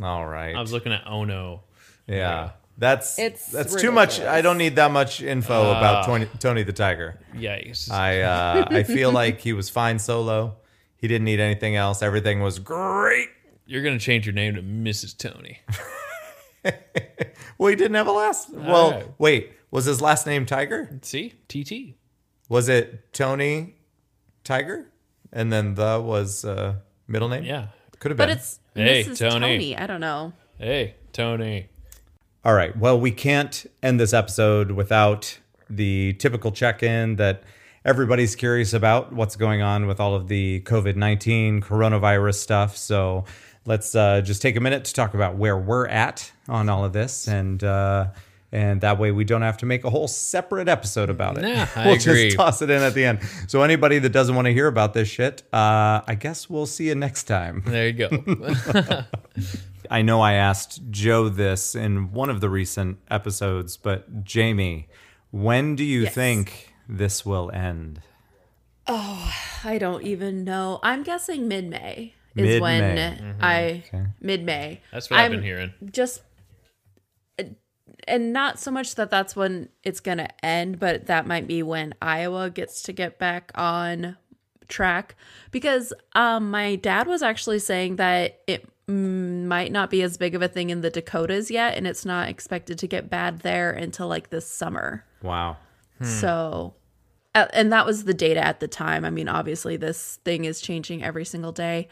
Speaker 1: All right.
Speaker 2: I was looking at Ono.
Speaker 1: yeah. That's
Speaker 3: It's
Speaker 1: that's too much. I don't need that much info
Speaker 2: Uh.
Speaker 1: about Tony, Tony the Tiger.
Speaker 2: Yikes.
Speaker 1: I uh, I feel like he was fine solo. He didn't need anything else. Everything was great.
Speaker 2: You're gonna change your name to Mrs. Tony.
Speaker 1: Well, he didn't have a last. well,
Speaker 2: right.
Speaker 1: wait, was his last name Tiger?
Speaker 2: See? TT.
Speaker 1: Was it Tony Tiger? And then the was uh, middle name.
Speaker 2: Yeah.
Speaker 1: could have been.
Speaker 3: But it's
Speaker 2: Hey,
Speaker 3: Mrs.
Speaker 2: Tony.
Speaker 3: Tony. I don't know.
Speaker 2: Hey, Tony.
Speaker 1: All right. Well, we can't end this episode without the typical check in that everybody's curious about what's going on with all of the COVID 19 coronavirus stuff. So let's uh, just take a minute to talk about where we're at on all of this. And, uh, and that way, we don't have to make a whole separate episode about it.
Speaker 2: Nah, I
Speaker 1: we'll
Speaker 2: agree.
Speaker 1: just toss it in at the end. So anybody that doesn't want to hear about this shit, uh, I guess we'll see you next time.
Speaker 2: There you go.
Speaker 1: I know I asked Joe this in one of the recent episodes, but Jamie, when do you
Speaker 3: Yes.
Speaker 1: think this will end?
Speaker 3: I don't even know. I'm guessing mid May
Speaker 1: Mid-May.
Speaker 3: is when
Speaker 1: Mhm.
Speaker 3: I mid May.
Speaker 2: That's what i have been hearing.
Speaker 3: Just and not so much that that's when it's going to end, but that might be when Iowa gets to get back on track because um my dad was actually saying that it mm, might not be as big of a thing in the Dakotas yet and it's not expected to get bad there until like this summer.
Speaker 1: Wow.
Speaker 3: So, uh, and that was the data at the time. I mean, obviously, this thing is changing every single day,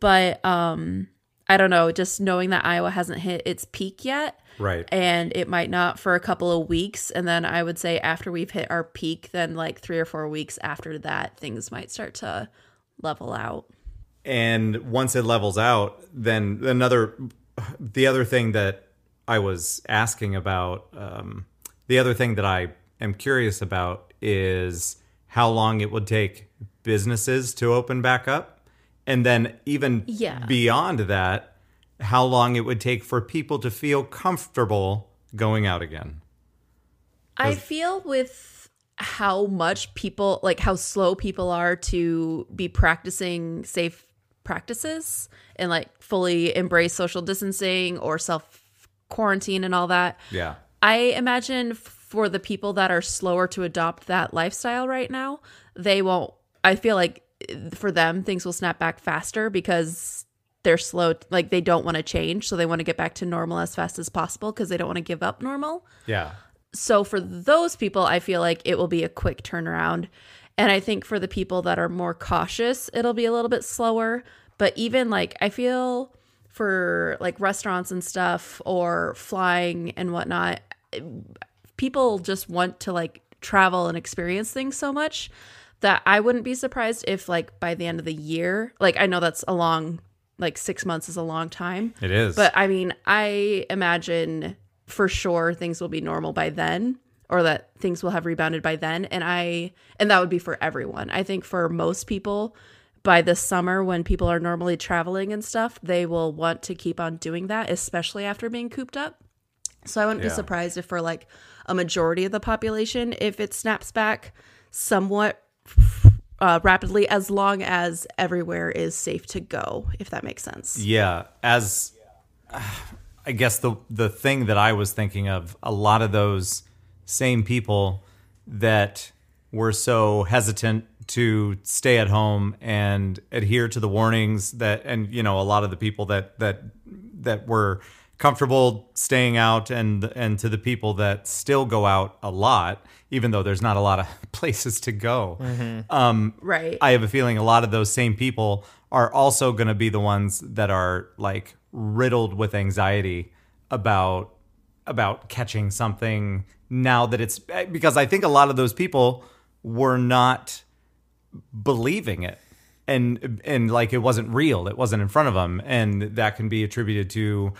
Speaker 3: but um, I don't know. Just knowing that Iowa hasn't hit its peak yet,
Speaker 1: Right.
Speaker 3: and it might not for a couple of weeks, and then I would say after we've hit our peak, then like three or four weeks after that, things might start to level out.
Speaker 1: and once it levels out then another the other thing that i was asking about um, the other thing that i am curious about is how long it would take businesses to open back up and then even
Speaker 3: Yeah.
Speaker 1: beyond that how long it would take for people to feel comfortable going out again
Speaker 3: I feel with how much people like how slow people are to be practicing safe practices and like fully embrace social distancing or self quarantine and all that.
Speaker 1: yeah
Speaker 3: I imagine f- for the people that are slower to adopt that lifestyle right now, they won't. I feel like eh, for them, things will snap back faster because they're slow, like they don't want to change. So they want to get back to normal as fast as possible because they don't want to give up normal.
Speaker 1: yeah
Speaker 3: So for those people, I feel like it will be a quick turnaround. And I think for the people that are more cautious, it'll be a little bit slower. But even like, I feel for like restaurants and stuff or flying and whatnot, people just want to like travel and experience things so much that I wouldn't be surprised if like by the end of the year, like I know that's a long, like six months is a long time.
Speaker 1: it is
Speaker 3: But I mean, I imagine for sure things will be normal by then or that things will have rebounded by then and I and that would be for everyone. I think for most people by this summer when people are normally traveling and stuff, they will want to keep on doing that especially after being cooped up. So I wouldn't
Speaker 1: Yeah.
Speaker 3: be surprised if for like a majority of the population if it snaps back somewhat uh, rapidly as long as everywhere is safe to go if that makes sense.
Speaker 1: Yeah, as I guess the the thing that I was thinking of, a lot of those same people that were so hesitant to stay at home and adhere to the warnings that and you know a lot of the people that that that were comfortable staying out and and to the people that still go out a lot even though there's not a lot of places to go
Speaker 3: Right.
Speaker 1: I have a feeling a lot of those same people are also going to be the ones that are like riddled with anxiety about about catching something now that it's eh, because I think a lot of those people were not believing it and and like it wasn't real it wasn't in front of them and that can be attributed to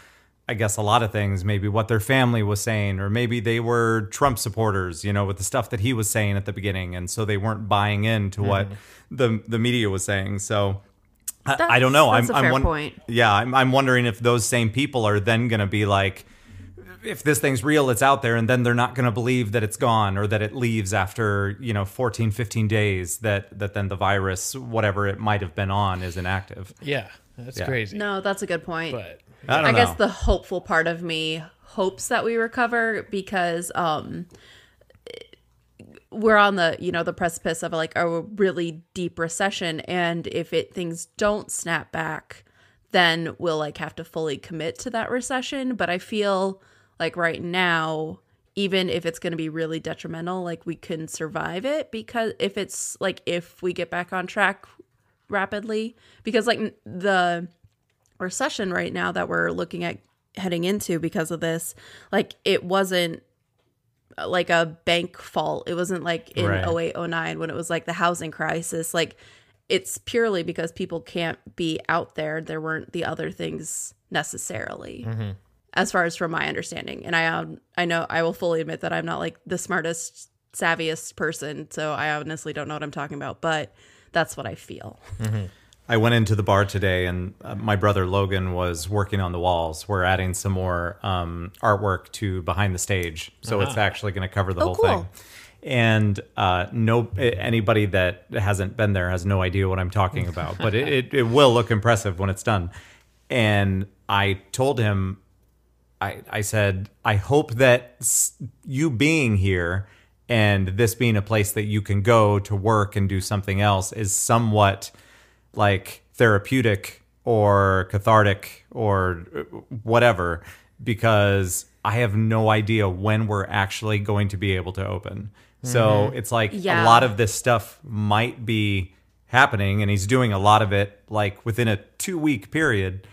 Speaker 1: i guess a lot of things maybe what their family was saying or maybe they were trump supporters you know with the stuff that he was saying at the beginning and so they weren't buying into what the the media was saying so I- I
Speaker 3: Mm-hmm. That's-
Speaker 1: don't know.
Speaker 3: that's
Speaker 1: I'm,
Speaker 3: a
Speaker 1: I'm
Speaker 3: fair
Speaker 1: won-
Speaker 3: point.
Speaker 1: Yeah, I'm, I'm wondering if those same people are then going to be like, if this thing's real, it's out there, and then they're not going to believe that it's gone or that it leaves after you know 14, 15 days. That that then the virus, whatever it might have been on, is inactive.
Speaker 2: Yeah, that's
Speaker 1: Yeah.
Speaker 2: crazy.
Speaker 3: No, that's a good point.
Speaker 2: But
Speaker 1: I don't
Speaker 3: I
Speaker 1: know.
Speaker 3: guess the hopeful part of me hopes that we recover because um we're on the you know the precipice of like a really deep recession and if it things don't snap back then we'll like have to fully commit to that recession but i feel like right now even if it's going to be really detrimental like we can survive it because if it's like if we get back on track rapidly because like n- the recession right now that we're looking at heading into because of this like it wasn't uh, like a bank fault it wasn't like in
Speaker 1: Right.
Speaker 3: 0809 when it was like the housing crisis like it's purely because people can't be out there there weren't the other things necessarily as far as from my understanding and i um, i know i will fully admit that i'm not like the smartest savviest person so i honestly don't know what i'm talking about but that's what i feel
Speaker 1: I went into the bar today, and uh, my brother Logan was working on the walls. We're adding some more um, artwork to behind the stage, so it's actually going to cover the
Speaker 3: Oh,
Speaker 1: whole
Speaker 3: cool.
Speaker 1: thing. And uh, no, anybody that hasn't been there has no idea what I'm talking about, but it, it, it will look impressive when it's done. And I told him I, I said, I hope that s- you being here and this being a place that you can go to work and do something else is somewhat like therapeutic or cathartic or uh, whatever, because I have no idea when we're actually going to be able to open. So it's like a
Speaker 3: Yeah.
Speaker 1: lot of this stuff might be happening, and he's doing a lot of it like within a two week period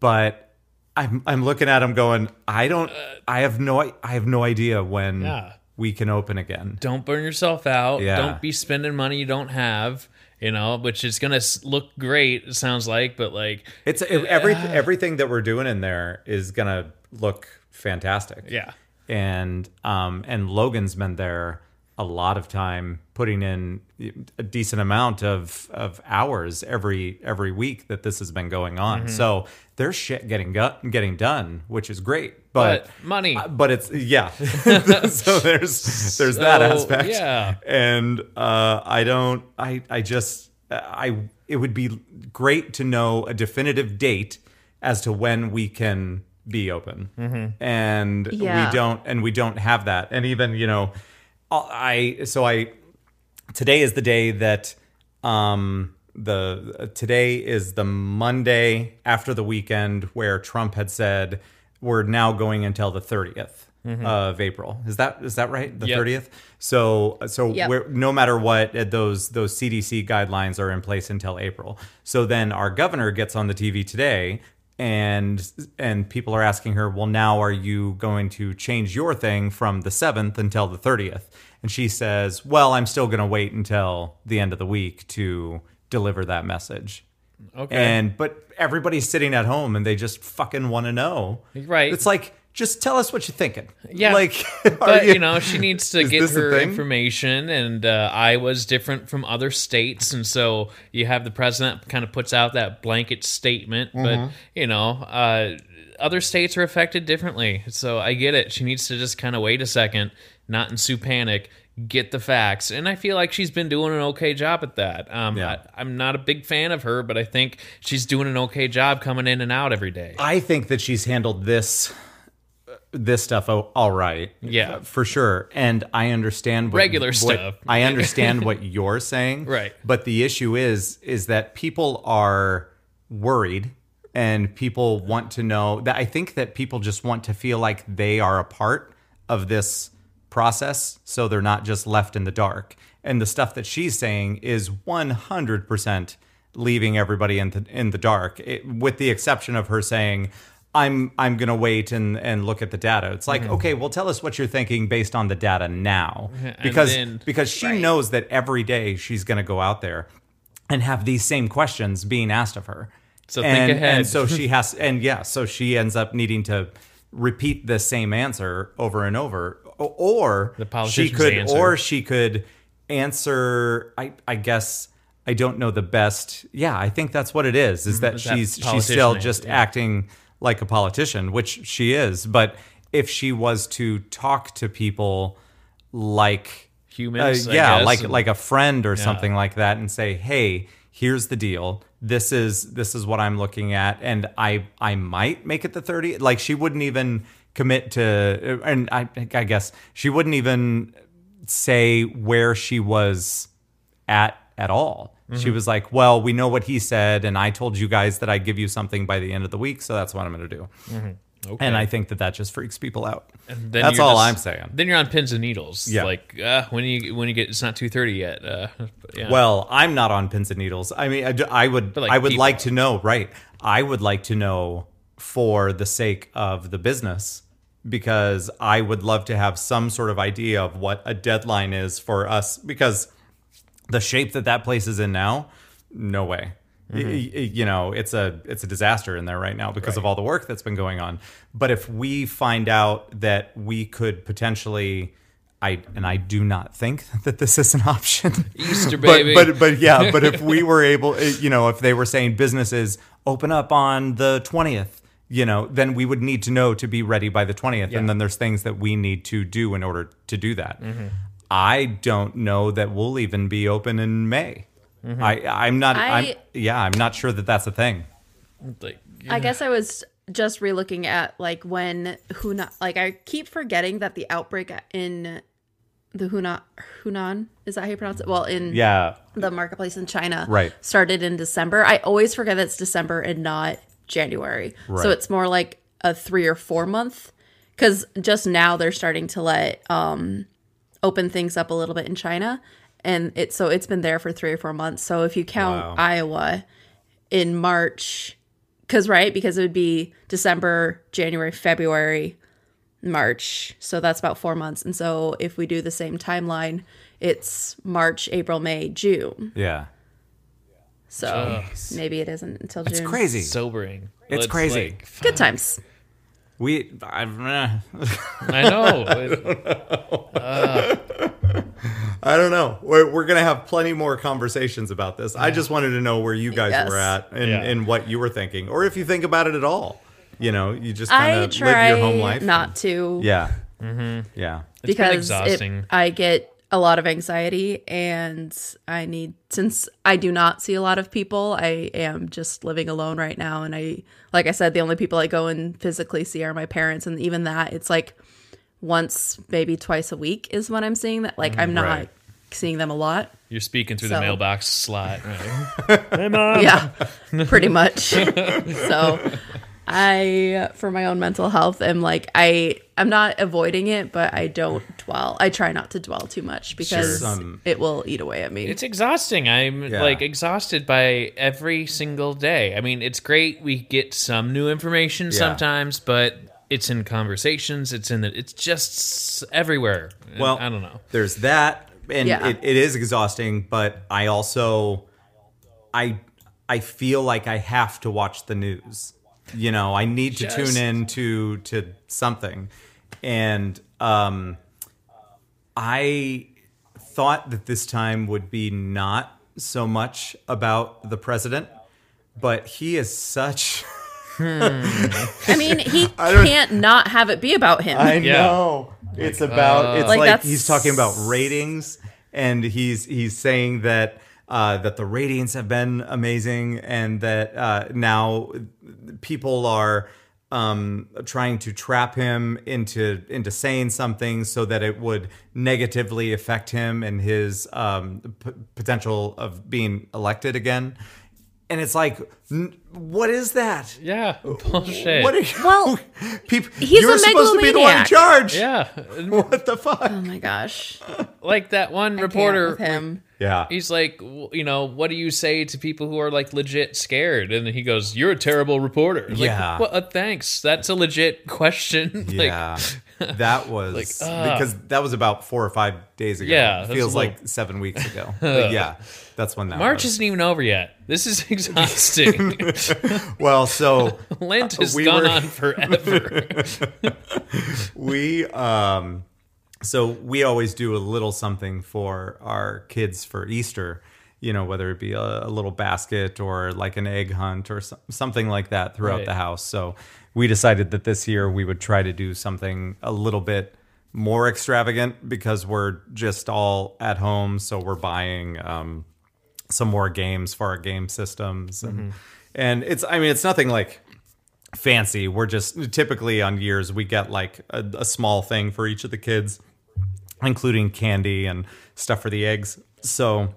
Speaker 1: but I'm I'm looking at him going, I don't I have no I have no idea when
Speaker 2: Yeah.
Speaker 1: we can open again.
Speaker 2: don't burn yourself out.
Speaker 1: Yeah.
Speaker 2: Don't be spending money you don't have. You know, which is gonna s- look great. It sounds like, but like,
Speaker 1: It's
Speaker 2: Uh,
Speaker 1: every everything that we're doing in there is going to look fantastic.
Speaker 2: yeah,
Speaker 1: And um and Logan's been there a lot of time putting in a decent amount of of hours every every week that this has been going on.
Speaker 2: Mm-hmm.
Speaker 1: So there's shit getting got, getting done, which is great.
Speaker 2: but,
Speaker 1: But,
Speaker 2: money.
Speaker 1: Uh, but it's yeah. so there's there's that
Speaker 2: So,
Speaker 1: aspect.
Speaker 2: yeah.
Speaker 1: And uh, I don't. I I just I it would be great to know a definitive date as to when we can be open.
Speaker 2: Mm-hmm.
Speaker 1: And
Speaker 3: Yeah.
Speaker 1: we don't. And we don't have that. And even you know, uh, I so I today is the day that um the uh, today is the Monday after the weekend where Trump had said we're now going until the 30th of April. Is that is that right? The
Speaker 2: Yep.
Speaker 1: 30th. So so
Speaker 3: Yep.
Speaker 1: we're, no matter what uh, those those CDC guidelines are in place until April. So then our governor gets on the TV today and and people are asking her, "Well, now are you going to change your thing from the 7th until the 30th?" And she says, "Well, I'm still going to wait until the end of the week to deliver that message."
Speaker 2: okay.
Speaker 1: And but everybody's sitting at home and they just fucking want to know.
Speaker 2: Right.
Speaker 1: It's like just tell us what you're thinking.
Speaker 2: Yeah.
Speaker 1: Like
Speaker 2: but you, know she needs to
Speaker 1: Is
Speaker 2: get
Speaker 1: this a
Speaker 2: her
Speaker 1: thing?
Speaker 2: information and uh, iowa's different from other states and so you have the president kind of puts out that blanket statement
Speaker 1: Mm-hmm.
Speaker 2: but you know uh, other states are affected differently so i get it she needs to just kind of wait a second not ensue panic get the facts and i feel like she's been doing an okay job at that um,
Speaker 1: Yeah.
Speaker 2: I, i'm not a big fan of her but i think she's doing an okay job coming in and out every day
Speaker 1: I think that she's handled this this stuff o- all right.
Speaker 2: Yeah.
Speaker 1: Uh, for sure. And I understand what,
Speaker 2: Regular
Speaker 1: what-
Speaker 2: stuff.
Speaker 1: I understand what you're saying.
Speaker 2: Right.
Speaker 1: But the issue is is that people are worried and people want to know that I think that people just want to feel like they are a part of this process so they're not just left in the dark. And the stuff that she's saying is 100% leaving everybody in the, in the dark it, with the exception of her saying I'm I'm gonna wait and and look at the data. It's
Speaker 2: Mm-hmm.
Speaker 1: like okay, well, tell us what you're thinking based on the data now, because
Speaker 2: then-
Speaker 1: because she knows that every day she's gonna go out there and have these same questions being asked of her.
Speaker 2: So think
Speaker 1: and,
Speaker 2: ahead.
Speaker 1: and so she has, and yeah, so she ends up needing to repeat the same answer over and over, O- or the she
Speaker 2: politician's
Speaker 1: could,
Speaker 2: answer.
Speaker 1: or she could answer. I I guess I don't know the best. Yeah, I think that's what it is. Is that
Speaker 2: Mm-hmm. that
Speaker 1: she's she's
Speaker 2: politician
Speaker 1: still
Speaker 2: answer,
Speaker 1: just
Speaker 2: yeah.
Speaker 1: acting like a politician, which she is, but if she was to talk to people like uh,
Speaker 2: Humans, I
Speaker 1: yeah,
Speaker 2: guess,
Speaker 1: like
Speaker 2: and-
Speaker 1: like a friend or something like that, and say, "Hey, here's the deal. This is this is what I'm looking at, and I I might make it the 30." Like she wouldn't even commit to, and I I guess she wouldn't even say where she was at at all.
Speaker 2: Mm-hmm.
Speaker 1: She was like, "Well, we know what he said, and I told you guys that I'd give you something by the end of the week, so that's what I'm going to do."
Speaker 2: Mm-hmm. Okay.
Speaker 1: And I think that that just freaks people out.
Speaker 2: Then
Speaker 1: that's
Speaker 2: you're
Speaker 1: all
Speaker 2: just-
Speaker 1: I'm saying.
Speaker 2: Then you're on pins and needles.
Speaker 1: Yeah.
Speaker 2: Like uh, when you when you get it's not two thirty yet. Uh, but yeah.
Speaker 1: Well, I'm not on pins and needles. I mean, I, d- I would,
Speaker 2: like
Speaker 1: I would
Speaker 2: people.
Speaker 1: like to know, right? I would like to know for the sake of the business because I would love to have some sort of idea of what a deadline is for us because the shape that that place is in now, no way. Y- y- You know, it's a it's a disaster in there right now because of all the work that's been going on. But if we find out that we could potentially, I and I do not think that this is an option.
Speaker 2: Easter
Speaker 1: but,
Speaker 2: baby.
Speaker 1: but but yeah, but if we were able, eh, you know, if they were saying businesses open up on the twentieth, you know, then we would need to know to be ready by the twentieth, and then there's things that we need to do in order to do that. I don't know that we'll even be open in May. I I'm not I, am
Speaker 3: I-
Speaker 1: yeah I'm not sure that that's a thing.
Speaker 2: like,
Speaker 3: I guess I was just relooking at like when Hunan, like I keep forgetting that the outbreak in the Hunan, Hunan is that how you pronounce it? Well, in
Speaker 1: Yeah,
Speaker 3: the marketplace in China
Speaker 1: Right.
Speaker 3: started in December. I always forget that it's December and not January. So
Speaker 1: Right.
Speaker 3: it's more like a three or four month because just now they're starting to let um, open things up a little bit in China. And it's so it's been there for three or four months. So if you count
Speaker 1: Wow.
Speaker 3: Iowa in March, because right, because it would be December, January, February, March. So that's about four months. And so if we do the same timeline, it's March, April, May, June.
Speaker 1: yeah,
Speaker 3: So maybe it isn't until June.
Speaker 1: it's crazy.
Speaker 2: sobering.
Speaker 1: It's
Speaker 2: Let's,
Speaker 1: crazy.
Speaker 2: like, f-
Speaker 3: Good times.
Speaker 1: we uh, I,
Speaker 2: I know. It-
Speaker 1: I don't know. We're, we're gonna have plenty more conversations about this. I just wanted to know where you guys
Speaker 3: Yes.
Speaker 1: were at and,
Speaker 2: Yeah.
Speaker 1: and what you were thinking, or if you think about it at all. You know, you just kind
Speaker 3: I
Speaker 1: of
Speaker 3: try
Speaker 1: live your home life.
Speaker 3: not to.
Speaker 1: yeah, yeah.
Speaker 2: been
Speaker 3: because it-
Speaker 2: exhausting.
Speaker 3: I get a lot of anxiety and I need since I do not see a lot of people, I am just living alone right now and I like I said the only people I go and physically see are my parents and even that it's like once maybe twice a week is when I'm seeing that like I'm not
Speaker 1: Right.
Speaker 3: seeing them a lot.
Speaker 2: you're speaking through
Speaker 3: So-
Speaker 2: the mailbox slot. Right?
Speaker 3: yeah, pretty much. so I, for my own mental health, am like I I'm not avoiding it, but I don't dwell. I try not to dwell too much because
Speaker 1: Sure. Um,
Speaker 3: it will eat away at me.
Speaker 2: It's exhausting. I'm
Speaker 1: Yeah.
Speaker 2: like exhausted by every single day. I mean, it's great we get some new information sometimes, but it's in conversations. It's in the. It's just s- everywhere. And
Speaker 1: Well,
Speaker 2: I don't know.
Speaker 1: There's that, and
Speaker 3: Yeah.
Speaker 1: it, it is exhausting. But I also, I, I feel like I have to watch the news. You know, I need to
Speaker 2: Just-
Speaker 1: tune in to to something, and um, I thought that this time would be not so much about the president, but he is such.
Speaker 3: I mean, he
Speaker 1: don't-
Speaker 3: can't not have it be about him.
Speaker 1: I
Speaker 2: Yeah. uh,
Speaker 1: know. It's about it's
Speaker 3: Like,
Speaker 1: like,
Speaker 3: that's-
Speaker 1: he's talking about ratings and he's he's saying that uh, that the ratings have been amazing and that uh, now people are um, trying to trap him into into saying something so that it would negatively affect him and his um, p- potential of being elected again. And it's like, n- what is that?
Speaker 2: Yeah, bullshit.
Speaker 1: What are you?
Speaker 3: Well,
Speaker 1: people,
Speaker 3: he's
Speaker 1: you're
Speaker 3: a
Speaker 1: supposed to be the one in
Speaker 3: megalomaniac.
Speaker 1: charge.
Speaker 2: yeah,
Speaker 1: What the fuck?
Speaker 3: oh my gosh, I can't
Speaker 2: like that one reporter.
Speaker 3: with him.
Speaker 1: Yeah.
Speaker 2: He's like, w- you know, what do you say to people who are like legit scared? And he goes, "You're a terrible reporter." Like,
Speaker 1: Yeah.
Speaker 2: Well, uh, thanks. That's a legit question. like,
Speaker 1: yeah. that was
Speaker 2: ah.
Speaker 1: because that was about four or five days ago.
Speaker 2: Yeah,
Speaker 1: It
Speaker 2: that's
Speaker 1: feels
Speaker 2: a little-
Speaker 1: like seven weeks ago. But yeah, that's when that
Speaker 2: March
Speaker 1: was.
Speaker 2: isn't even over yet. This is exhausting.
Speaker 1: Well, so
Speaker 2: Lent has
Speaker 1: we
Speaker 2: gone
Speaker 1: were-
Speaker 2: on forever.
Speaker 1: we um so we always do a little something for our kids for easter you know whether it be a, a little basket or like an egg hunt or so, something like that throughout
Speaker 2: Right.
Speaker 1: the house so we decided that this year we would try to do something a little bit more extravagant because we're just all at home, so we're buying um, some more games for our game systems, and and it's I mean it's nothing like fancy. We're just typically on years we get like a, a small thing for each of the kids, including candy and stuff for the eggs. So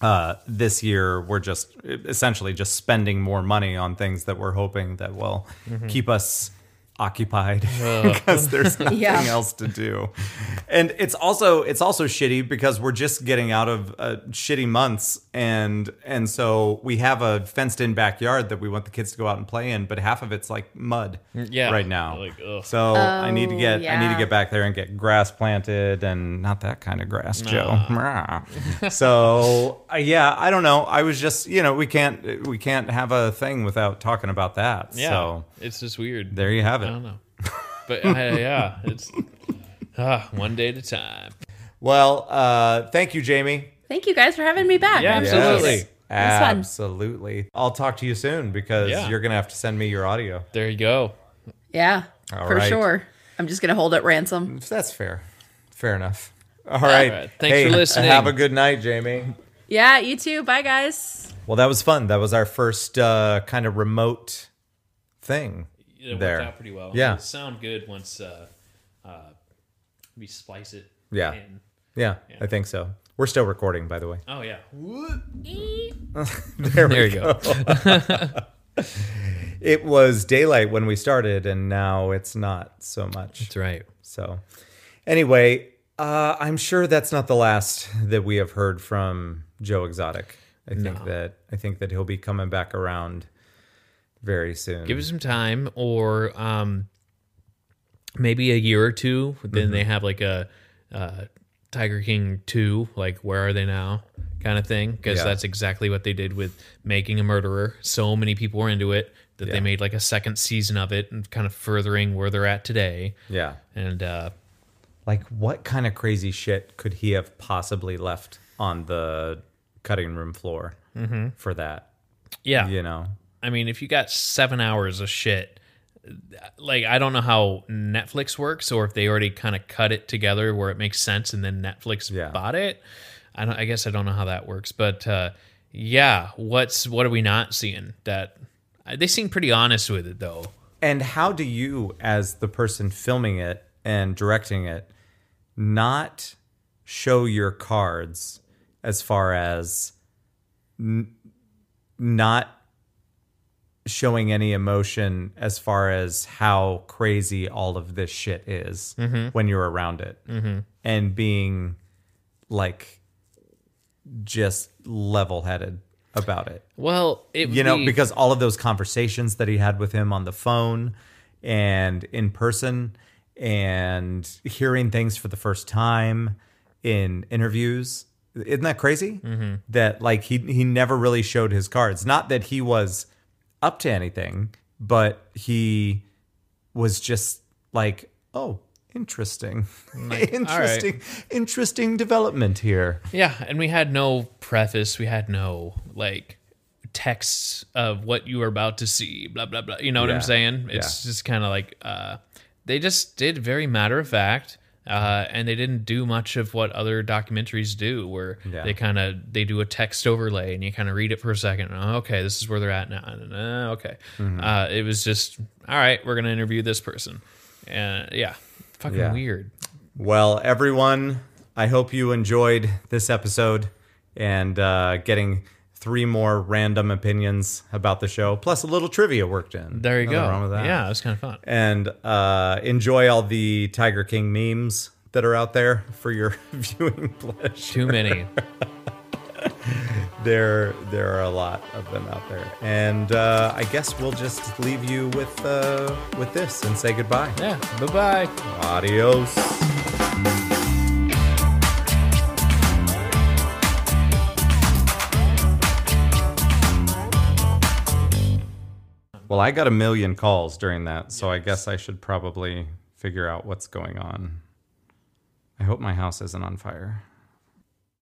Speaker 1: uh, this year we're just essentially just spending more money on things that we're hoping that will
Speaker 2: Mm-hmm.
Speaker 1: keep us occupied because there's nothing
Speaker 3: Yeah.
Speaker 1: else to do and it's also it's also shitty because we're just getting out of uh, shitty months and and so we have a fenced in backyard that we want the kids to go out and play in but half of it's like mud
Speaker 2: yeah.
Speaker 1: right now
Speaker 2: Like, ugh.
Speaker 1: so i need to
Speaker 3: Oh,
Speaker 1: get i need to
Speaker 3: yeah.
Speaker 1: get back there and get grass planted and not that kind of grass joe Mrah. so uh, yeah i don't know i was just you know we can't we can't have a thing without talking about that
Speaker 2: Yeah,
Speaker 1: so
Speaker 2: it's just weird.
Speaker 1: there you have
Speaker 2: I don't
Speaker 1: it
Speaker 2: know, but uh, yeah, it's uh, one day at a time.
Speaker 1: well uh thank you jamie
Speaker 3: Thank you guys for having me back.
Speaker 2: Yeah,
Speaker 3: I appreciate
Speaker 2: absolutely.
Speaker 3: it. It was fun.
Speaker 1: absolutely i'll talk to you soon because
Speaker 2: Yeah.
Speaker 1: you're gonna have to send me your audio
Speaker 2: There you go.
Speaker 3: Yeah,
Speaker 1: All
Speaker 3: for
Speaker 1: right.
Speaker 3: sure. I'm just gonna hold it ransom.
Speaker 1: that's fair fair enough all right,
Speaker 2: right. Thanks
Speaker 1: Hey,
Speaker 2: for listening.
Speaker 1: have a good night jamie
Speaker 3: Yeah, you too. Bye, guys.
Speaker 1: Well, that was fun. That was our first uh, kind of remote thing.
Speaker 2: It
Speaker 1: There.
Speaker 2: worked out pretty well.
Speaker 1: Yeah.
Speaker 2: It'll sound good once uh, uh, we splice it.
Speaker 1: Yeah.
Speaker 2: In.
Speaker 1: Yeah, I think so. We're still recording, by the way.
Speaker 2: Oh yeah.
Speaker 1: There, we
Speaker 2: There you go.
Speaker 1: It was daylight when we started, and now it's not so much.
Speaker 2: That's right.
Speaker 1: So, anyway, uh, I'm sure that's not the last that we have heard from Joe Exotic. I think that I think that he'll be coming back around very soon.
Speaker 2: Give it some time, or um, maybe a year or two. Then they
Speaker 1: Mm-hmm.
Speaker 2: have like a uh, Tiger King two, like where are they now, kind of thing. Because
Speaker 1: Yeah.
Speaker 2: that's exactly what they did with Making a Murderer. So many people were into it that
Speaker 1: Yeah.
Speaker 2: they made like a second season of it and kind of furthering where they're at today.
Speaker 1: yeah.
Speaker 2: And uh,
Speaker 1: Like, what kind of crazy shit could he have possibly left on the cutting room floor
Speaker 2: Mm-hmm.
Speaker 1: for that?
Speaker 2: yeah,
Speaker 1: You know?
Speaker 2: I mean, if you got seven hours of shit, like I don't know how Netflix works, or if they already kind of cut it together where it makes sense, and then Netflix
Speaker 1: Yeah.
Speaker 2: bought it. I don't. I guess I don't know how that works, but uh, yeah, what's what are we not seeing? That I- they seem pretty honest with it, though.
Speaker 1: And how do you, as the person filming it and directing it, not show your cards as far as n- not showing any emotion as far as how crazy all of this shit is when you're around it and being like just level headed about it?
Speaker 2: Well, it
Speaker 1: you know
Speaker 2: be-
Speaker 1: because all of those conversations that he had with him on the phone and in person and hearing things for the first time in interviews isn't that crazy
Speaker 2: Mm-hmm.
Speaker 1: that like he he never really showed his cards not that he was up to anything but he was just like oh interesting interesting interesting development here
Speaker 2: Yeah, and we had no preface. We had no like texts of what you were about to see. Blah blah blah. You know what
Speaker 1: Yeah,
Speaker 2: I'm saying? It's just kind of like uh, they just did very matter of fact, uh, and they didn't do much of what other documentaries do, where
Speaker 1: Yeah.
Speaker 2: they kind of they do a text overlay and you kind of read it for a second. and, oh, okay, this is where they're at now. And, uh, okay,
Speaker 1: Mm-hmm.
Speaker 2: uh, it was just all right. We're gonna interview this person, and yeah, fucking
Speaker 1: Yeah.
Speaker 2: weird.
Speaker 1: Well, everyone, I hope you enjoyed this episode and uh, getting three more random opinions about the show, plus a little trivia worked in.
Speaker 2: There you
Speaker 1: Nothing
Speaker 2: go.
Speaker 1: Wrong with that.
Speaker 2: Yeah, it was kind of fun.
Speaker 1: And uh, enjoy all the Tiger King memes that are out there for your viewing pleasure.
Speaker 2: Too many.
Speaker 1: There, there are a lot of them out there. And uh, I guess we'll just leave you with uh, with this and say goodbye.
Speaker 2: yeah. Bye bye.
Speaker 1: Adios. Well, I got a million calls during that, so I guess I should probably figure out what's going on. I hope my house isn't on fire.